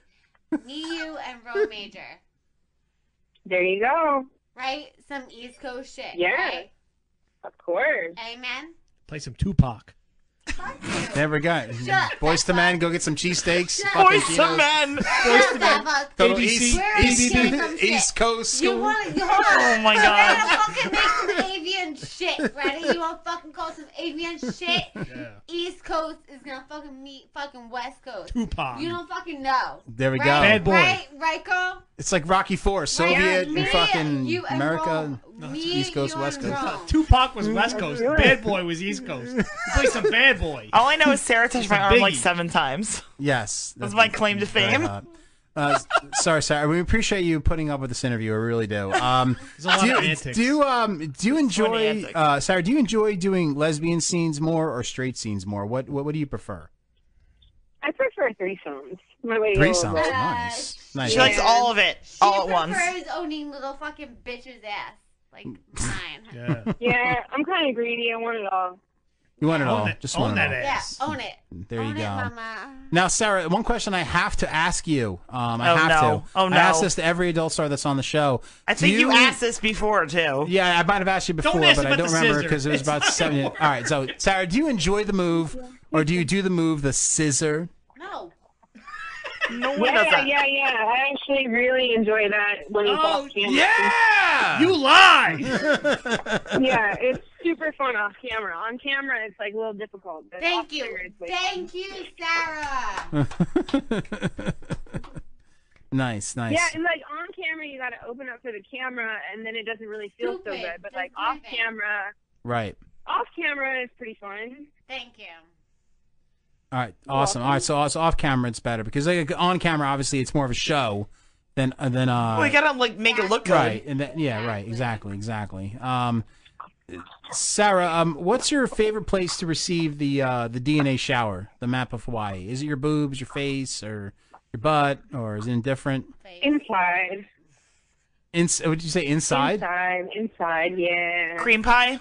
S22: Me, you, and Roe Major.
S4: There you go.
S22: Right? Some East Coast shit.
S4: Yeah.
S22: Right?
S4: Of course.
S22: Amen.
S15: Play some
S21: [laughs]
S15: Tupac.
S21: There we go.
S22: Shut
S21: Boys to men, go get some cheesesteaks.
S22: Shut
S21: fucking
S22: the
S21: Tino's.
S22: fuck up. Shut the fuck up.
S21: Total
S22: We're
S21: East,
S22: gonna
S21: East,
S22: get some shit.
S21: [laughs] East Coast
S22: You
S21: school.
S22: want to? You
S21: [laughs]
S22: hold on.
S8: Oh my God.
S22: We're gonna fucking make some avian shit, ready? You want to fucking call some avian shit? East Coast is gonna fucking meet fucking West Coast.
S21: Tupac.
S22: You don't fucking know.
S21: There we
S22: right?
S21: go. Bad boy.
S22: Right, right, girl.
S21: It's like Rocky Four, Soviet
S22: uh, me,
S21: and fucking
S22: you and
S21: America,
S22: Rome. Me,
S21: East Coast,
S22: you
S21: West
S22: and
S21: Coast.
S22: Rome.
S15: Tupac was West Coast. Bad Boy was East Coast. Play some Bad Boy.
S8: All I know is Sarah touched my arm like
S21: Biggie.
S8: seven times.
S21: Yes,
S8: That's my claim to
S21: very
S8: fame.
S21: hot. [laughs] Uh, s- sorry, sorry. We appreciate you putting up with this interview. I really do. Um,
S15: There's a lot
S21: do, you-
S15: of antics.
S21: Do you, um do you enjoy uh, Sarah? Do you enjoy doing lesbian scenes more or straight scenes more? What what, what do you prefer?
S4: I prefer threesomes. My way
S21: Threesomes,
S4: over.
S21: nice. Nice.
S8: She likes
S22: Yeah.
S8: all of it, all at
S22: She
S8: once.
S22: prefers owning little fucking bitch's ass, like mine.
S21: Yeah.
S4: [laughs] Yeah, I'm kind of greedy. I want it all.
S21: You want it all. Just want it all. Mm,
S22: Yeah, own it.
S21: There you
S22: Own
S21: go.
S22: it, mama.
S21: Now, Sarah, one question I have to ask you. Um, I
S8: Oh,
S21: have
S8: no.
S21: to.
S8: Oh, no.
S21: I ask this to every adult star that's on the show.
S8: I
S21: Do
S8: think you asked this before too.
S21: Yeah, I might have asked you
S8: Don't
S21: before,
S8: ask
S21: but I
S8: about
S21: don't
S8: the
S21: remember
S8: scissor.
S21: because it was
S8: It's
S21: about seven. All right, so Sarah, do you enjoy the move, or do you do the move the scissor?
S22: No.
S8: No
S22: one does
S4: yeah,
S22: that.
S4: yeah, yeah. I actually really enjoy that when it's
S22: Oh,
S4: off camera.
S21: Yeah, [laughs]
S15: you lie.
S4: [laughs] yeah, it's super fun off camera. On camera, it's like a little difficult. But
S22: Thank
S4: off
S22: you.
S4: camera, it's, like,
S22: Thank you, Sarah.
S21: nice, nice.
S4: Yeah, and like on camera, you got to open up for the camera, and then it doesn't really feel so
S22: Stupid.
S4: good. But
S22: Don't
S4: like
S22: do
S4: off
S22: that.
S4: camera,
S21: Right.
S4: off camera is pretty fun.
S22: Thank you.
S21: All right. Awesome. All right. So, so off camera, it's better because like on camera, obviously, it's more of a show than uh, than. Uh,
S8: Well, you gotta like make it look good.
S21: right. And that, yeah. Right. Exactly. Exactly. Um, Sarah, um, what's your favorite place to receive the uh, the DNA shower, the map of Hawaii? Is it your boobs, your face, or your butt, or is it indifferent?
S4: Inside,
S21: Ins- would you say inside?
S4: inside, inside. Yeah.
S8: Cream pie.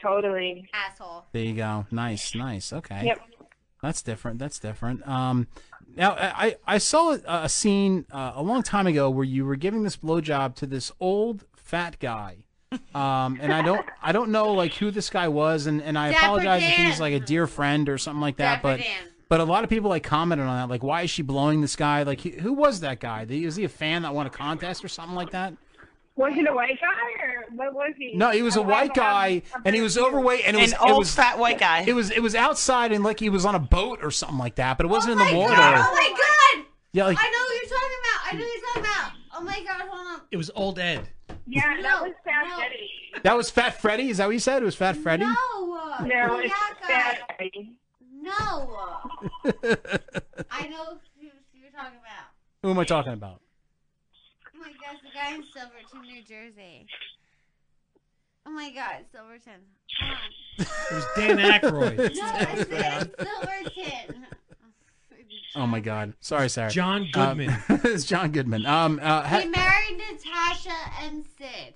S4: Totally.
S22: Asshole.
S21: There you go. Nice. Nice. Okay.
S4: Yep.
S21: That's different. That's different. Um, now I I I saw a, a scene uh, a long time ago where you were giving this blowjob to this old fat guy, um, and I don't I don't know like who this guy was, and, and I
S22: Dapper
S21: apologize if he's
S22: Dan.
S21: like a dear friend or something like that,
S22: Dapper
S21: but
S22: Dan.
S21: but a lot of people like commented on that, like why is she blowing this guy? Like he, who was that guy? Did he- Was he a fan that won a contest or something like that?
S4: Was he a white guy or what was he?
S21: No, he was a white guy, and he was overweight, and it was
S8: An
S21: it
S8: old
S21: was,
S8: fat white guy.
S21: It was it was outside, and like he was on a boat or something like that, but it wasn't in the water.
S22: Oh my god!
S21: Yeah, like
S22: I know what you're talking about. I know what you're talking about. Oh my god, hold on.
S15: It was old Ed.
S4: Yeah, that was Fat
S22: no.
S4: Freddy.
S21: that was Fat Freddy. Is that what you said? It was Fat Freddy.
S22: No.
S4: No,
S22: Who
S4: it's
S22: that
S4: Fat
S22: guy?
S4: Freddy.
S22: No. I know who you're talking about.
S21: Who am I talking about?
S22: Oh my gosh, the guy in Silverton, New Jersey. Oh my god, Silverton. Hold on. [laughs]
S15: It was Dan Aykroyd.
S21: It's [laughs]
S22: No, I said Silverton.
S21: Oh my God. Sorry, Sarah.
S15: John
S21: Um,
S15: Goodman.
S21: [laughs] it's John Goodman. Um, [laughs] uh,
S22: He
S21: ha-
S22: married Natasha and Sid.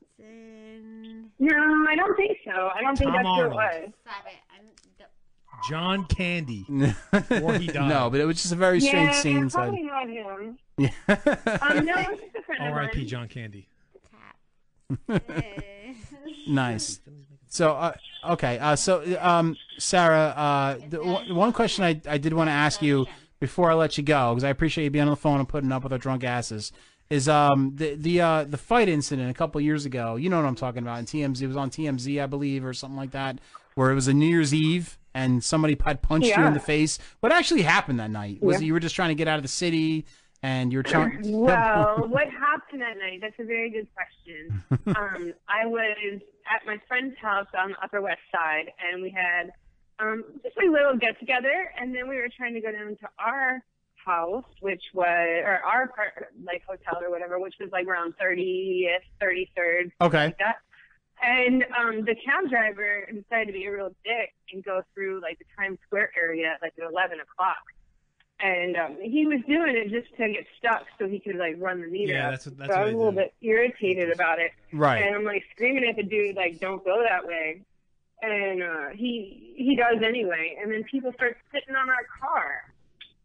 S22: Captain.
S4: No, I don't think so. I don't think
S15: Tom
S4: that's who it
S15: Arnold.
S4: was.
S22: Stop it. I'm, d-
S21: [laughs]
S15: John Candy.
S21: Before
S15: he died.
S21: No, but it was just a very strange
S4: yeah,
S21: scene. so I-
S4: probably not him.
S21: Yeah.
S4: Um, no, it's just a
S15: [laughs]
S4: friend of
S15: R.I.P.
S4: mine.
S15: John Candy.
S21: [laughs] nice. So uh, okay, uh, so um, Sarah, uh, the, w- one question I, I did want to ask you before I let you go because I appreciate you being on the phone and putting up with our drunk asses is um the the uh, the fight incident a couple years ago. You know what I'm talking about in TMZ. It was on TMZ, I believe, or something like that, where it was a New Year's Eve and somebody had punched you in
S4: Yeah.
S21: the face. What actually happened that night? Was
S4: Yeah.
S21: it you were just trying to get out of the city and you
S4: [laughs] [clears throat]
S21: were [laughs] trying?
S4: well, what happened that night? That's a very good question. Um, I was at my friend's house on the Upper West Side, and we had um, just a little get together, and then we were trying to go down to our house, which was or our part, like hotel or whatever, which was like around 30th, 33rd,
S21: Okay.
S4: like that. And um, the cab driver decided to be a real dick and go through like the Times Square area like at 11 o'clock. And um, he was doing it just to get stuck so he could like run the meter.
S15: Yeah,
S4: up.
S15: that's what- that's
S4: so
S15: what
S4: I was
S15: I
S4: a little
S15: did.
S4: bit irritated about it.
S15: Right.
S4: And I'm like screaming at the dude like, "Don't go that way." And uh, he he does anyway. And then people start sitting on our car.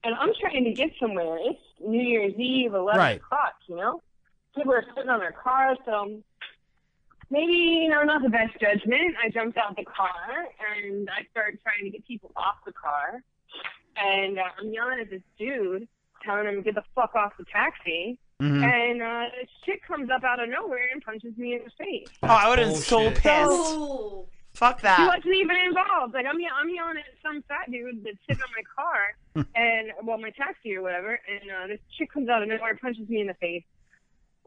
S4: And I'm trying to get somewhere. It's New Year's Eve, 11
S21: Right.
S4: o'clock. You know, people are sitting on their cars, so maybe you know not the best judgment. I jumped out the car and I started trying to get people off the car, and uh, I'm yelling at this dude, telling him get the fuck off the taxi.
S8: Mhm.
S4: And uh, this chick comes up out of nowhere and punches me in the face.
S8: Oh, I would have been so pissed. Fuck
S4: She
S8: that.
S4: wasn't even involved. Like I'm, ye- I'm yelling at some fat dude that's sitting on my
S15: [laughs]
S4: car, and well, my taxi or whatever. And uh, this chick comes out of nowhere, punches me in the face.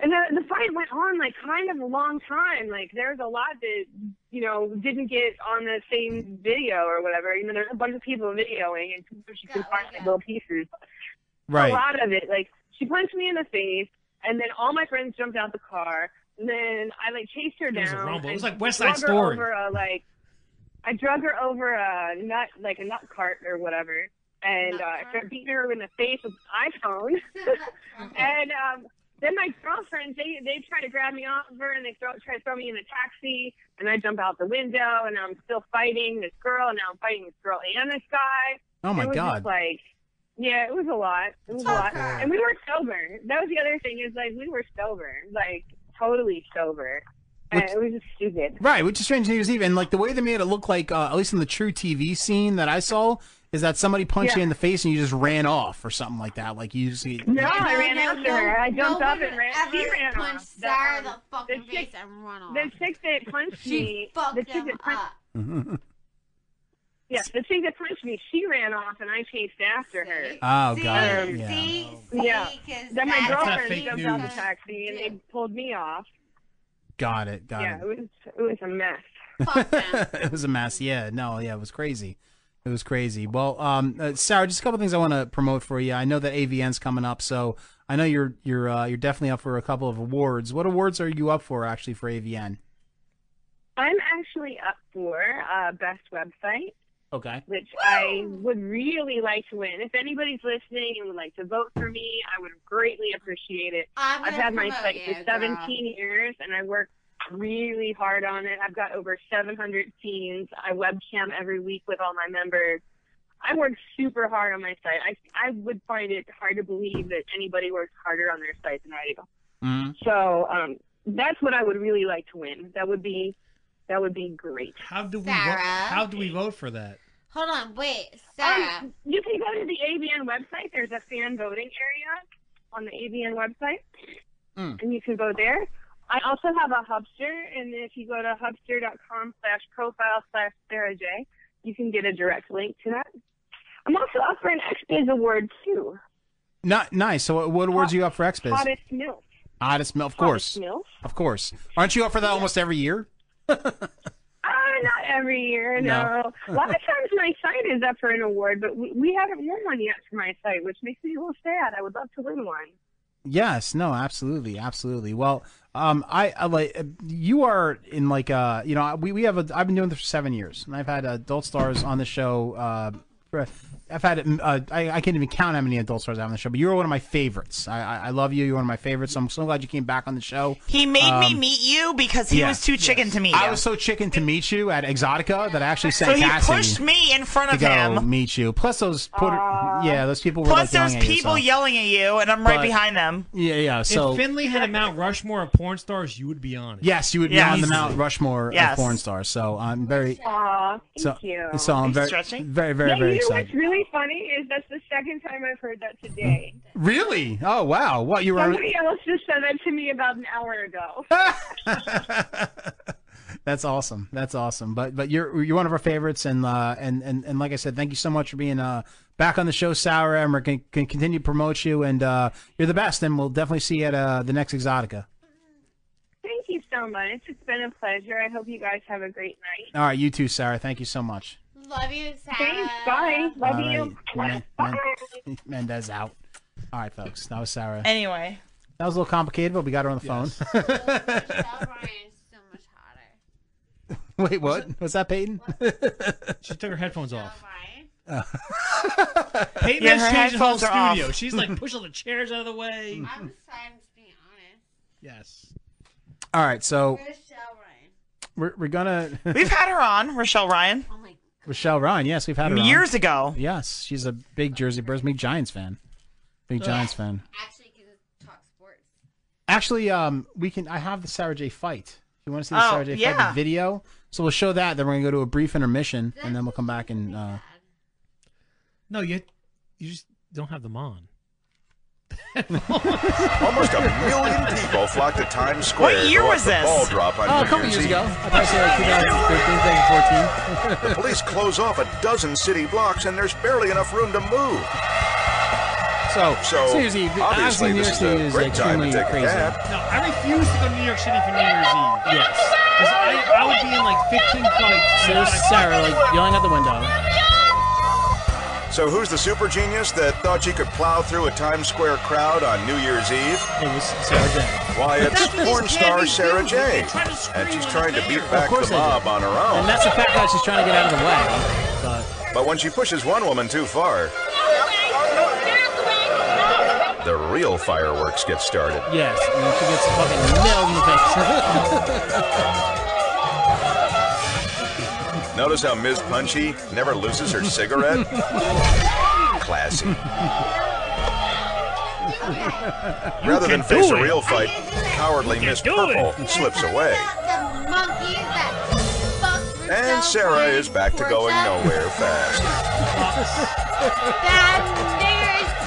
S4: And the, the fight went on like kind of a long time. Like there's a lot that you know didn't get on the same video or whatever. You know, there's a bunch of people videoing and she can find like little pieces.
S21: Right.
S4: A lot of it. Like she punched me in the face, and then all my friends jumped out the car. And then I like chased her
S15: was a
S4: down.
S15: rumble. It
S4: and
S15: was like West Side
S4: drug her
S15: Story.
S4: Over a, like I drug her over a nut, like a nut cart or whatever, and uh, I started beating her in the face with an iPhone. [laughs] and um, then my girlfriends, they they try to grab me off of her and they throw, try to throw me in the taxi, and I jump out the window, and I'm still fighting this girl, and now I'm fighting this girl and this guy.
S21: Oh, my
S4: It was just
S21: God.
S4: like. Yeah, it was a lot. It was a lot,
S21: Okay.
S4: and we were sober. That was the other thing is like we were sober, like totally sober, and
S21: Which-
S4: it was just stupid.
S21: Right, which is strange New Year's Eve, and like the way they made it look like, uh, at least in the true TV scene that I saw, is that somebody punched you
S4: Yeah.
S21: in the face and you just ran off or something like that. Like you just, you,
S4: No, I ran after her. I jumped
S22: no
S4: up
S22: one
S4: and ran.
S22: ever
S4: She ran
S22: punched
S4: off.
S22: Sarah
S4: um,
S22: the fucking face and run off.
S4: the chick that punched
S22: She
S4: me,
S22: fucked
S4: the chick
S22: him
S4: that punched,
S22: up.
S4: [laughs] yeah, the chick that punched me, she ran off, and I chased after her.
S21: Oh,
S4: See?
S21: God.
S4: Um,
S21: Yeah.
S22: See?
S4: Yeah. Then my
S22: that's
S4: girlfriend
S21: fake
S4: jumped out the
S21: news.
S4: taxi, and they pulled me off.
S21: Got it. Got
S4: yeah, it was it was a mess.
S21: it. [laughs] it was a mess. Yeah. No. Yeah. It was crazy. It was crazy. Well, um, uh, Sarah, just a couple things I want to promote for you. I know that AVN's coming up, so I know you're you're uh, you're definitely up for a couple of awards. What awards are you up for actually for AVN?
S4: I'm actually up for uh, best website.
S21: Okay.
S4: which I would really like to win. If anybody's listening and would like to vote for me, I would greatly appreciate it.
S22: I'm
S4: I've
S22: gonna
S4: had my
S22: promote
S4: site
S22: you,
S4: for
S22: girl.
S4: 17 years, and I work really hard on it. I've got over 700 teams. I webcam every week with all my members. I work super hard on my site. I, I would find it hard to believe that anybody works harder on their site than I do. So um, that's what I would really like to win. That would be that would be great.
S15: How do we vote?
S22: Sarah?
S15: How do we vote for that?
S22: Hold on, wait, Sarah.
S4: Um, you can go to the AVN website. There's a fan voting area on the AVN website,
S21: Mm.
S4: and you can go there. I also have a Hubster, and if you go to hubster.com slash profile slash Sarah J, you can get a direct link to that. I'm also up for an XBiz award, too.
S21: Not nice. So, what, what awards are you up for XBiz?
S4: Hottest milk.
S21: Hottest milk, of course.
S4: milk.
S21: Of course. Aren't you up for that almost every year?
S4: Uh, not every year, no. a
S21: No.
S4: lot of times my site is up for an award, but we, we haven't won one yet for my site, which makes me a little sad. I would love to win one.
S21: Yes, no, absolutely, absolutely. Well, um, I, I like uh, you are in like uh, you know, we we have a. I've been doing this for seven years, and I've had adult stars on the show uh, for- I've had uh, I, I can't even count how many adult stars I have on the show, but you're one of my favorites. I, I, I love you. You're one of my favorites. I'm so glad you came back on the show.
S8: He made me
S21: Um,
S8: meet you because he
S21: yeah.
S8: was too chicken to meet you.
S21: I was so chicken to meet you at Exotica that I actually sent
S8: so he
S21: Cassie
S8: pushed me in front
S21: to
S8: of
S21: go
S8: him.
S21: meet you. Plus those Puerto, yeah, those people. were like,
S8: Plus,
S21: yelling
S8: there's
S21: at you,
S8: people
S21: so-
S8: yelling at you, and I'm right
S21: But-
S8: behind them.
S21: Yeah, yeah. So
S15: if Finley had a Mount Rushmore of porn stars, you would be on it.
S21: yes, you would
S15: Yes.
S21: be on the Mount
S15: [laughs]
S21: Rushmore
S15: Yes.
S21: of porn stars. So I'm very.
S4: Aw,
S21: So,
S4: thank you.
S21: so I'm very, very, very,
S4: yeah,
S21: very
S4: you know
S21: excited.
S4: what's really funny is that's the second time I've heard that today.
S21: Really? Mm-hmm. Oh wow! What you were?
S4: Somebody else just said that to me about an hour
S21: [laughs]
S4: ago.
S21: That's awesome. That's awesome. But but you're you're one of our favorites, and uh and and, and like I said, thank you so much for being uh back on the show, Sour M. We can, can continue to promote you, and uh you're the best, and we'll definitely see you at uh the next Exotica.
S4: Thank you so much. It's been a pleasure. I hope you guys have a great night.
S21: All right, you too, Sarah. Thank you so much.
S22: Love you, Sarah.
S4: Thanks. Bye. Love
S21: All
S4: you.
S21: right. Men- Men- Mendez out. All right, folks. That was Sarah.
S8: Anyway,
S21: That was a little complicated, but we got her on
S22: [laughs]
S21: the phone. [laughs] Wait, what? What's that, Peyton?
S15: She took her headphones off.
S21: Uh,
S15: Peyton
S21: Yeah,
S15: has
S21: her
S15: changed the whole
S21: headphones are off.
S15: studio. She's
S8: [laughs]
S15: like pushing all the chairs out of the way.
S22: I'm excited to be honest.
S15: Yes.
S21: All right, so
S22: Where's Shell Ryan?
S21: we're, we're gonna.
S8: we've
S21: [laughs]
S8: had her on, Rochelle Ryan.
S21: Rochelle Ryan. Yes, we've had her on.
S8: Years ago.
S21: Yes, she's a big Jersey Bears, big Giants fan, big
S22: Yeah.
S21: Giants fan.
S22: Actually, you can talk sports.
S21: Actually, um, we can. I have the Sarah J fight. You want to see the
S22: Oh,
S21: Sarah J fight
S22: yeah.
S21: the video? So we'll show that. Then we're gonna go to a brief intermission, and then we'll come back and. Uh,
S15: No, you you just don't have them on.
S30: Almost a million people flocked to Times Square.
S15: What year
S30: to watch
S15: was
S30: the
S15: this?
S30: Ball drop on
S21: Oh, a
S30: New
S21: couple
S30: Year's
S21: years ago.
S30: Eve.
S21: I probably say like 2013, 2014.
S30: The police close off a dozen city blocks, and there's barely enough room to move.
S21: So,
S30: so
S21: seriously, the- obviously
S30: obviously
S21: New
S30: this
S21: York
S30: is
S21: City
S30: a
S21: is
S30: great time
S21: extremely
S30: to take
S21: crazy.
S30: a nap.
S15: No, I refuse to go to New York City for New Year's Eve. Yes. I, I would be in like 15 flights.
S21: So there's Sarah like yelling out the window.
S30: So who's the super genius that thought she could plow through a Times Square crowd on New Year's Eve?
S21: It was Sarah J.
S30: Why,
S21: But
S30: it's
S21: that's what
S30: porn
S21: these
S30: star
S21: dandies
S30: Sarah
S21: do.
S30: J.
S21: They try to scream
S30: And she's
S21: on
S30: trying
S21: the
S30: to beat
S21: air.
S30: back
S21: Of course
S30: the
S21: they do.
S30: mob on her own.
S21: And that's the fact that she's trying to get out of the way. But
S30: But when she pushes one woman too far, the real fireworks get started.
S21: yes, and she gets fucking nailed in the face.
S30: Notice how Ms. Punchy never loses her
S21: [laughs]
S30: cigarette? Classy. Rather
S22: can
S30: than face
S22: do
S30: a
S22: it.
S30: real fight, cowardly Miss Purple slips away.
S22: The monkeys that fuck Rochelle
S30: And Sarah
S22: Ryan
S30: is back to
S22: for
S30: going
S22: Jeff.
S30: nowhere fast.
S22: That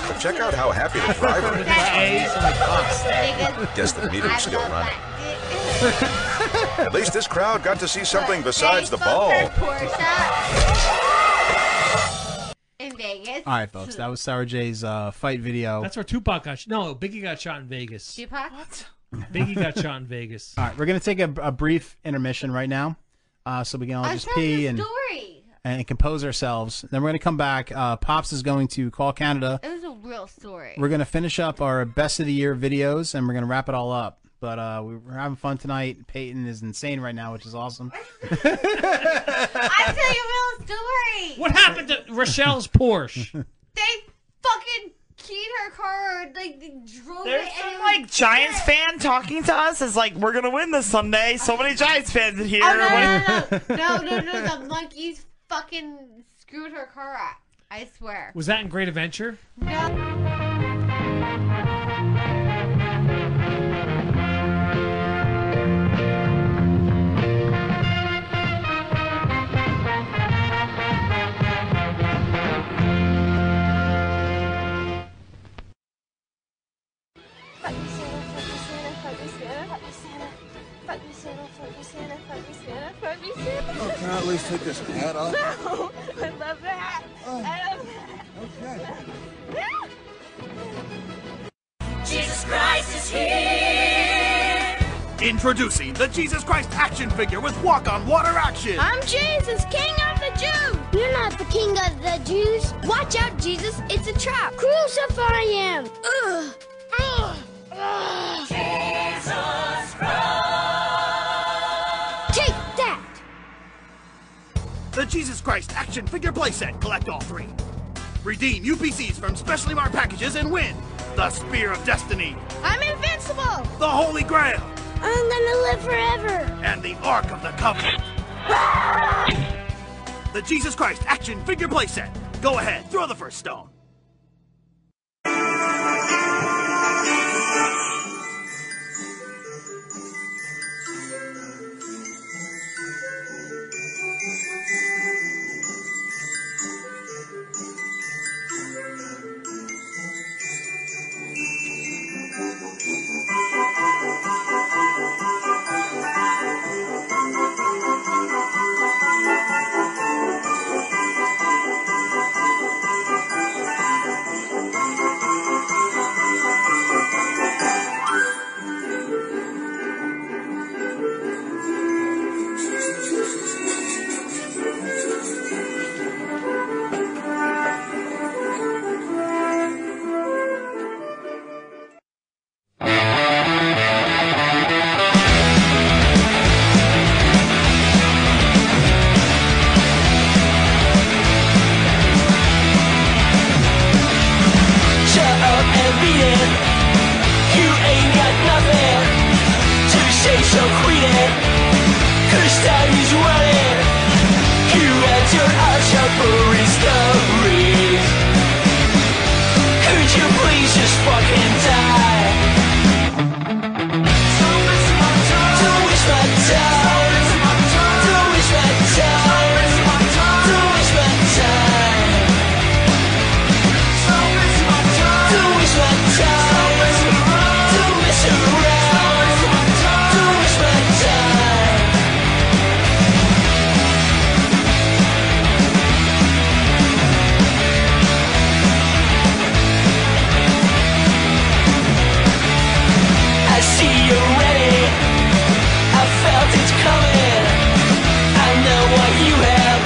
S30: But check out how happy the driver
S22: nigger-
S30: is.
S22: that nigger-
S30: Guess the meter's
S22: I
S30: still
S22: love
S30: running.
S22: that.
S30: [laughs] At least this crowd got to see something besides the ball.
S22: Porsche In Vegas.
S21: [laughs] All right, folks, that was Sarah J's uh, fight video.
S15: That's where Tupac got shot. No, Biggie got shot in
S11: [laughs]
S15: Vegas.
S22: Tupac? What?
S15: Biggie got shot in Vegas.
S21: All right, we're gonna take a, a brief intermission right now, uh, so we can all
S22: I'm
S21: just
S22: telling
S21: pee
S22: the
S21: and
S22: story.
S21: and compose ourselves. Then we're gonna come back. Uh, Pops is going to call Canada.
S22: It was a real story.
S21: We're gonna finish up our best of the year videos, and we're gonna wrap it all up. But uh, we- we're having fun tonight. Peyton is insane right now, which is awesome.
S22: I tell you a real story.
S15: What happened to Rochelle's Porsche?
S22: They fucking keyed her car. Like they drove
S8: There's
S22: it.
S8: some like Giants fan talking to us is like, we're gonna win this Sunday. So many Giants fans in here.
S22: Oh, no,
S8: What-
S22: [laughs] No, no, no. The monkeys fucking screwed her car up. I swear.
S15: Was that in Great Adventure?
S31: Fuck you, Santa, fuck you, Santa, fuck you, Santa, fuck you, Santa. Fuck you, Santa, fuck you, Santa, fuck you, Santa, fuck you, Santa.
S7: Oh, can I at least take this hat off?
S31: No, I love that. I love that.
S14: Jesus Christ is here.
S32: Introducing the Jesus Christ action figure with walk on water action.
S14: I'm Jesus, King of the Jews. You're not the King of the Jews. Watch out, Jesus. It's a trap. Crucify him. Ugh. Ugh. Ugh. Jesus Christ. Take that.
S32: the
S11: Jesus Christ action figure playset. Collect all three. Redeem UPCs from specially marked packages and win the Spear of Destiny,
S33: I'm invincible!
S11: the Holy Grail,
S33: I'm gonna live forever!
S11: and the Ark of the Covenant. the Jesus Christ action figure playset. Go ahead, throw the first stone.
S8: Shut up and beat it. You ain't got nothing to say, so quit it. Cause time is running. You and your eyes are boring stories. Could you please just fucking die? Don't waste my time. Don't waste my time. Don't waste my time. I see you're ready. I felt it coming. I know what you have.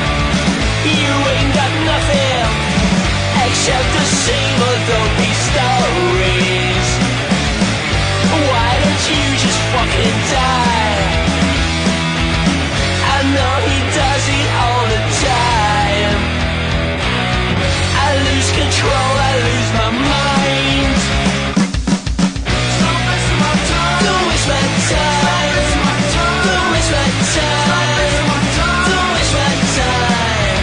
S8: You ain't got nothing except the same dopey stories. Why don't you just fucking die? I know he does it all the time. I lose control. I lose my mind. Don't waste my time. Don't waste my time. Don't waste my time. Don't waste my time.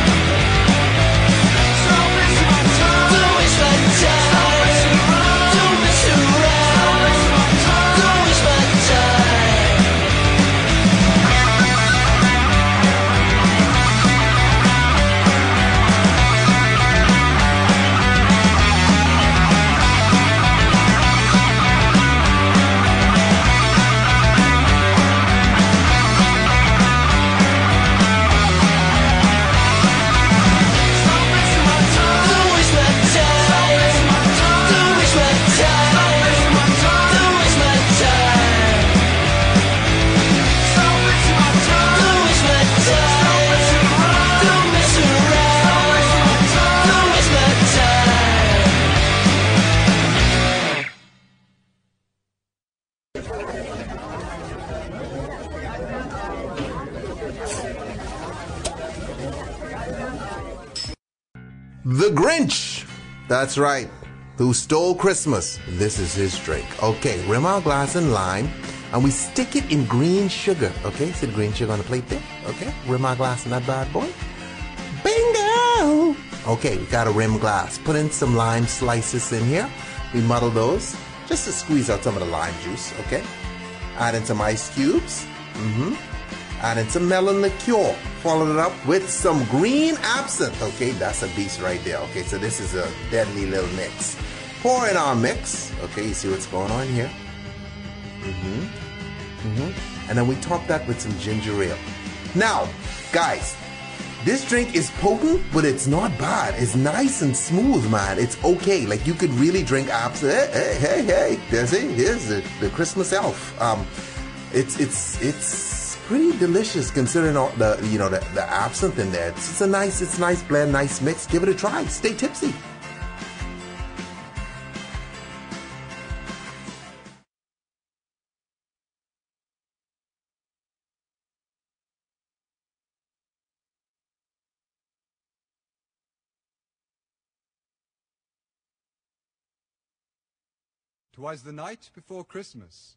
S8: Don't mess around. Don't waste my time. Don't waste my time. Don't waste my time. Don't waste my time. Don't waste my time. Don't mess around. Don't waste my time.
S3: The Grinch. That's right. Who stole Christmas? This is his drink. Okay, rim our glass in lime, and we stick it in green sugar. Okay, so green sugar on the plate there. Okay, rim our glass in that bad boy. Bingo! Okay, we got a rim glass. Put in some lime slices in here. We muddle those just to squeeze out some of the lime juice. Okay, add in some ice cubes. Mm-hmm and it's a melon liqueur. Followed it up with some green absinthe. Okay, that's a beast right there. Okay, so this is a deadly little mix. Pour in our mix. Okay, you see what's going on here? Mm-hmm. Mm-hmm. And then we top that with some ginger ale. Now, guys, this drink is potent, but it's not bad. It's nice and smooth, man. It's okay. Like you could really drink absinthe. Hey, hey, hey, hey. There's it. Here's the, the Christmas elf. Um, it's it's it's pretty delicious considering all the you know the, the absinthe in there. It's, it's a nice it's a nice blend, nice mix. Give it a try. Stay tipsy.
S28: [laughs] Twas the night before Christmas,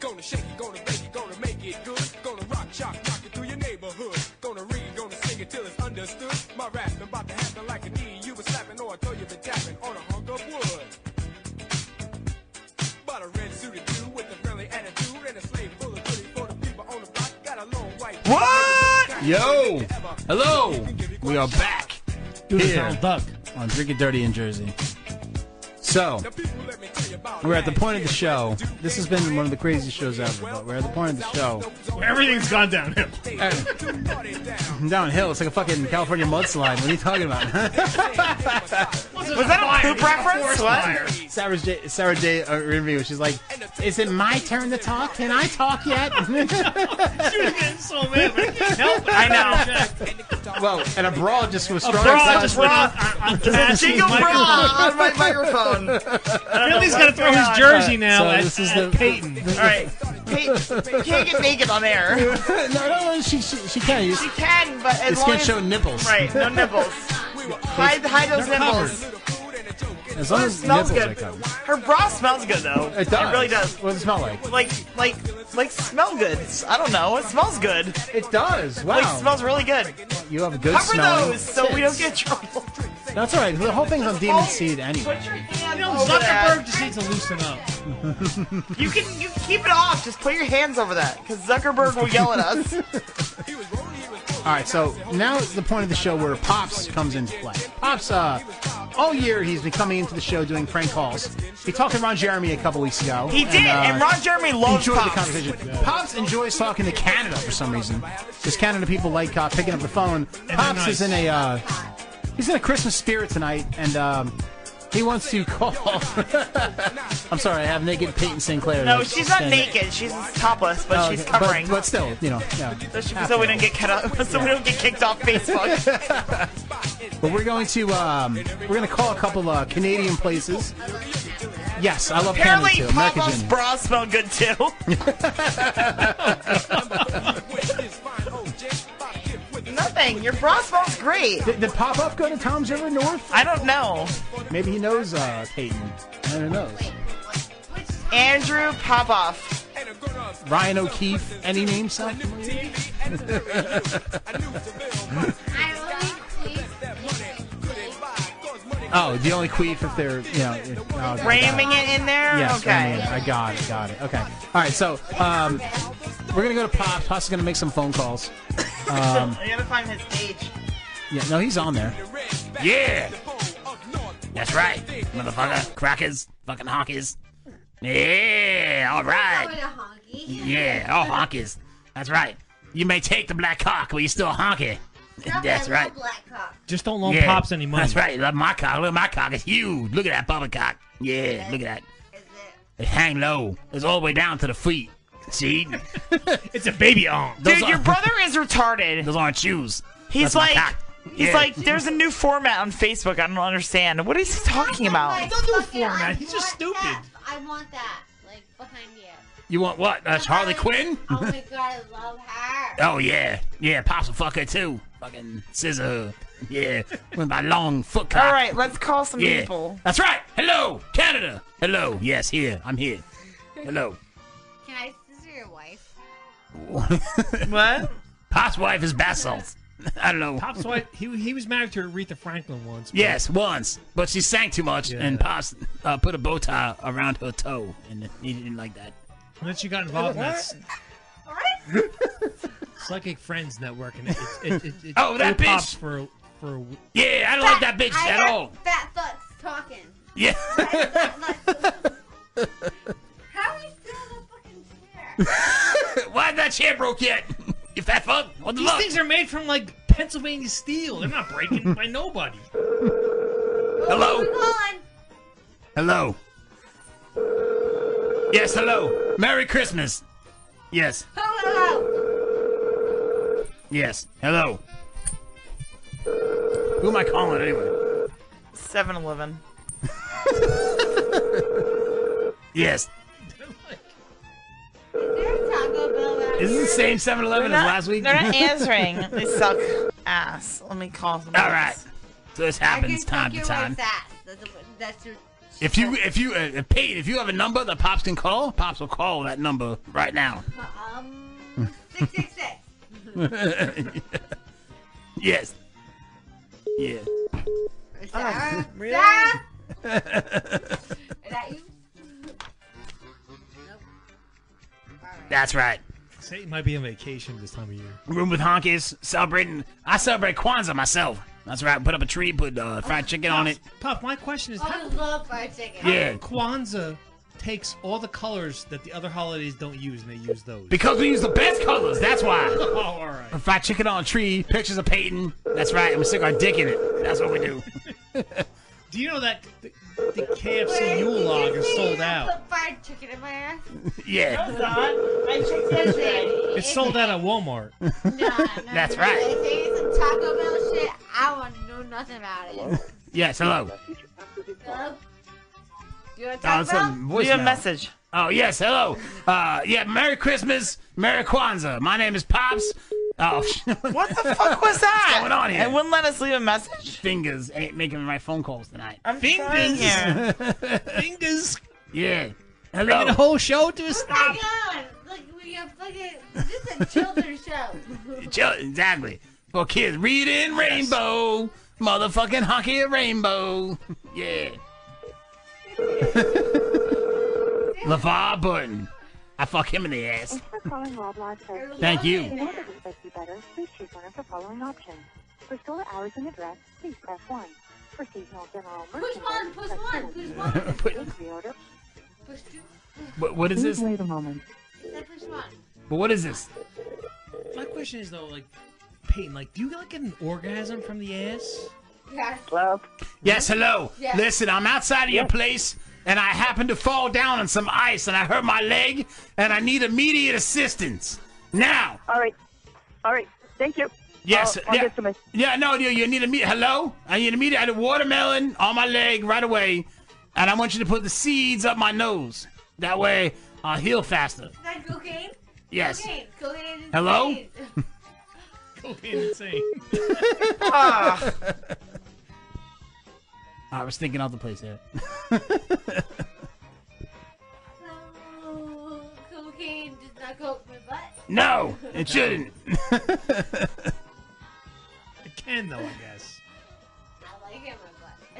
S13: Gonna shake it, gonna bake it, gonna make it good. Gonna rock, shock, rock it through your neighborhood. Gonna read, gonna sing it till it's understood. My rap about to happen like a knee. You been slapping or I throw you been tapping on a hunk of wood. But a red suited dude with a friendly attitude and a slave full of goodies for the people on the block. Got a long white.
S21: What? Yo. Hello. We are back. Do the here Donald Duck. on Drink It Dirty in Jersey. So, we're at the point of the show. This has been one of the craziest shows ever, but we're at the point of the show.
S15: Everything's gone downhill.
S21: [laughs] Downhill, it's like a fucking California mudslide. What are you talking about?
S1: [laughs] Was that a poop reference? What?
S21: Sarah J. Sarah J. uh, review. She's like, "Is it my turn to talk? Can I talk
S1: [laughs]
S21: yet?"
S15: so mad, but I can't help it.
S21: well, and a brawl just was
S15: A
S21: strong.
S15: brawl just went on-
S1: [laughs]
S15: on- on Pat's Jingle brawl microphone. on my microphone. Billy's gonna throw his jersey now at- at Peyton.
S21: the-
S1: All right. Peyton, can't get naked on air.
S21: no, [laughs] no, no, she she, she can. You-
S1: She can, but as
S21: It's
S1: long
S21: gonna
S1: as
S21: show nipples.
S1: Right, no nipples. hide, hide those
S21: They're
S1: nipples.
S21: As long
S1: Well,
S21: as
S1: it smells
S21: nipples
S1: good.
S21: are covered.
S1: Her bra smells good though.
S21: It does.
S1: really does.
S21: What does it smell like?
S1: Like, like, like smell goods. I don't know. It smells good.
S21: It does.
S1: Like,
S21: Wow.
S1: smells really good.
S21: You have a good
S1: Cover
S21: smelling
S1: those so we don't get trouble.
S21: That's all right. The whole thing's on Demon Seed anyway.
S1: You
S15: know, Zuckerberg just needs to loosen up.
S21: [laughs]
S1: You can you can keep it off. Just put your hands over that, because Zuckerberg will yell
S21: [laughs]
S1: at us.
S21: All right, so now is the point of the show where Pops comes into play. Pops, uh, all year he's been coming into the show doing prank calls. He talked to Ron Jeremy a couple weeks ago. uh,
S1: He did, and Ron Jeremy loves
S21: enjoyed
S1: Pops.
S21: the conversation. Pops enjoys talking to Canada for some reason, because Canada people like uh, picking up the phone. Pops
S15: nice.
S21: is in a uh, he's in a Christmas spirit tonight, and um, he wants to [laughs] call. I'm sorry, I have naked Peyton Sinclair.
S1: No, she's not
S21: standing-
S1: naked. She's topless, but
S21: Oh,
S1: she's
S21: okay,
S1: covering.
S21: But, but still, you know, yeah.
S1: so, she- so we don't get cut off. [laughs] So we don't get kicked off
S21: [laughs]
S1: Facebook.
S21: But we're going to um, we're going to call a couple uh, Canadian places. Yes, I love
S1: Apparently,
S21: Canada too. American
S1: Papa's
S21: Gin.
S1: bra smell good too. Nothing. Your bra smells
S21: [laughs]
S1: great.
S21: Did, did Pop Up go to Tom's River North?
S1: I don't know.
S21: Maybe he knows uh, Peyton. I don't know.
S1: Andrew Popoff.
S21: Ryan O'Keefe. Any name sound familiar? [laughs] oh, the only queef if they're you know if- oh, okay.
S1: Ramming it in there?
S21: Yes,
S1: okay.
S21: ramming it. I got it. Got it. Okay. All right. So um, we're gonna go to Pop. Pop's gonna make some phone calls.
S1: [laughs]
S21: Um, [laughs]
S1: I gotta find his page.
S21: yeah. No, he's on there.
S11: Yeah! That's right, motherfucker. Crackers, fucking honkies. Yeah, alright. Yeah, all honkies. That's right. You may take the black cock, but you still honky. [laughs] That's right.
S15: Just don't loan
S11: Yeah,
S15: Pops any money.
S11: That's right. Love my cock. Look at my cock. It's huge. Look at that bubble cock. Yeah, look at that. It hang low. It's all the way down to the feet.
S15: [laughs]
S11: See? it's a baby arm.
S1: Dude, your brother is retarded.
S11: Those aren't shoes.
S1: He's
S11: That's my
S1: like,
S11: cock.
S1: he's
S11: Yeah.
S1: like, there's a new format on Facebook. I don't understand. What is he talking about?
S15: Don't do it for him, man. He's just stupid.
S22: I want that, like behind you.
S11: You want what? That's Harley Quinn?
S22: Oh my god, I love her.
S11: Oh yeah, yeah. Pops will fuck her too. Fucking scissor. her. Yeah, with my long foot cock.
S1: All right, let's call some
S11: yeah.
S1: people.
S11: That's right. Hello, Canada. Hello. Yes, here. I'm here. Hello.
S22: Can I scissor your wife?
S1: what?
S11: [laughs] Pops' wife is bath salts. I don't know.
S15: Pops wife, he, he was married to Aretha Franklin once. but-
S11: Yes, once, but she sang too much, and
S15: Yeah.
S11: Pops uh, put a bow tie around her toe, and he didn't like that. [laughs]
S15: And then she got involved in that Psychic Friends Network, and it, it, it, it
S11: Oh, that
S15: threw Pops
S11: bitch!
S15: for for a,
S11: Yeah, I don't like that bitch
S22: I
S11: at
S22: got
S11: all.
S22: Fat fucks talking.
S11: Yeah.
S22: How are we still in the fucking chair?
S11: Why that chair broke yet? [laughs] You fat fuck. What the
S15: These
S11: fuck?
S15: things are made from like Pennsylvania steel. They're not
S11: [laughs]
S15: breaking by nobody.
S11: Hello.
S22: Hold on.
S11: Hello. Yes, hello. Merry Christmas. Yes. Yes. Hello. Who am I calling anyway?
S1: 7 Eleven.
S11: Yes.
S1: Is
S11: Is this the same 7-Eleven as last week?
S1: They're
S11: [laughs]
S1: not answering. they suck ass. Let me call them.
S11: All right. So this happens
S22: Suck
S11: time to
S22: your
S11: time.
S22: wife's ass. That's, that's your.
S11: If you if you uh, uh, Pete, if you have a number that pops can call, pops will call that number right now.
S22: Um,
S11: [laughs] yes. Yeah.
S22: Sarah?
S8: really?
S22: Sarah? Is that
S8: That's
S22: you?
S11: right.
S15: Satan might be on vacation this time of year.
S11: Room with honkies celebrating. I celebrate Kwanzaa myself. That's right. Put up a tree, put uh, fried chicken on it.
S15: Puff, my question is
S22: Oh,
S15: how,
S22: I love fried chicken.
S15: how Kwanzaa takes all the colors that the other holidays don't use and they use those.
S11: Because we use the best colors, that's why.
S15: oh, [laughs] all right.
S11: Put Fried chicken on a tree, pictures of Peyton. That's right. I'm gonna stick our dick in it. That's what we do.
S15: [laughs] Do you know that the, the KFC Yule log is sold out?
S22: Put fried chicken in my ass.
S11: [laughs] Yeah.
S22: No, it's not. I checked yesterday.
S15: It's sold out
S22: [laughs]
S15: at Walmart.
S11: That's
S22: They
S11: right.
S22: say it's some Taco Bell shit. I want to know nothing about
S11: [laughs]
S22: it.
S11: Yes. Hello.
S22: Hello? You want
S11: Oh,
S22: Taco
S11: it's a
S22: Bell?
S11: voicemail. Oh yes, hello. Uh, yeah, Merry Christmas, Merry Kwanzaa. My name is Pops. Oh, [laughs]
S1: what the fuck was that?
S11: What's going on here?
S1: It wouldn't let us leave a message.
S11: Fingers ain't making the right phone calls tonight.
S1: I'm trying
S11: [laughs]
S1: here.
S15: Fingers.
S11: Yeah.
S15: Bringing the
S11: Hello.
S15: whole show to a
S22: What's
S15: stop.
S11: [laughs]
S22: going on? Like, we are fucking. This is a children's show.
S11: Chill- Exactly. For kids, read in rainbow, motherfucking hockey of rainbow. [laughs] Yeah. LeVar Burton. I fuck him in the ass.
S4: Thanks for calling Loblaw Church.
S11: Thank you.
S4: In order to serve you better, please choose one of the following options. For store hours and address, please press 1. For seasonal general merchandise,
S22: push
S4: press
S22: one,
S4: 2.
S22: push
S11: one.
S4: For bakery order,
S11: What, what is
S4: please
S11: this?
S4: wait a moment.
S11: But what is this?
S15: My question is though, like Peyton, like, do you like get an orgasm from the ass?
S22: Yes.
S15: Hello.
S11: Yes, hello.
S15: Yeah.
S11: Listen, I'm outside of your
S15: Yeah.
S11: place and I happened to fall down on some ice and I hurt my leg and I need immediate assistance. Now.
S4: All right. All right. Thank you.
S11: Yes.
S4: I'll- I'll
S11: yeah.
S4: get to my-
S11: yeah, no, you, you need a meet. Hello? I need a meet. I had a watermelon on my leg right away and I want you to put the seeds up my nose. That way I'll heal faster. [laughs]
S22: Is that cocaine?
S11: Yes.
S22: Cocaine. Cocaine is
S11: Hello?
S22: insane.
S11: [laughs]
S15: Cocaine insane.
S21: Ah.
S1: Ah.
S21: [laughs]
S11: I was thinking of the place
S21: [laughs]
S11: there.
S22: Oh, cocaine does not coat my butt.
S11: No,
S22: [laughs]
S11: it shouldn't.
S15: It can though, I guess.
S22: I like it in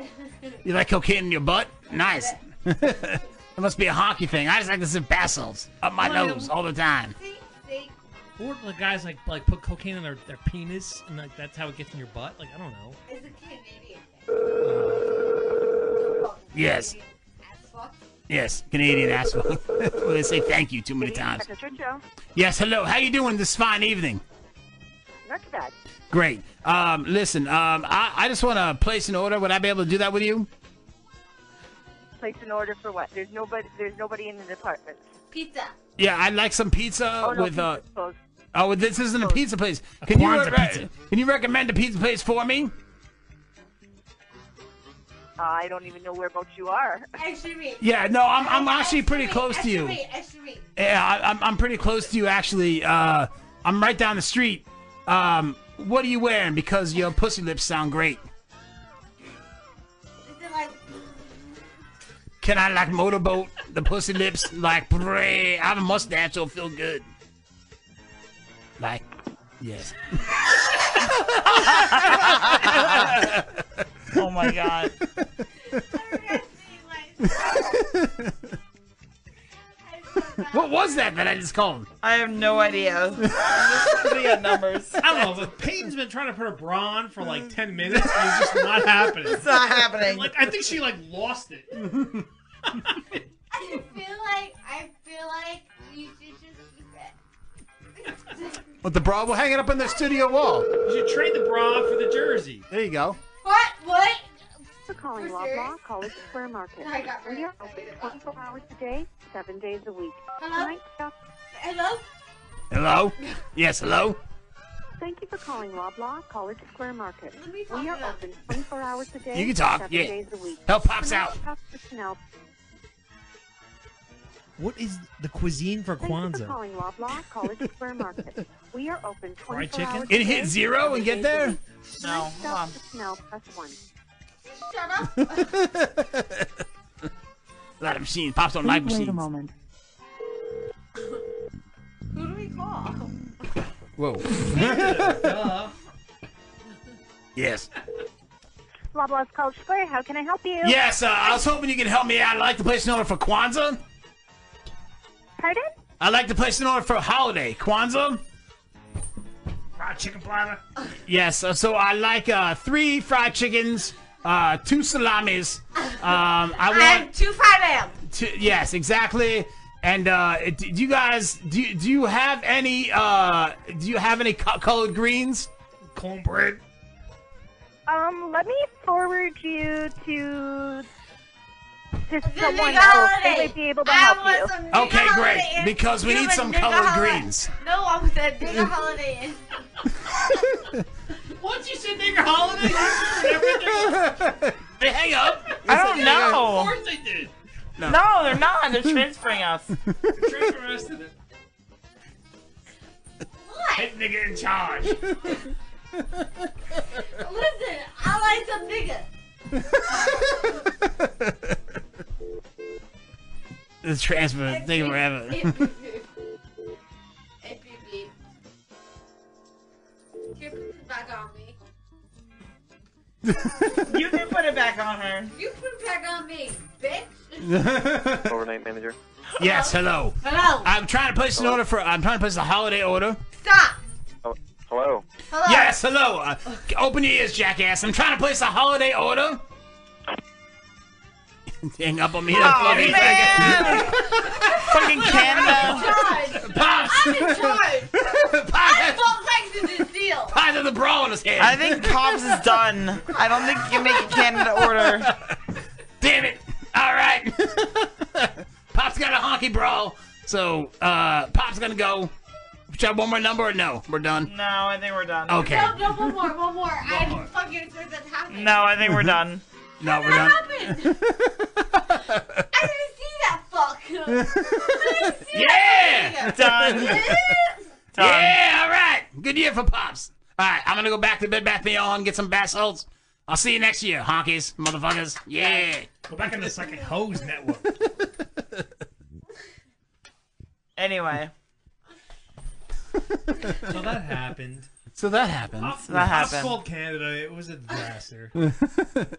S22: my butt. [laughs]
S11: You like cocaine in your butt? Nice. [laughs] it must be a hockey thing. I just like to sip basils up my
S15: Well,
S11: nose all the time.
S15: Or the guys like like put cocaine in their, their penis and like that's how it gets in your butt. Like I don't know.
S22: It's a Canadian
S11: Yes.
S22: fuck.
S11: Yes, Canadian asshole. [laughs] well, they say thank you too many times. Yes, hello. How you doing this fine evening?
S4: Not too bad.
S11: Great. Um, listen, um, I, I just want to place an order. Would I be able to do that with you?
S4: Place an order for what? There's nobody. There's nobody in the department.
S22: Pizza.
S11: Yeah, I'd like some pizza
S4: Oh, no,
S11: with. Uh,
S4: pizza's closed.
S11: oh, well, this isn't a pizza place. Can you
S4: Kwanzaa
S11: re-
S4: pizza.
S11: can you recommend a pizza place for me?
S4: I don't even know whereabouts you are.
S22: Extra meat.
S11: Yeah, no, I'm I'm actually pretty close to you.
S22: Extra meat. Extra meat.
S11: Yeah, I, I'm, I'm pretty close to you actually. Uh, I'm right down the street. Um, what are you wearing? Because your pussy lips sound great.
S22: Is it like
S11: Can I like motorboat the pussy lips? Like, pray. I have a mustache, so it feel good. Like, yes.
S1: oh my god.
S11: what was that that I just called?
S1: I have no
S11: [laughs]
S1: idea. We got numbers.
S15: I don't know, but Peyton's been trying to put her bra on for like ten minutes and it's just not happening.
S1: It's not happening.
S15: And, like I think she like lost it.
S22: I feel like I feel like you should just keep it.
S21: But the bra will hang it up on the studio wall.
S15: You should trade the bra for the jersey.
S21: There you go.
S22: what? What?
S4: calling
S34: You're serious?
S4: Loblaw College Square Market.
S34: I got really
S4: we are open 24 hours a day, 7 days a week.
S34: Hello?
S4: Hello?
S11: Hello? Yes, hello?
S4: Thank you for calling Loblaw College Square Market. We are open 24 hours a day,
S11: You can talk,
S4: 7
S11: yeah.
S4: days a week.
S11: Help pops
S4: For
S11: out.
S4: non-stop personnel.
S35: What is the cuisine for
S4: Thank you for
S35: Kwanzaa?
S4: calling Loblaw College Square
S15: [laughs]
S4: Market. We are open 24
S35: Fried chicken?
S4: hours a
S35: It hit
S4: day,
S35: zero and get
S4: seven days a
S35: there?
S4: week.
S1: No,
S11: [laughs]
S4: Non-stop
S1: hold on.
S4: personnel, press one.
S11: A
S15: [laughs]
S11: lot of machines. Pops don't like machines.
S4: moment.
S8: Who do we call?
S11: Whoa. yes.
S4: Loblaw's College Square. How can I help you?
S11: Yes, uh, I was hoping you could help me out. I'd like to place an order for Kwanzaa.
S4: Pardon?
S11: I'd like to place an order for holiday. Kwanzaa?
S15: Fried chicken platter.
S11: Yes, uh, so I like uh, three fried chickens, uh, two salamis.
S22: [laughs]
S11: Um, I want
S22: And two fried eggs.
S11: two, yes, exactly. And uh, do do you guys do you, do you have any uh, do you have any co- colored greens? [laughs]
S15: Cornbread.
S4: Um, let me forward you to to someone
S22: nigga
S4: else. They
S22: holiday.
S4: might be able to
S22: I
S4: help
S22: want
S4: you.
S22: some
S11: Okay, great. Because we
S22: you
S11: need
S22: a
S11: some
S22: nigga
S11: colored
S22: holiday.
S11: greens.
S22: No, I want that
S11: [laughs]
S22: nigga holiday in.
S15: Once you said nigger holiday, you everything.
S11: They hang up.
S1: I don't
S15: Of
S1: know.
S15: course they did.
S1: No. they're not. They're transferring us.
S15: Trade the rest of it. Head nigger in
S8: [laughs]
S15: charge.
S8: Listen, I like some niggas.
S11: The transfer thing forever.
S8: Hey, beep, beep. Here, put it back on me.
S1: You can put it back on her.
S8: You put it back on me, bitch.
S36: Overnight manager.
S11: yes, hello.
S8: Hello.
S11: I'm trying to place an order for. I'm trying to place a holiday order.
S8: Stop.
S36: Hello.
S8: Hello.
S11: Yes, hello. Uh, open your ears, jackass. I'm trying to place a holiday order. [laughs] Hang up on me.
S22: Aw, man.
S11: Fucking
S8: [laughs]
S11: Canada. Pops.
S22: I'm
S11: [laughs]
S22: in charge.
S11: I'm
S8: both legs in this deal.
S11: Pie to the bra on his head.
S1: I think Cobb's is done. I don't think you can make a
S11: [laughs]
S1: Canada order.
S11: Damn it! All right. [laughs] Pop's got a honky brawl, so uh, Pop's gonna go. Should I have one more number or no? We're done.
S1: No, I think we're done.
S11: Okay.
S8: No, no, one more, one more. I didn't fucking expect that to happen.
S1: No, I think we're done.
S11: No, we're
S1: [laughs]
S8: That happened. I didn't see that fuck. I didn't see
S11: Yeah!
S8: that
S1: Done.
S11: Yeah, all right. Good year for Pops. All right, I'm going to go back to Bed Bath Beyond and get some bass salts. I'll see you next year, honkies, motherfuckers. Yeah.
S15: Go back on the second hose network.
S1: Anyway.
S15: So that happened.
S11: So that happened.
S15: Pops-
S1: That
S15: Pops
S1: happened.
S15: called Canada. It was a disaster.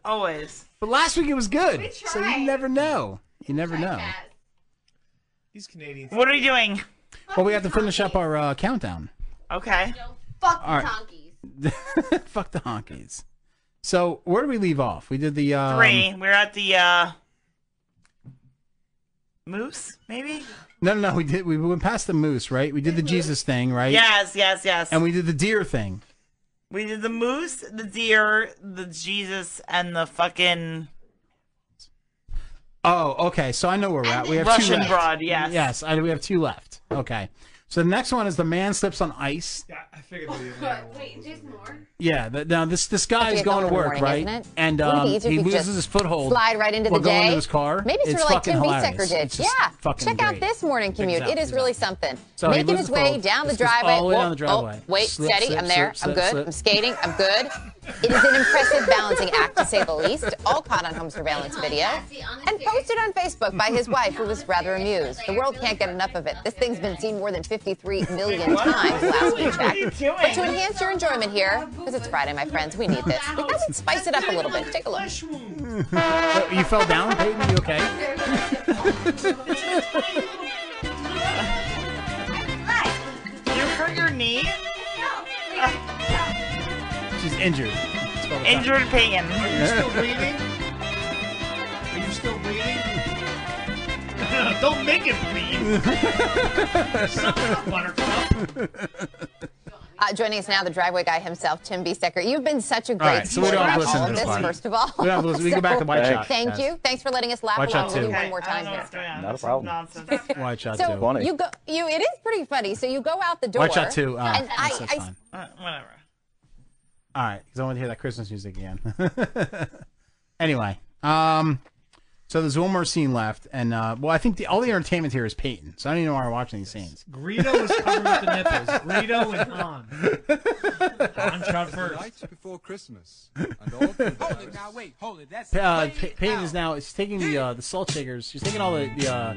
S1: Always.
S21: But last week it was good.
S1: We
S21: so
S1: tried.
S21: you never know. You never know.
S15: These Canadians.
S1: What are you doing?
S21: Well, we have to finish up our uh, countdown.
S1: Okay.
S8: Fuck
S21: All right. [laughs] Fuck the honkies. So where do we leave off? We did the um,
S1: Three. We're at the uh Moose, maybe?
S21: No, no, no. We did. We went past the moose, right? We
S1: [laughs]
S21: did the Jesus thing, right?
S1: Yes, yes, yes.
S21: And we did the deer thing.
S1: We did the moose, the deer, the Jesus, and the fucking
S21: Oh, okay. So I know where we're at. We have two
S1: Russian
S21: left.
S1: broad, yes.
S21: Yes, I, we have two left. Okay. So the next one is the man slips on ice.
S15: Yeah, I
S22: [laughs]
S15: figured they'd be in there.
S8: But wait, there's more.
S21: Yeah. th now this this guy
S37: Actually,
S21: is
S37: it's
S21: going to
S37: open in the
S21: work,
S37: morning,
S21: right?
S37: isn't it?
S21: And
S37: Wouldn't it
S21: um,
S37: be easier if
S21: he
S37: we
S21: loses
S37: just
S21: his foothold.
S37: Slide right into the
S21: while going
S37: day.
S21: into his car.
S37: Maybe it's, sort of like
S21: fucking
S37: Tim
S21: hilarious.
S37: Bisecker did.
S21: It's just
S37: Yeah.
S21: fucking
S37: Check out
S21: great.
S37: this morning commute.
S21: Exactly,
S37: it is really something.
S21: So he
S37: Making
S21: loses
S37: his way
S21: fold.
S37: down the
S21: It's just
S37: driveway.
S21: all the way down
S37: Whoa,
S21: the driveway.
S37: Oh, wait,
S21: Slip,
S37: steady.
S21: slip,
S37: I'm there.
S21: slip,
S37: I'm
S21: slip,
S37: good.
S21: slip.
S37: I'm skating. I'm good. It is an impressive balancing act, to say the least. All caught on home surveillance video and posted on Facebook by his wife, who was rather amused. The world can't get enough of it. This thing's been seen more than 53 million What? times last we What are you checked. But to doing? enhance your enjoyment here, because it's Friday, my friends, we need this. We thought we'd spice it up a little bit. Take a look.
S21: [laughs] Oh, you fell down, Peyton. You okay?
S1: You hurt your knee?
S21: She's injured. That's what it's
S1: Injured Peyton.
S15: Are you still reading? Are you still reading?
S1: [laughs]
S15: Don't make it read. Suck it up, Buttercup.
S37: Uh, joining us now, the driveway guy himself, Tim Biestecker. You've been such a
S21: All
S37: great
S21: right, so we
S37: sport
S21: don't have
S37: about
S21: to listen
S37: all
S21: to
S37: of
S21: this
S37: this,
S21: part.
S37: first of all.
S21: We don't have to listen. We can go
S37: [laughs]
S21: back to White Shot.
S37: Thank
S21: Yes.
S37: you. Thanks for letting us laugh
S21: White
S37: along
S21: Shot
S37: with you
S21: too.
S37: one more time here.
S23: Not a problem.
S21: White Shot
S37: So
S21: Two.
S37: you go. You. It is pretty funny. So you go out the door.
S21: White Shot Two, uh,
S37: and I,
S21: that's so
S37: I-
S21: fun.
S8: whatever.
S21: All right, because I want to hear that Christmas music again. [laughs] anyway, um, so there's one more scene left, and uh, well, I think the, all the entertainment here is Peyton, so I don't even know why we're watching these scenes.
S15: Greedo is covering up the nipples. Greedo
S28: [laughs]
S15: and Han. Han shot first.
S24: Night before Christmas.
S13: Hold it now, wait, hold it. That's
S21: Pa- Uh, Pa- Peyton is now she's taking the uh, the salt shakers. She's taking all the, the uh,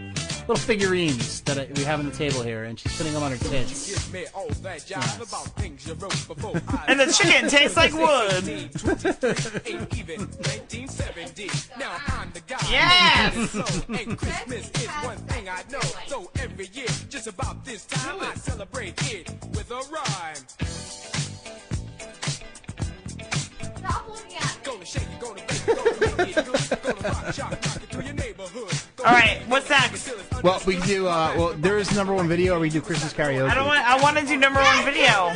S21: little figurines that I, we have on the table here, and she's putting them on her tits.
S13: Give me all that jive about things you wrote before I
S21: [laughs] And the chicken tastes like wood.
S13: 1823, ain't even 1970. Now I'm the guy.
S8: Yes!
S13: So, and Christmas is one thing I know. So every year, just about this time, I celebrate it with a rhyme. Gonna shake it, gonna bake it, gonna make it good. Gonna rock, shock, rock it through your neighborhood.
S8: All right, what's next?
S21: Well, we do. Uh, well, there is number one video, or we do Christmas karaoke.
S8: I don't want. I want to do number one video.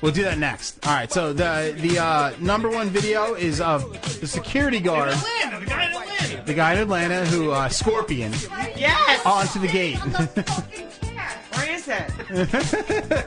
S21: We'll do that next. All right. So the the uh, number one video is of the security guard,
S15: Atlanta, the guy in Atlanta.
S21: the guy in Atlanta who uh, scorpion
S8: Yes.
S21: onto the gate. [laughs]
S8: Where is it?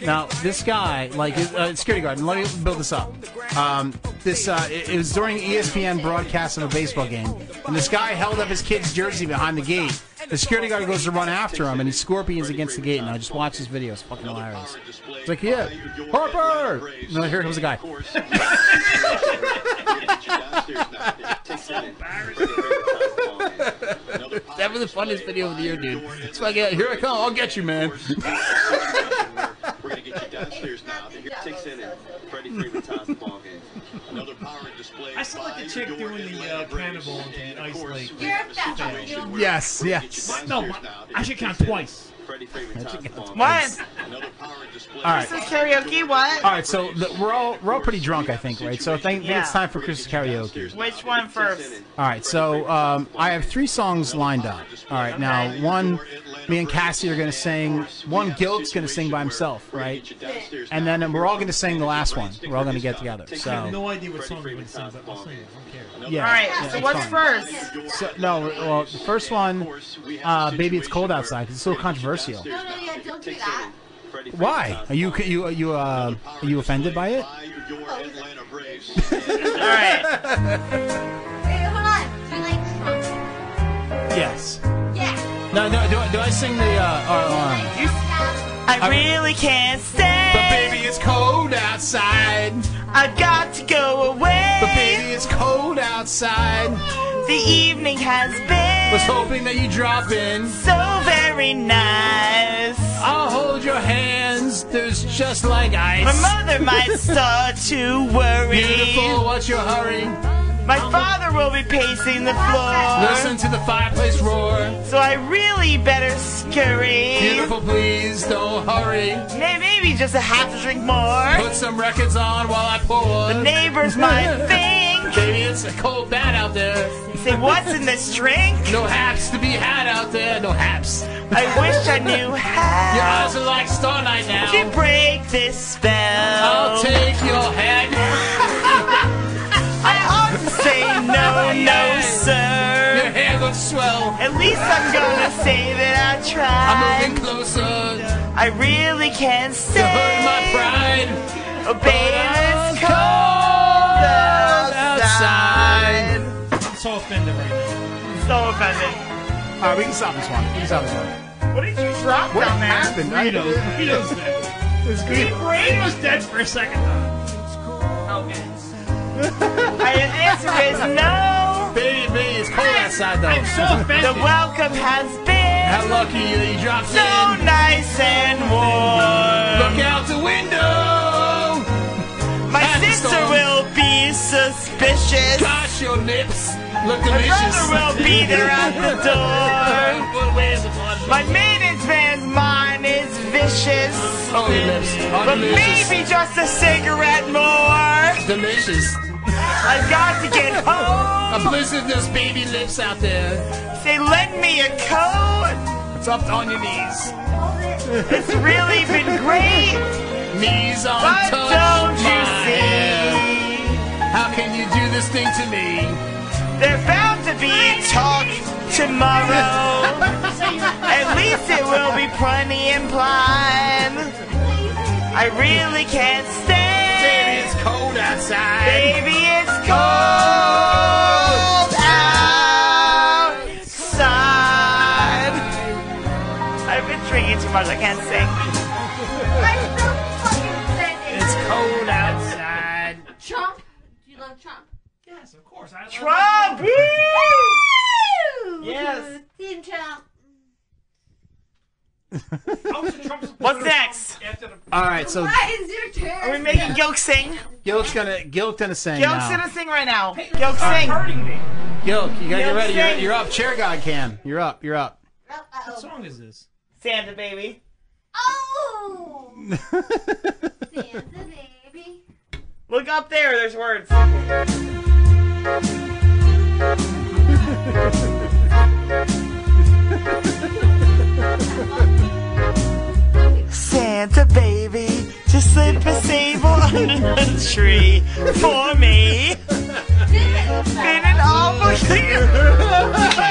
S21: now this guy, like uh, security guard, and let me build this up. Um, this uh, it, it was during ESPN broadcast of a baseball game, and this guy held up his kid's jersey behind the gate. The security guard goes to run after him, and he scorpions against the gate. And I just watched this video; it's fucking hilarious. It's like, yeah, Harper. And then here comes the guy. [laughs] that was the funniest video of the year, dude. It's like, yeah, here I come, I'll get you, man.
S12: We're gonna get you downstairs now. The here kicks in and Freddie Freeman ties the ball game. Another power display.
S15: I sound like the chick doing the uh, cannibal into the ice lake.
S21: Yes, yes.
S15: No, my- I should count twice.
S8: What?
S21: All right.
S8: This is karaoke. What?
S21: All right, so the, we're all we're all pretty drunk, I think, right? So I think
S8: Yeah.
S21: it's time for Christmas karaoke.
S8: Which one first?
S21: All right, so um, I have three songs lined up. All right, now one, me and Cassie are gonna sing. One, Gilt's gonna sing by himself, right? And then we're all gonna sing the last one. We're all gonna get together.
S15: I have
S21: So
S15: no idea what song I'm going to sing, but I'll sing it. I don't care.
S21: yeah.
S8: All right,
S21: yeah,
S8: so
S21: it's
S8: what's
S21: fine.
S8: first?
S21: So, no, well, the first one, uh, baby, it's cold outside. 'cause It's so controversial.
S22: No, no, yeah, don't do that.
S21: Why? Are you you are you uh, are you offended by it?
S22: All
S8: right.
S22: Wait, hold on. Do you like Trump?
S21: [laughs] Yes.
S22: Yeah.
S21: No, no. Do I, do I sing the? Uh, uh, uh,
S8: I really can't stay. But
S21: baby, it's cold outside.
S8: I got to go away. But
S21: baby, it's cold outside.
S8: The evening has been
S21: was hoping that you drop in.
S8: so very nice.
S21: I'll hold your hands. There's just like ice.
S8: My mother
S21: [laughs]
S8: might start to worry.
S21: Beautiful, what's your hurry?
S8: My father will be pacing the floor.
S21: Listen to the fireplace roar.
S8: So I really better scurry.
S21: Beautiful, please don't hurry.
S8: May- Maybe just a half a drink more.
S21: Put some records on while I pour.
S8: The
S21: [laughs]
S8: neighbors might think.
S21: Baby, it's a cold bat out there.
S8: Say, what's in this drink?
S21: No haps to be had out there. No haps.
S8: I wish I knew how.
S21: Your eyes are like starlight now.
S8: To break this spell.
S21: I'll take your hand.
S8: [laughs] I ought to say
S21: [laughs]
S8: no, no,
S21: Yes.
S8: sir.
S21: Your hair looks swell.
S8: At least I'm gonna say that I tried.
S21: I'm moving closer.
S8: I really can't stay.
S21: hurt my pride.
S8: Oh, baby,
S21: But
S8: it's
S21: I'm
S8: cold outside.
S21: outside.
S15: I'm so offended right now.
S8: So offended.
S21: All right, we can stop this one. We can stop this one.
S8: What did you drop
S21: What
S8: down there?
S21: happened? I-
S15: Greedo's, Greedo's dead.
S21: This
S15: Greedo was dead for a second, though.
S8: I, the answer is no.
S21: Baby, baby, it's cold outside though.
S15: I'm so offended.
S8: The welcome has been
S21: How lucky you that you dropped
S8: so
S21: in.
S8: nice and warm.
S21: Look out the window.
S8: My
S21: at the
S8: sister
S21: storm.
S8: will be suspicious.
S21: Gosh, your lips look
S8: My
S21: delicious.
S8: brother will be there
S21: [laughs]
S8: at the door.
S21: Well, where's the fun?
S8: My maintenance man's mind is vicious.
S21: Oh, your lips. Oh,
S8: But
S21: delicious.
S8: maybe just a cigarette more.
S21: Delicious.
S8: I got to get home.
S21: [laughs] A blizzard, there's baby lips out there.
S8: Say, lend me a coat.
S21: It's up on your knees.
S1: It's really been great.
S21: Knees on
S1: but
S21: top
S1: don't you
S21: my
S1: see?
S21: How can you do this thing to me?
S1: They're bound to be talk tomorrow.
S21: [laughs]
S1: At least it will be plenty implied. I really can't stand. Baby, it's cold outside. Baby, it's cold outside. I've been drinking too much. I can't sing.
S8: It's cold outside.
S22: Trump? Do you love Trump?
S8: Yes, of course. I love
S1: Trump!
S22: [laughs] Woo!
S8: Yes.
S22: Team Trump.
S1: What's next?
S21: All right, so
S22: Why is your turn?
S1: Are we making Gilk sing?
S21: Gilk's gonna Gilk gonna sing
S1: Gilk's
S21: now.
S1: gonna sing right now. Gilk
S21: uh,
S1: sing.
S21: Gilk, you gotta get
S1: Gilk
S21: ready. You're,
S1: sing.
S21: you're up. Chair God can. You're up. You're up.
S22: What
S8: song is this?
S1: Santa baby.
S8: [laughs]
S22: Oh! Santa baby.
S1: Look up there. There's words. Santa baby, just slip a sable under the tree for me. Been an awful year.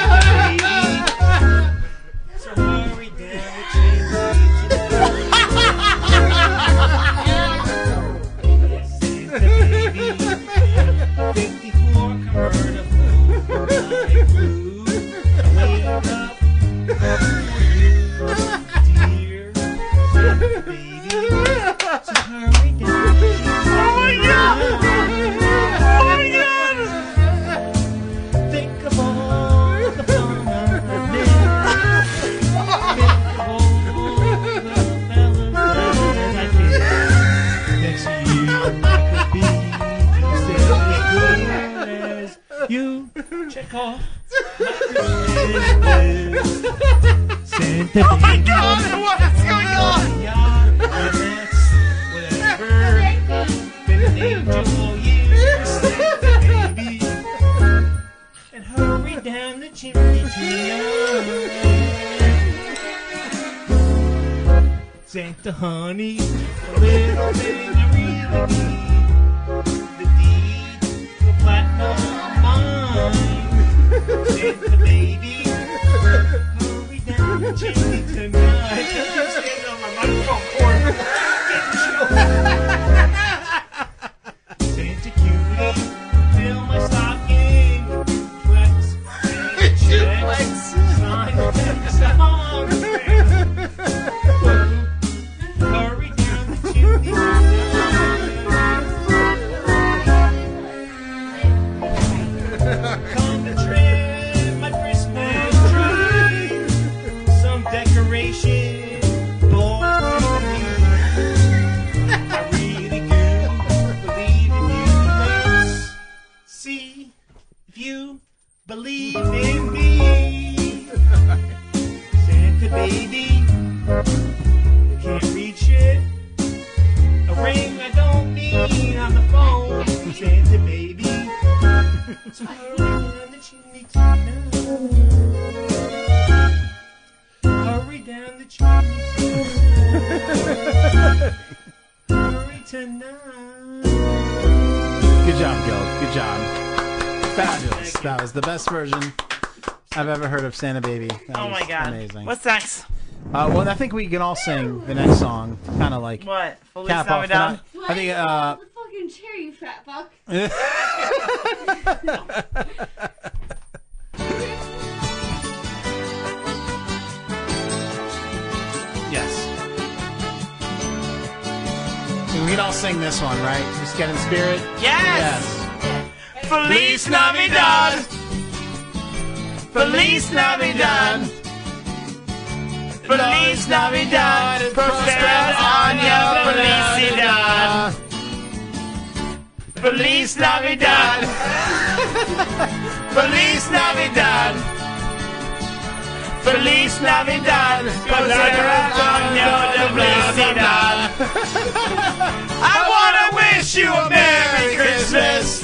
S1: Oh
S8: You check off.
S1: Oh my god, what is going on?
S8: And hurry down the chimney tonight. Santa honey, a little thing I really need. The deed to a platinum mine. Santa baby, hurry down the chimney tonight. I'm standing on my microphone cord. Santa cutie, fill my stocking. Flex, flex, sign the song. Hurry down the chimney tonight. Come to trim my Christmas tree. Some decoration, boy. I really do believe in you. Let's see if you believe in me. Santa baby, I can't reach it. A ring I don't need on the phone. Santa baby, so hurry down the chimney tonight. Hurry down the chimney tonight. Hurry tonight.
S21: Good job, Gilk. Good job. Fabulous. That was the best version I've ever heard of Santa Baby. That
S1: Oh
S21: was
S1: my god.
S21: Amazing.
S1: What's next?
S21: Uh, well, I think we can all sing the next song, kind of like
S1: What? Feliz
S21: cap off. the
S1: Navidad?
S21: night. I think uh,
S22: The fucking chair, you fat fuck.
S21: [laughs]
S22: [laughs]
S21: yes. We can all sing this one, right? Just get in spirit.
S1: Yes!
S21: Yes.
S1: Feliz Navidad! Feliz Navidad! Feliz Navidad! Prosperos Año Felicidad!
S21: [laughs]
S1: Feliz Navidad! Feliz Navidad! Feliz Navidad! Prosperos Año Felicidad! [laughs] I wanna wish you a Merry Christmas!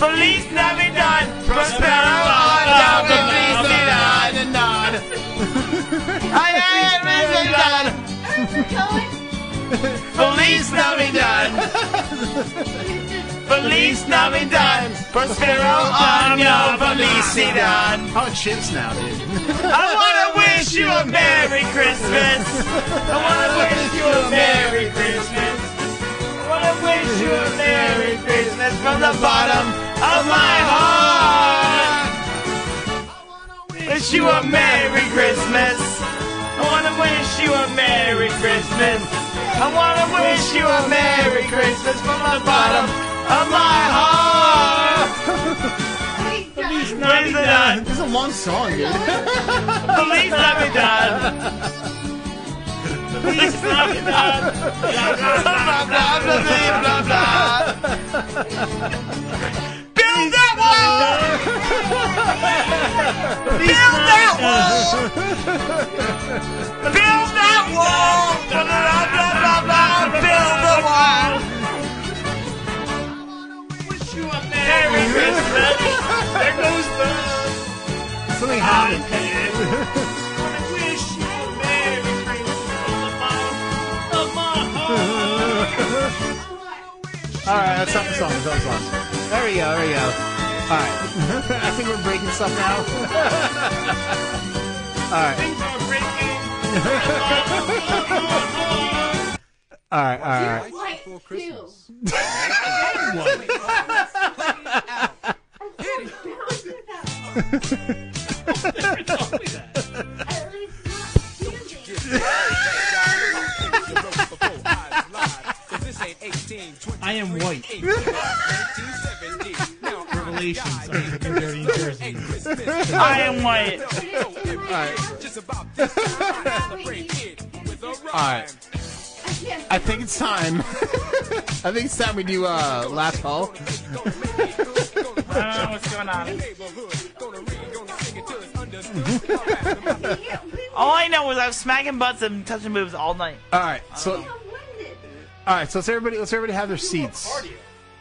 S1: Feliz Navidad. Prospero Navidad. Feliz Navidad. Ay, ay, ay, Navidad. Feliz Navidad. Feliz Navidad. Prospero año felicidad.
S21: Oh, chips now, dude.
S1: [laughs] I want to wish you a Merry Christmas.
S21: [laughs]
S1: I want to wish you a Merry Christmas. I want to wish you a Merry Christmas from the bottom of my heart. Wish you a Merry Christmas. I want to wish you a Merry Christmas. I want to wish you a Merry Christmas from the bottom of my heart. Feliz Navidad.
S21: This is a long song, dude.
S1: Feliz Navidad. Feliz Navidad. Blah, blah, blah, blah, blah, blah, blah, blah. Build that wall! Build that wall! Build that wall! Blah, blah, blah, blah, blah. Build the wall! Wish you a Merry Christmas! There goes the
S21: Something happened. All right, that's not the song. That's not the song. There we go. There we go. All right. [laughs] I think we're breaking stuff now. [laughs] All right. All right. All right.
S24: Before Christmas.
S15: I am white. Revelations of New Jersey, New Jersey.
S1: I am white.
S21: All right. I think it's time. [laughs] I think it's time we do uh, last call. [laughs]
S1: I don't know what's going on. [laughs] All I know is I was smacking butts and touching boobs all night.
S21: All right, so all right, so let's everybody let's everybody have their seats.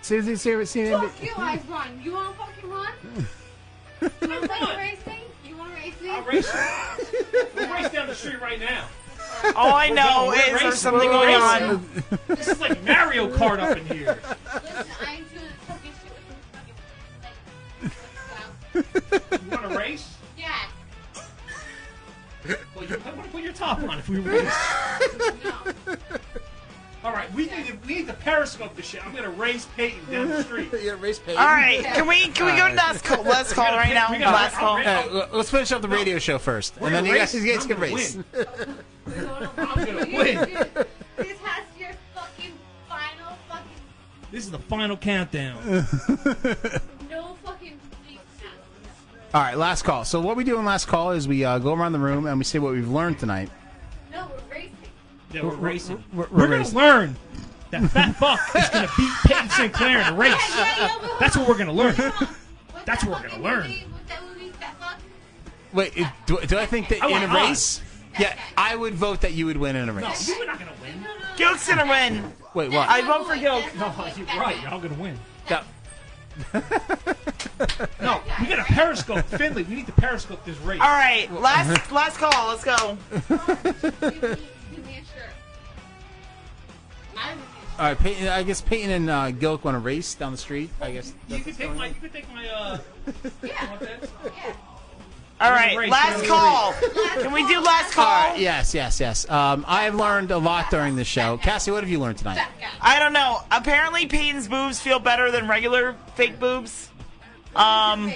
S21: See, see, see, see, anybody-
S23: Fuck you, I run. You wanna fucking run? You wanna
S1: [laughs]
S23: play racing? You wanna race me? I'll
S15: race We're right down the street right now.
S1: All I know
S15: We're
S1: is
S15: racing.
S1: there's something
S15: We're
S1: going
S15: racing.
S1: on.
S15: This is like Mario Kart up in here.
S23: I'm doing fucking shit with this fucking
S15: You want to race?
S23: Yeah.
S1: [laughs]
S15: Well, you might want to put your top on if we race. All right, we need to, we need to periscope the shit. I'm gonna race Peyton down the street.
S21: [laughs] yeah, race Peyton.
S1: All right, can we can we go to last call? Last call right now.
S21: All
S1: Last
S21: right, all
S1: call.
S21: right, all right, let's finish up the radio show first, We're and then gonna you guys, race. you guys I'm can gonna race. [laughs]
S15: I'm gonna win.
S23: This has to be your fucking final fucking
S15: This is the final
S21: [laughs]
S15: countdown.
S23: no fucking beat now.
S21: All right, last call. So what we do in last call is we uh, go around the room and we say what we've learned tonight.
S23: No, we're racing.
S15: Yeah, we're racing.
S21: We're,
S15: We're gonna
S21: racing.
S15: learn that Fat Buck is gonna beat Peyton Sinclair in a race. That's what we're gonna learn. That's what we're gonna learn.
S21: Wait, it- do, do I think that
S15: I
S21: in
S15: want
S21: a
S15: odds.
S21: race? Yeah, I would vote that you would win in a
S15: No,
S21: race.
S15: you were not gonna win.
S1: Gilk's gonna win.
S21: Wait, what?
S1: I vote for Gilk.
S15: No, you're right. Y'all gonna win.
S21: No.
S15: no, we gotta periscope Finley. We need to periscope this race.
S1: All right, last last call. Let's go.
S21: All right, Peyton, I guess Peyton and uh, Gilk want to race down the street. I guess.
S15: You can take my. You can take my. Uh,
S1: All
S21: We're
S1: right,
S21: gonna race,
S1: last
S21: we're
S1: call.
S21: gonna
S1: [laughs] Can we do last
S21: All
S1: call?
S21: right, yes, yes, yes. Um, I have learned a lot during this show. Cassie, what have you learned tonight?
S1: I don't know. Apparently, Peyton's boobs feel better than regular fake boobs. Um,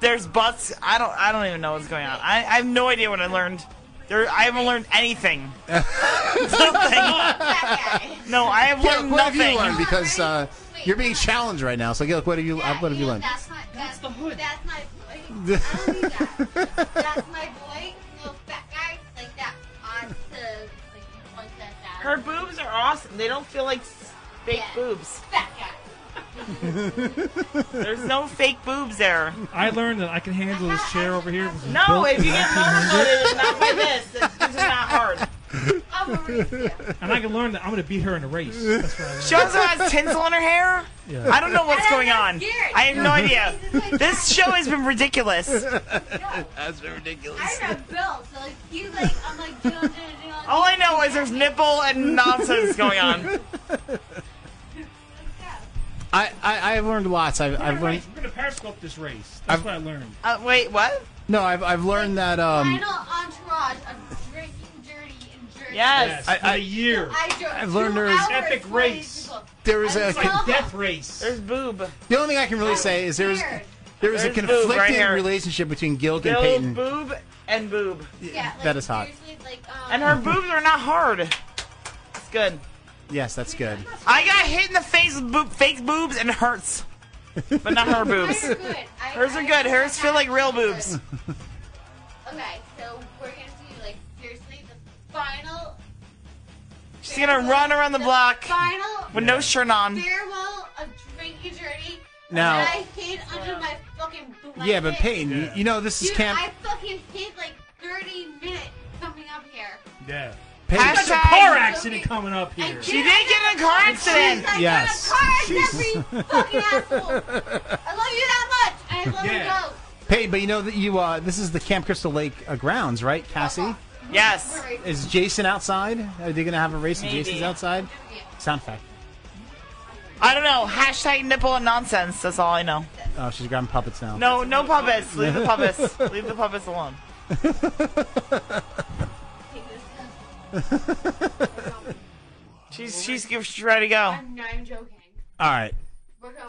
S1: there's butts. I don't. I don't even know what's going on. I, I have no idea what I learned. There, I haven't learned anything. Nothing. No, I have
S21: Gilk,
S1: learned
S21: what have you
S1: nothing.
S21: learned? Because uh, you're being challenged right now. So, Gilk, what have you? uh, what have you learned?
S23: That's not
S22: That's the hood. That's my
S21: [laughs]
S22: boy. I don't need that. That's my boy. No fat guy like that. On to like one that that.
S1: Her boobs are awesome. They don't feel like s- fake boobs.
S22: Fat guy.
S1: There's [laughs] no fake boobs there.
S15: I learned that I can handle this chair over here. which is
S1: No,
S15: built
S1: if you
S15: in
S1: get motorboated, it's
S15: 1900.
S1: not by this. This is not hard.
S15: and I can learn that I'm going to beat her in a race. That's what I learned.
S1: She also has tinsel in her hair.
S15: Yeah.
S1: I don't know what's
S15: And I'm
S1: going on.
S15: scared.
S1: I have no
S15: No.
S1: idea. This show has been ridiculous.
S21: That's ridiculous.
S22: I'm not built, so [laughs] like you like I'm like doing doing doing.
S1: All I know is there's nipple and nonsense going on.
S21: I, I I've learned lots. I've, I've learned.
S15: We're going to periscope this race. That's
S21: I've-
S15: what I learned.
S1: Uh, wait, what?
S21: No, I've I've learned that um.
S22: Final entourage of drinking dirty and dirty.
S1: Yes.
S21: I, I,
S15: year.
S22: I drove
S21: I've learned
S22: two
S21: there is-
S22: hours,
S21: Epic
S22: 40
S21: race.
S22: people.
S21: There is
S22: I
S21: a-
S22: was
S21: Like
S22: twelve.
S21: death
S15: race.
S1: There's boob.
S21: The only thing I can really say is there was
S22: Weird.
S21: there was a
S1: There's boob right
S21: conflicting
S1: here.
S21: relationship between Gilg and
S1: Bill,
S21: Peyton.
S1: boob and boob.
S22: Yeah, like,
S21: that is hot.
S22: seriously, Like, um,
S1: And
S21: [laughs]
S1: her boobs are not hard. It's good.
S21: Yes, that's good.
S1: I got hit in the face with boob, fake boobs and it hurts. But not her
S22: [laughs]
S1: boobs.
S22: Mine are good. I-
S1: Hers are
S22: I-
S1: good. Hers feel like real boobs.
S22: Okay, so we're gonna do like seriously the final
S1: She's gonna run around the block
S22: final
S1: with no shirt on.
S22: farewell of drinking dirty.
S21: Now-
S22: that I hid under my fucking blanket.
S21: Yeah, but Peyton, you- you know this is
S22: Dude,
S21: camp.
S22: I fucking hid like 30 minutes coming up here.
S15: Yeah.
S21: Peyton-
S15: There's a car accident coming up here.
S1: She did get in a car accident.
S22: I
S21: Yes.
S22: got a car
S21: [laughs]
S22: every fucking asshole. I love you that much. I love
S21: Yeah.
S22: you go.
S21: Peyton, but you know that you uh this is the Camp Crystal Lake uh, grounds, right, Cassie?
S1: Yes.
S21: Is Jason outside? Are they gonna have a race? and
S1: Maybe.
S21: Jason's outside. Sound fact.
S1: I don't know. Hashtag nipple and nonsense. That's all I know.
S21: Oh, she's grabbing puppets now.
S1: No, no puppets. Leave the
S21: [laughs]
S1: puppets. Leave the puppets alone. she's she's she's ready to go.
S22: I'm not even joking.
S21: All right,
S22: We're going.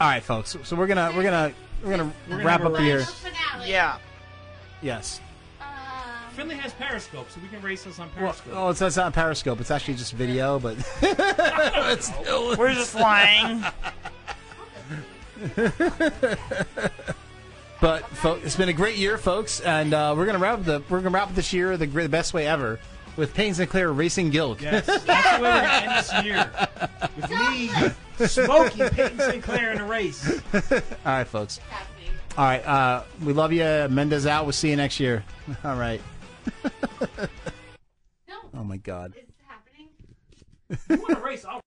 S21: all right, folks. So we're gonna we're gonna we're gonna
S15: gonna
S21: wrap
S15: have a
S21: up here.
S22: Final finale.
S1: Yeah.
S21: Yes.
S15: Um, Finley has Periscope, so we can race us on
S21: Well,
S15: Periscope. [laughs]
S21: oh, it's, it's not Periscope. It's actually just video, but [laughs]
S1: We're just lying.
S21: But fo- it's been a great year, folks, and uh, we're gonna wrap the we're gonna wrap this year the, gr- the best way ever with Payne Sinclair Racing Guild. [laughs]
S15: Yes, that's the way we're gonna end this year. With me smoking Peyton Sinclair in a race.
S21: All right, folks. All right, uh, we love you, Mendez out. We'll see you next year. [laughs] All right. oh my God.
S15: You want a race? I'll